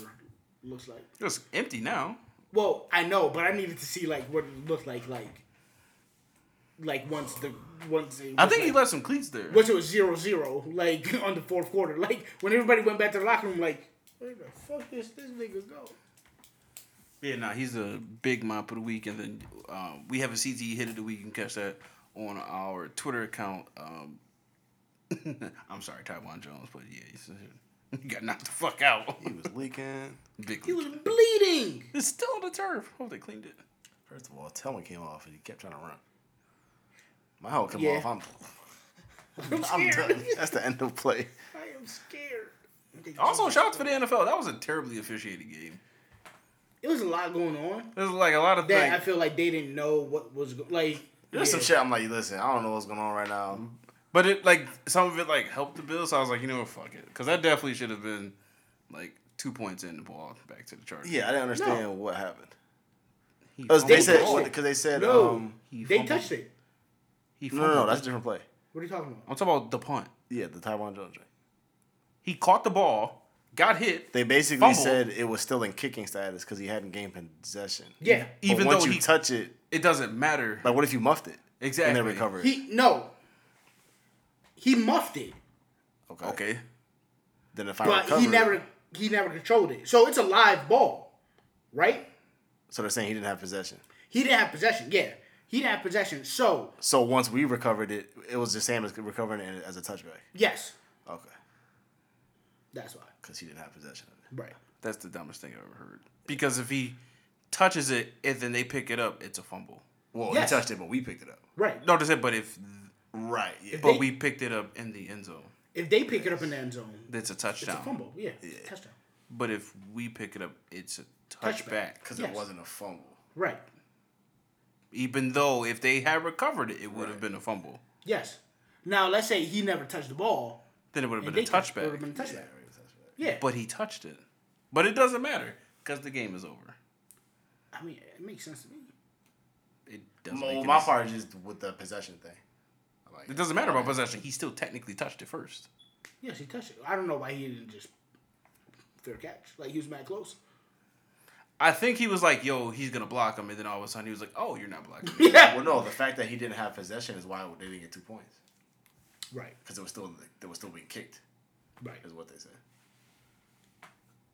[SPEAKER 1] looks like.
[SPEAKER 2] It's empty now.
[SPEAKER 1] Well, I know, but I needed to see like what it looked like, like, like once the once. It was,
[SPEAKER 2] I think he
[SPEAKER 1] like-
[SPEAKER 2] left some cleats there.
[SPEAKER 1] Once it was zero zero, like on the fourth quarter, like when everybody went back to the locker room, like where the fuck does this nigga go?
[SPEAKER 2] Yeah, nah, he's a big mop of the week, and then um, we have a CTE hit of the week. You can catch that on our Twitter account. Um, I'm sorry, Tywan Jones, but yeah, he's, he got knocked the fuck out.
[SPEAKER 3] he was leaking.
[SPEAKER 2] Big
[SPEAKER 1] He
[SPEAKER 2] leak.
[SPEAKER 1] was bleeding.
[SPEAKER 2] It's still on the turf. Hope they cleaned it.
[SPEAKER 3] First of all, Tillman came off and he kept trying to run. My whole come
[SPEAKER 1] Yeah.
[SPEAKER 3] off. I'm,
[SPEAKER 1] I'm
[SPEAKER 3] I'm
[SPEAKER 1] scared.
[SPEAKER 3] done. That's the end of play.
[SPEAKER 1] I am scared.
[SPEAKER 2] Also, shout out to the NFL. That was a terribly officiated game.
[SPEAKER 1] it was a lot going on
[SPEAKER 2] There's like a lot of
[SPEAKER 1] that
[SPEAKER 2] things.
[SPEAKER 1] I feel like they didn't know what was go- like.
[SPEAKER 3] There's some
[SPEAKER 1] yeah.
[SPEAKER 3] shit. I'm like, listen, I don't know what's going on right now.
[SPEAKER 2] But it like some of it like helped the Bills. So I was like, you know what, fuck it, because that definitely should have been like two points in the ball back to the Chargers.
[SPEAKER 3] Yeah, I didn't understand what happened.
[SPEAKER 2] He
[SPEAKER 3] Because they
[SPEAKER 2] fumbled the ball.
[SPEAKER 3] said because they said
[SPEAKER 1] No,
[SPEAKER 3] um,
[SPEAKER 2] He
[SPEAKER 1] they
[SPEAKER 2] fumbled.
[SPEAKER 1] touched it.
[SPEAKER 2] He
[SPEAKER 3] no, no, no,
[SPEAKER 2] fumbled.
[SPEAKER 3] that's a different play.
[SPEAKER 1] What are you talking about?
[SPEAKER 2] I'm talking about the punt.
[SPEAKER 3] Yeah, the Taiwan Jones. Right?
[SPEAKER 2] He caught the ball, got hit.
[SPEAKER 3] They basically
[SPEAKER 2] Fumble.
[SPEAKER 3] said it was still in kicking status because he hadn't gained possession.
[SPEAKER 1] Yeah,
[SPEAKER 3] But
[SPEAKER 2] Even
[SPEAKER 3] once
[SPEAKER 2] though
[SPEAKER 3] you
[SPEAKER 2] he-
[SPEAKER 3] touch it,
[SPEAKER 2] It doesn't matter.
[SPEAKER 3] like what if you muffed it and
[SPEAKER 2] Exactly.
[SPEAKER 3] then recovered?
[SPEAKER 1] he no. He muffed it.
[SPEAKER 3] okay.
[SPEAKER 2] Okay.
[SPEAKER 3] Then if I
[SPEAKER 1] but
[SPEAKER 3] recover,
[SPEAKER 1] he never he never controlled it. So it's a live ball, right?
[SPEAKER 3] So they're saying he didn't have possession.
[SPEAKER 1] He didn't have possession. Yeah, he didn't have possession. So
[SPEAKER 3] So once we recovered it, it was the same as recovering it as a touchback.
[SPEAKER 1] yes,
[SPEAKER 3] Okay,
[SPEAKER 1] that's why.
[SPEAKER 3] because he didn't have possession of it.
[SPEAKER 1] Right.
[SPEAKER 2] That's the dumbest thing I've ever heard. Because if he touches it and then they pick it up, it's a fumble.
[SPEAKER 3] Well,
[SPEAKER 1] Yes.
[SPEAKER 3] he touched it, but we picked it up.
[SPEAKER 1] Right.
[SPEAKER 2] No, that's it. But if
[SPEAKER 3] Right. Yeah.
[SPEAKER 2] but we picked it up in the end zone,
[SPEAKER 1] If they pick it up in the end zone,
[SPEAKER 2] that's a
[SPEAKER 1] it's
[SPEAKER 2] touchdown.
[SPEAKER 1] a fumble. Yeah, touchdown.
[SPEAKER 2] But if we pick it up, it's a touchback.
[SPEAKER 1] Touchback.
[SPEAKER 3] Because
[SPEAKER 1] Yes.
[SPEAKER 3] it wasn't a fumble.
[SPEAKER 1] Right.
[SPEAKER 2] even though if they had recovered it, it would have been a fumble.
[SPEAKER 1] Yes. Now let's say he never touched the ball.
[SPEAKER 2] Then it would have
[SPEAKER 1] and
[SPEAKER 2] been a
[SPEAKER 1] they touched- it would've
[SPEAKER 2] touchback.
[SPEAKER 1] been a touchback. Yeah.
[SPEAKER 2] But he touched it. But it doesn't matter because the game is over.
[SPEAKER 1] I mean, it makes sense to me.
[SPEAKER 2] It doesn't.
[SPEAKER 3] Well,
[SPEAKER 2] make
[SPEAKER 3] my
[SPEAKER 2] any-
[SPEAKER 3] part is just with the possession thing. I'm like,
[SPEAKER 2] It doesn't matter about possession. He still technically touched it first.
[SPEAKER 1] Yes, he touched it. I don't know why he didn't just fair catch. Like he was mad close.
[SPEAKER 2] I think he was like, "Yo, he's gonna block him," and then all of a sudden he was like, "Oh, you're not blocking." me."
[SPEAKER 1] Yeah.
[SPEAKER 3] Well, no, the fact that he didn't have possession is why they didn't get two points
[SPEAKER 1] Right.
[SPEAKER 3] because it was still they were still being kicked.
[SPEAKER 1] Right.
[SPEAKER 3] Is what they said.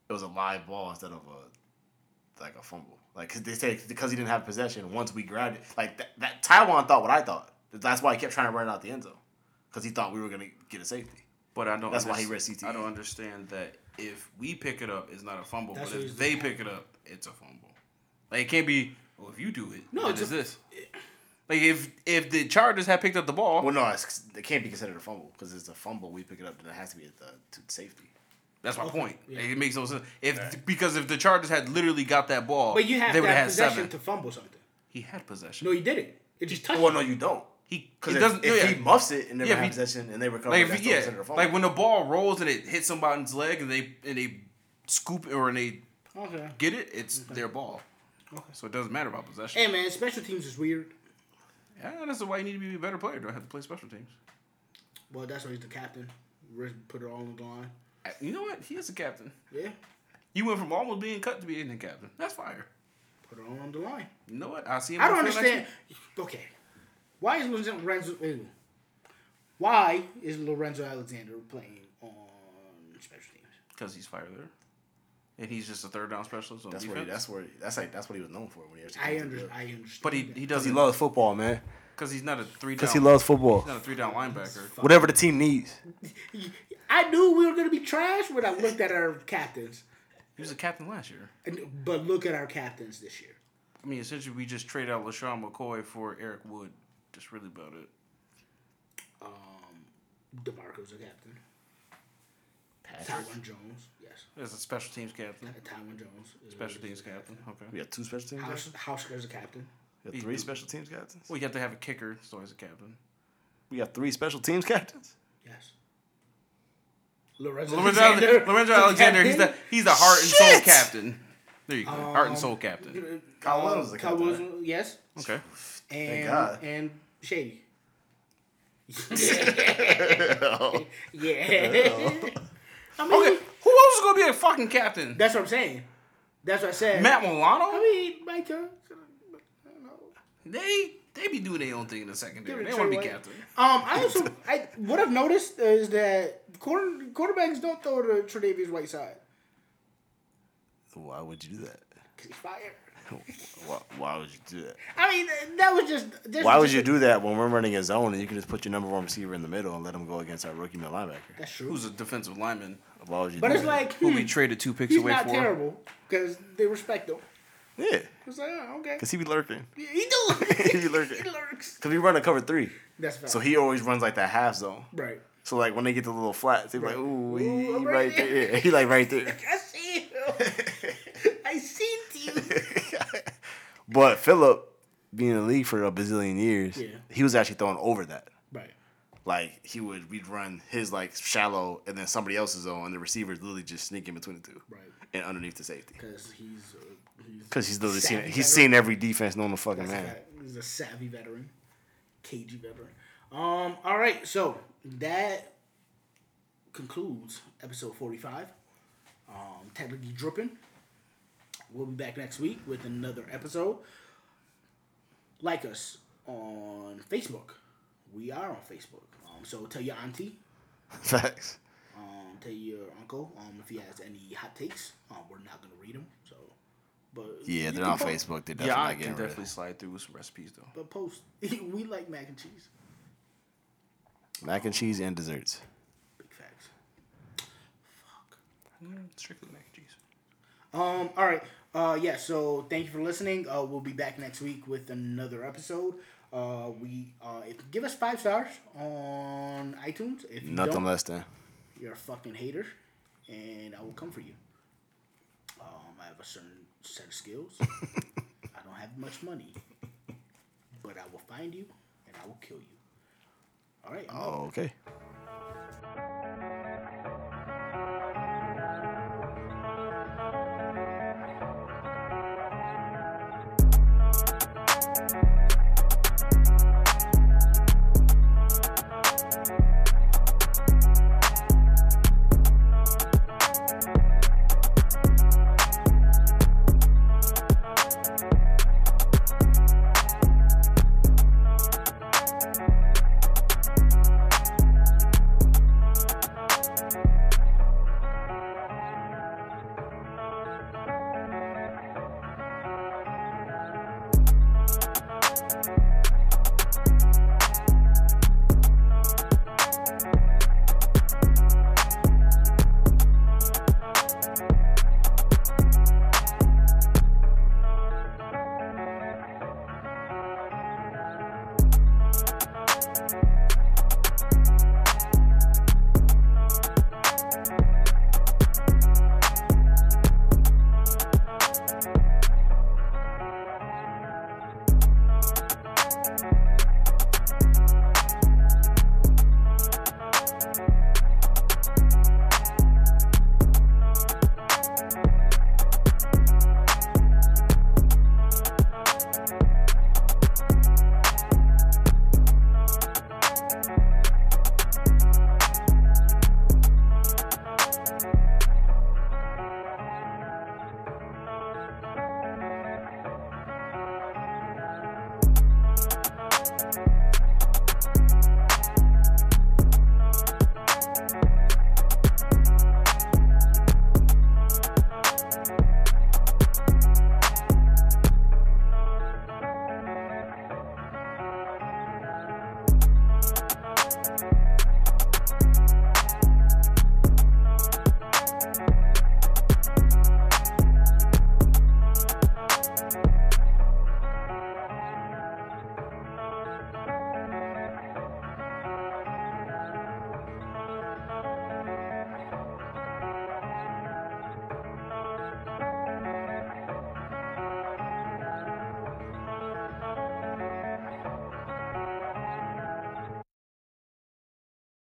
[SPEAKER 3] It was a live ball instead of a like a fumble. Like 'cause they say because he didn't have possession. Once we grabbed it, like that, that Taiwan thought what I thought. That's why he kept trying to run out the end zone because he thought we were gonna get a safety.
[SPEAKER 2] But I don't.
[SPEAKER 3] That's why he
[SPEAKER 2] underst-
[SPEAKER 3] read CTE.
[SPEAKER 2] I don't understand that if we pick it up, it's not a fumble.
[SPEAKER 1] That's
[SPEAKER 2] but
[SPEAKER 1] what
[SPEAKER 2] if
[SPEAKER 1] he's
[SPEAKER 2] they pick it up, it's a fumble. Like it can't be. Well, if you do it,
[SPEAKER 1] No,
[SPEAKER 2] no,
[SPEAKER 1] it's
[SPEAKER 2] it's
[SPEAKER 1] a-
[SPEAKER 2] this. Like if if the Chargers had picked up the ball,
[SPEAKER 3] Well, no, it's, it can't be considered a fumble because it's a fumble. We pick it up, then it has to be at the to safety.
[SPEAKER 2] that's my point.
[SPEAKER 1] yeah.
[SPEAKER 2] It makes no sense. If because if the Chargers had literally got that ball,
[SPEAKER 1] But you have
[SPEAKER 2] they
[SPEAKER 1] to
[SPEAKER 2] would
[SPEAKER 1] have
[SPEAKER 2] have had
[SPEAKER 1] possession
[SPEAKER 2] seven.
[SPEAKER 1] to fumble something.
[SPEAKER 2] he had possession.
[SPEAKER 1] No, you didn't. It just touched.
[SPEAKER 3] Well, no, you don't.
[SPEAKER 2] he, he
[SPEAKER 3] Because if,
[SPEAKER 2] doesn't.
[SPEAKER 3] if
[SPEAKER 2] yeah.
[SPEAKER 3] he muffs it and never
[SPEAKER 2] Yeah, if
[SPEAKER 3] have
[SPEAKER 2] he-
[SPEAKER 3] possession and they recover,
[SPEAKER 2] like
[SPEAKER 3] that's
[SPEAKER 2] if,
[SPEAKER 3] still
[SPEAKER 2] yeah,
[SPEAKER 3] considered a fumble.
[SPEAKER 2] like when the ball rolls and it hits somebody's leg and they and they scoop it or and they
[SPEAKER 1] Okay.
[SPEAKER 2] get it, it's their ball. So it doesn't matter about possession.
[SPEAKER 1] Hey man, special teams is weird.
[SPEAKER 2] yeah, that's why you need to be a better player. Don't have to play special teams.
[SPEAKER 1] Well, that's why he's the captain. Risk- Put it all on the line.
[SPEAKER 2] Uh, You know what? He is a captain.
[SPEAKER 1] Yeah.
[SPEAKER 2] You went from almost being cut to being a captain. That's fire.
[SPEAKER 1] Put it all on the line.
[SPEAKER 2] You know what? I see him.
[SPEAKER 1] I don't
[SPEAKER 2] on the field
[SPEAKER 1] understand.
[SPEAKER 2] next
[SPEAKER 1] Okay, why is Lorenzo? ooh. Why is Lorenzo Alexander playing on special teams?
[SPEAKER 2] year Cause he's fire there, and he's just a third down specialist on
[SPEAKER 3] that's
[SPEAKER 2] defense.
[SPEAKER 3] where he, that's where that's like that's what he was known for when he actually.
[SPEAKER 1] I
[SPEAKER 3] came to
[SPEAKER 1] under,
[SPEAKER 3] the
[SPEAKER 1] I
[SPEAKER 3] league.
[SPEAKER 1] understand.
[SPEAKER 2] but he
[SPEAKER 1] that.
[SPEAKER 2] he doesn't
[SPEAKER 4] He loves football, man.
[SPEAKER 2] because he's not a three down.
[SPEAKER 4] Because he loves football.
[SPEAKER 2] He's not a three down linebacker.
[SPEAKER 4] Whatever the team needs.
[SPEAKER 1] I knew we were gonna be trash when I looked at our captains,
[SPEAKER 2] He was a captain last year.
[SPEAKER 1] And- but look at our captains this year.
[SPEAKER 2] I mean, essentially, we just traded out LaShawn McCoy for Eric Wood. That's really about it.
[SPEAKER 1] Demarco's a captain. Tywan Jones, yes.
[SPEAKER 2] As a special teams captain.
[SPEAKER 1] Tywan Jones. is-
[SPEAKER 2] Special teams captain. Okay.
[SPEAKER 3] We got two special teams. guys?
[SPEAKER 1] House, Hausker's a captain.
[SPEAKER 3] We got three special teams captains.
[SPEAKER 2] Well, you have to have a kicker. So he's a captain.
[SPEAKER 4] We got three special teams captains.
[SPEAKER 1] Yes. Lorenzo,
[SPEAKER 2] Lorenzo
[SPEAKER 1] Alexander.
[SPEAKER 2] Alexander. Lorenzo Alexander. He's the
[SPEAKER 1] captain. Um,
[SPEAKER 2] he's the heart and soul captain. There you go. heart and soul captain.
[SPEAKER 3] Kyle Williams is a
[SPEAKER 1] Kyle
[SPEAKER 3] captain,
[SPEAKER 1] Williams, yes.
[SPEAKER 2] Okay.
[SPEAKER 1] And
[SPEAKER 3] God.
[SPEAKER 1] and Shady. yeah. I mean,
[SPEAKER 2] Okay. Who else is gonna be a fucking captain?
[SPEAKER 1] that's what I'm saying. That's what I said.
[SPEAKER 2] Matt Milano.
[SPEAKER 1] I mean, my turn. I don't know.
[SPEAKER 2] They they be doing their own thing in the secondary.
[SPEAKER 1] Give it
[SPEAKER 2] They
[SPEAKER 1] to
[SPEAKER 2] want to be
[SPEAKER 1] Trey White.
[SPEAKER 2] captain.
[SPEAKER 1] Um, I also I what I've noticed is that quarter, quarterbacks don't throw to Tre'Davious White side
[SPEAKER 4] Why would you do that?
[SPEAKER 1] because he's fired.
[SPEAKER 4] Why, why would you do that?
[SPEAKER 1] I mean, th- that was just. that's
[SPEAKER 3] Why would
[SPEAKER 1] just-
[SPEAKER 3] you do that when we're running a zone and you can just put your number one receiver in the middle and let him go against our rookie middle linebacker?
[SPEAKER 1] That's true.
[SPEAKER 2] Who's a defensive lineman
[SPEAKER 3] Why would you
[SPEAKER 1] But
[SPEAKER 3] do
[SPEAKER 1] it's
[SPEAKER 3] that?
[SPEAKER 1] like
[SPEAKER 2] who
[SPEAKER 1] hmm,
[SPEAKER 2] we traded two picks
[SPEAKER 1] he's
[SPEAKER 2] away
[SPEAKER 1] not
[SPEAKER 2] for?
[SPEAKER 1] terrible because they respect him.
[SPEAKER 3] yeah,
[SPEAKER 1] It's like oh, okay,
[SPEAKER 3] because he be lurking.
[SPEAKER 1] Yeah, he do.
[SPEAKER 3] he be lurking.
[SPEAKER 1] he lurks.
[SPEAKER 3] Because we run a cover three.
[SPEAKER 1] That's fact.
[SPEAKER 3] So he always runs like that half zone.
[SPEAKER 1] right.
[SPEAKER 3] So like when they get the little flats, they be like, ooh, he,
[SPEAKER 1] Ooh,
[SPEAKER 3] he
[SPEAKER 1] I'm
[SPEAKER 3] right,
[SPEAKER 1] right
[SPEAKER 3] there.
[SPEAKER 1] there.
[SPEAKER 3] Yeah, he like right there.
[SPEAKER 1] I see you. I seen you.
[SPEAKER 3] but Philip, being in the league for a bazillion years,
[SPEAKER 1] Yeah.
[SPEAKER 3] he was actually throwing over that.
[SPEAKER 1] Right.
[SPEAKER 3] Like he would, we'd run his like shallow, and then somebody else's on, and the receivers literally just sneaking between the two,
[SPEAKER 1] Right.
[SPEAKER 3] and underneath the safety.
[SPEAKER 1] Because he's uh, he's
[SPEAKER 3] Because he's literally seen
[SPEAKER 1] savvy
[SPEAKER 3] he's
[SPEAKER 1] veteran.
[SPEAKER 3] seen every defense known to fucking
[SPEAKER 1] He's a
[SPEAKER 3] man.
[SPEAKER 1] vet- He's a savvy veteran, cagey veteran. Um. All right. So that concludes episode forty-five. Um. Technically dripping. We'll be back next week with another episode. Like us on Facebook. We are on Facebook. Um. So tell your auntie.
[SPEAKER 3] Facts.
[SPEAKER 1] Um. Tell your uncle. Um. If he has any hot takes, um. We're not gonna read them. So. But
[SPEAKER 3] Yeah,
[SPEAKER 1] you
[SPEAKER 3] they're
[SPEAKER 1] can
[SPEAKER 3] on
[SPEAKER 1] post-
[SPEAKER 3] Facebook. They're definitely
[SPEAKER 2] Yeah, I
[SPEAKER 3] not
[SPEAKER 2] can
[SPEAKER 3] getting rid of.
[SPEAKER 2] definitely slide through with some recipes though.
[SPEAKER 1] But post. we like mac and cheese.
[SPEAKER 3] Mac and cheese and desserts.
[SPEAKER 1] Big facts.
[SPEAKER 2] Mm, Strictly mac and cheese.
[SPEAKER 1] Um. All right. Uh. Yeah. So thank you for listening. Uh. We'll be back next week with another episode. Uh. We uh. If, give us five stars on iTunes. If you
[SPEAKER 3] Nothing
[SPEAKER 1] don't,
[SPEAKER 3] less than.
[SPEAKER 1] you're a fucking hater, and I will come for you. Um. I have a certain set of skills. I don't have much money, but I will find you and I will kill you. All right. I'm out.
[SPEAKER 3] Oh, okay.
[SPEAKER 6] Peace.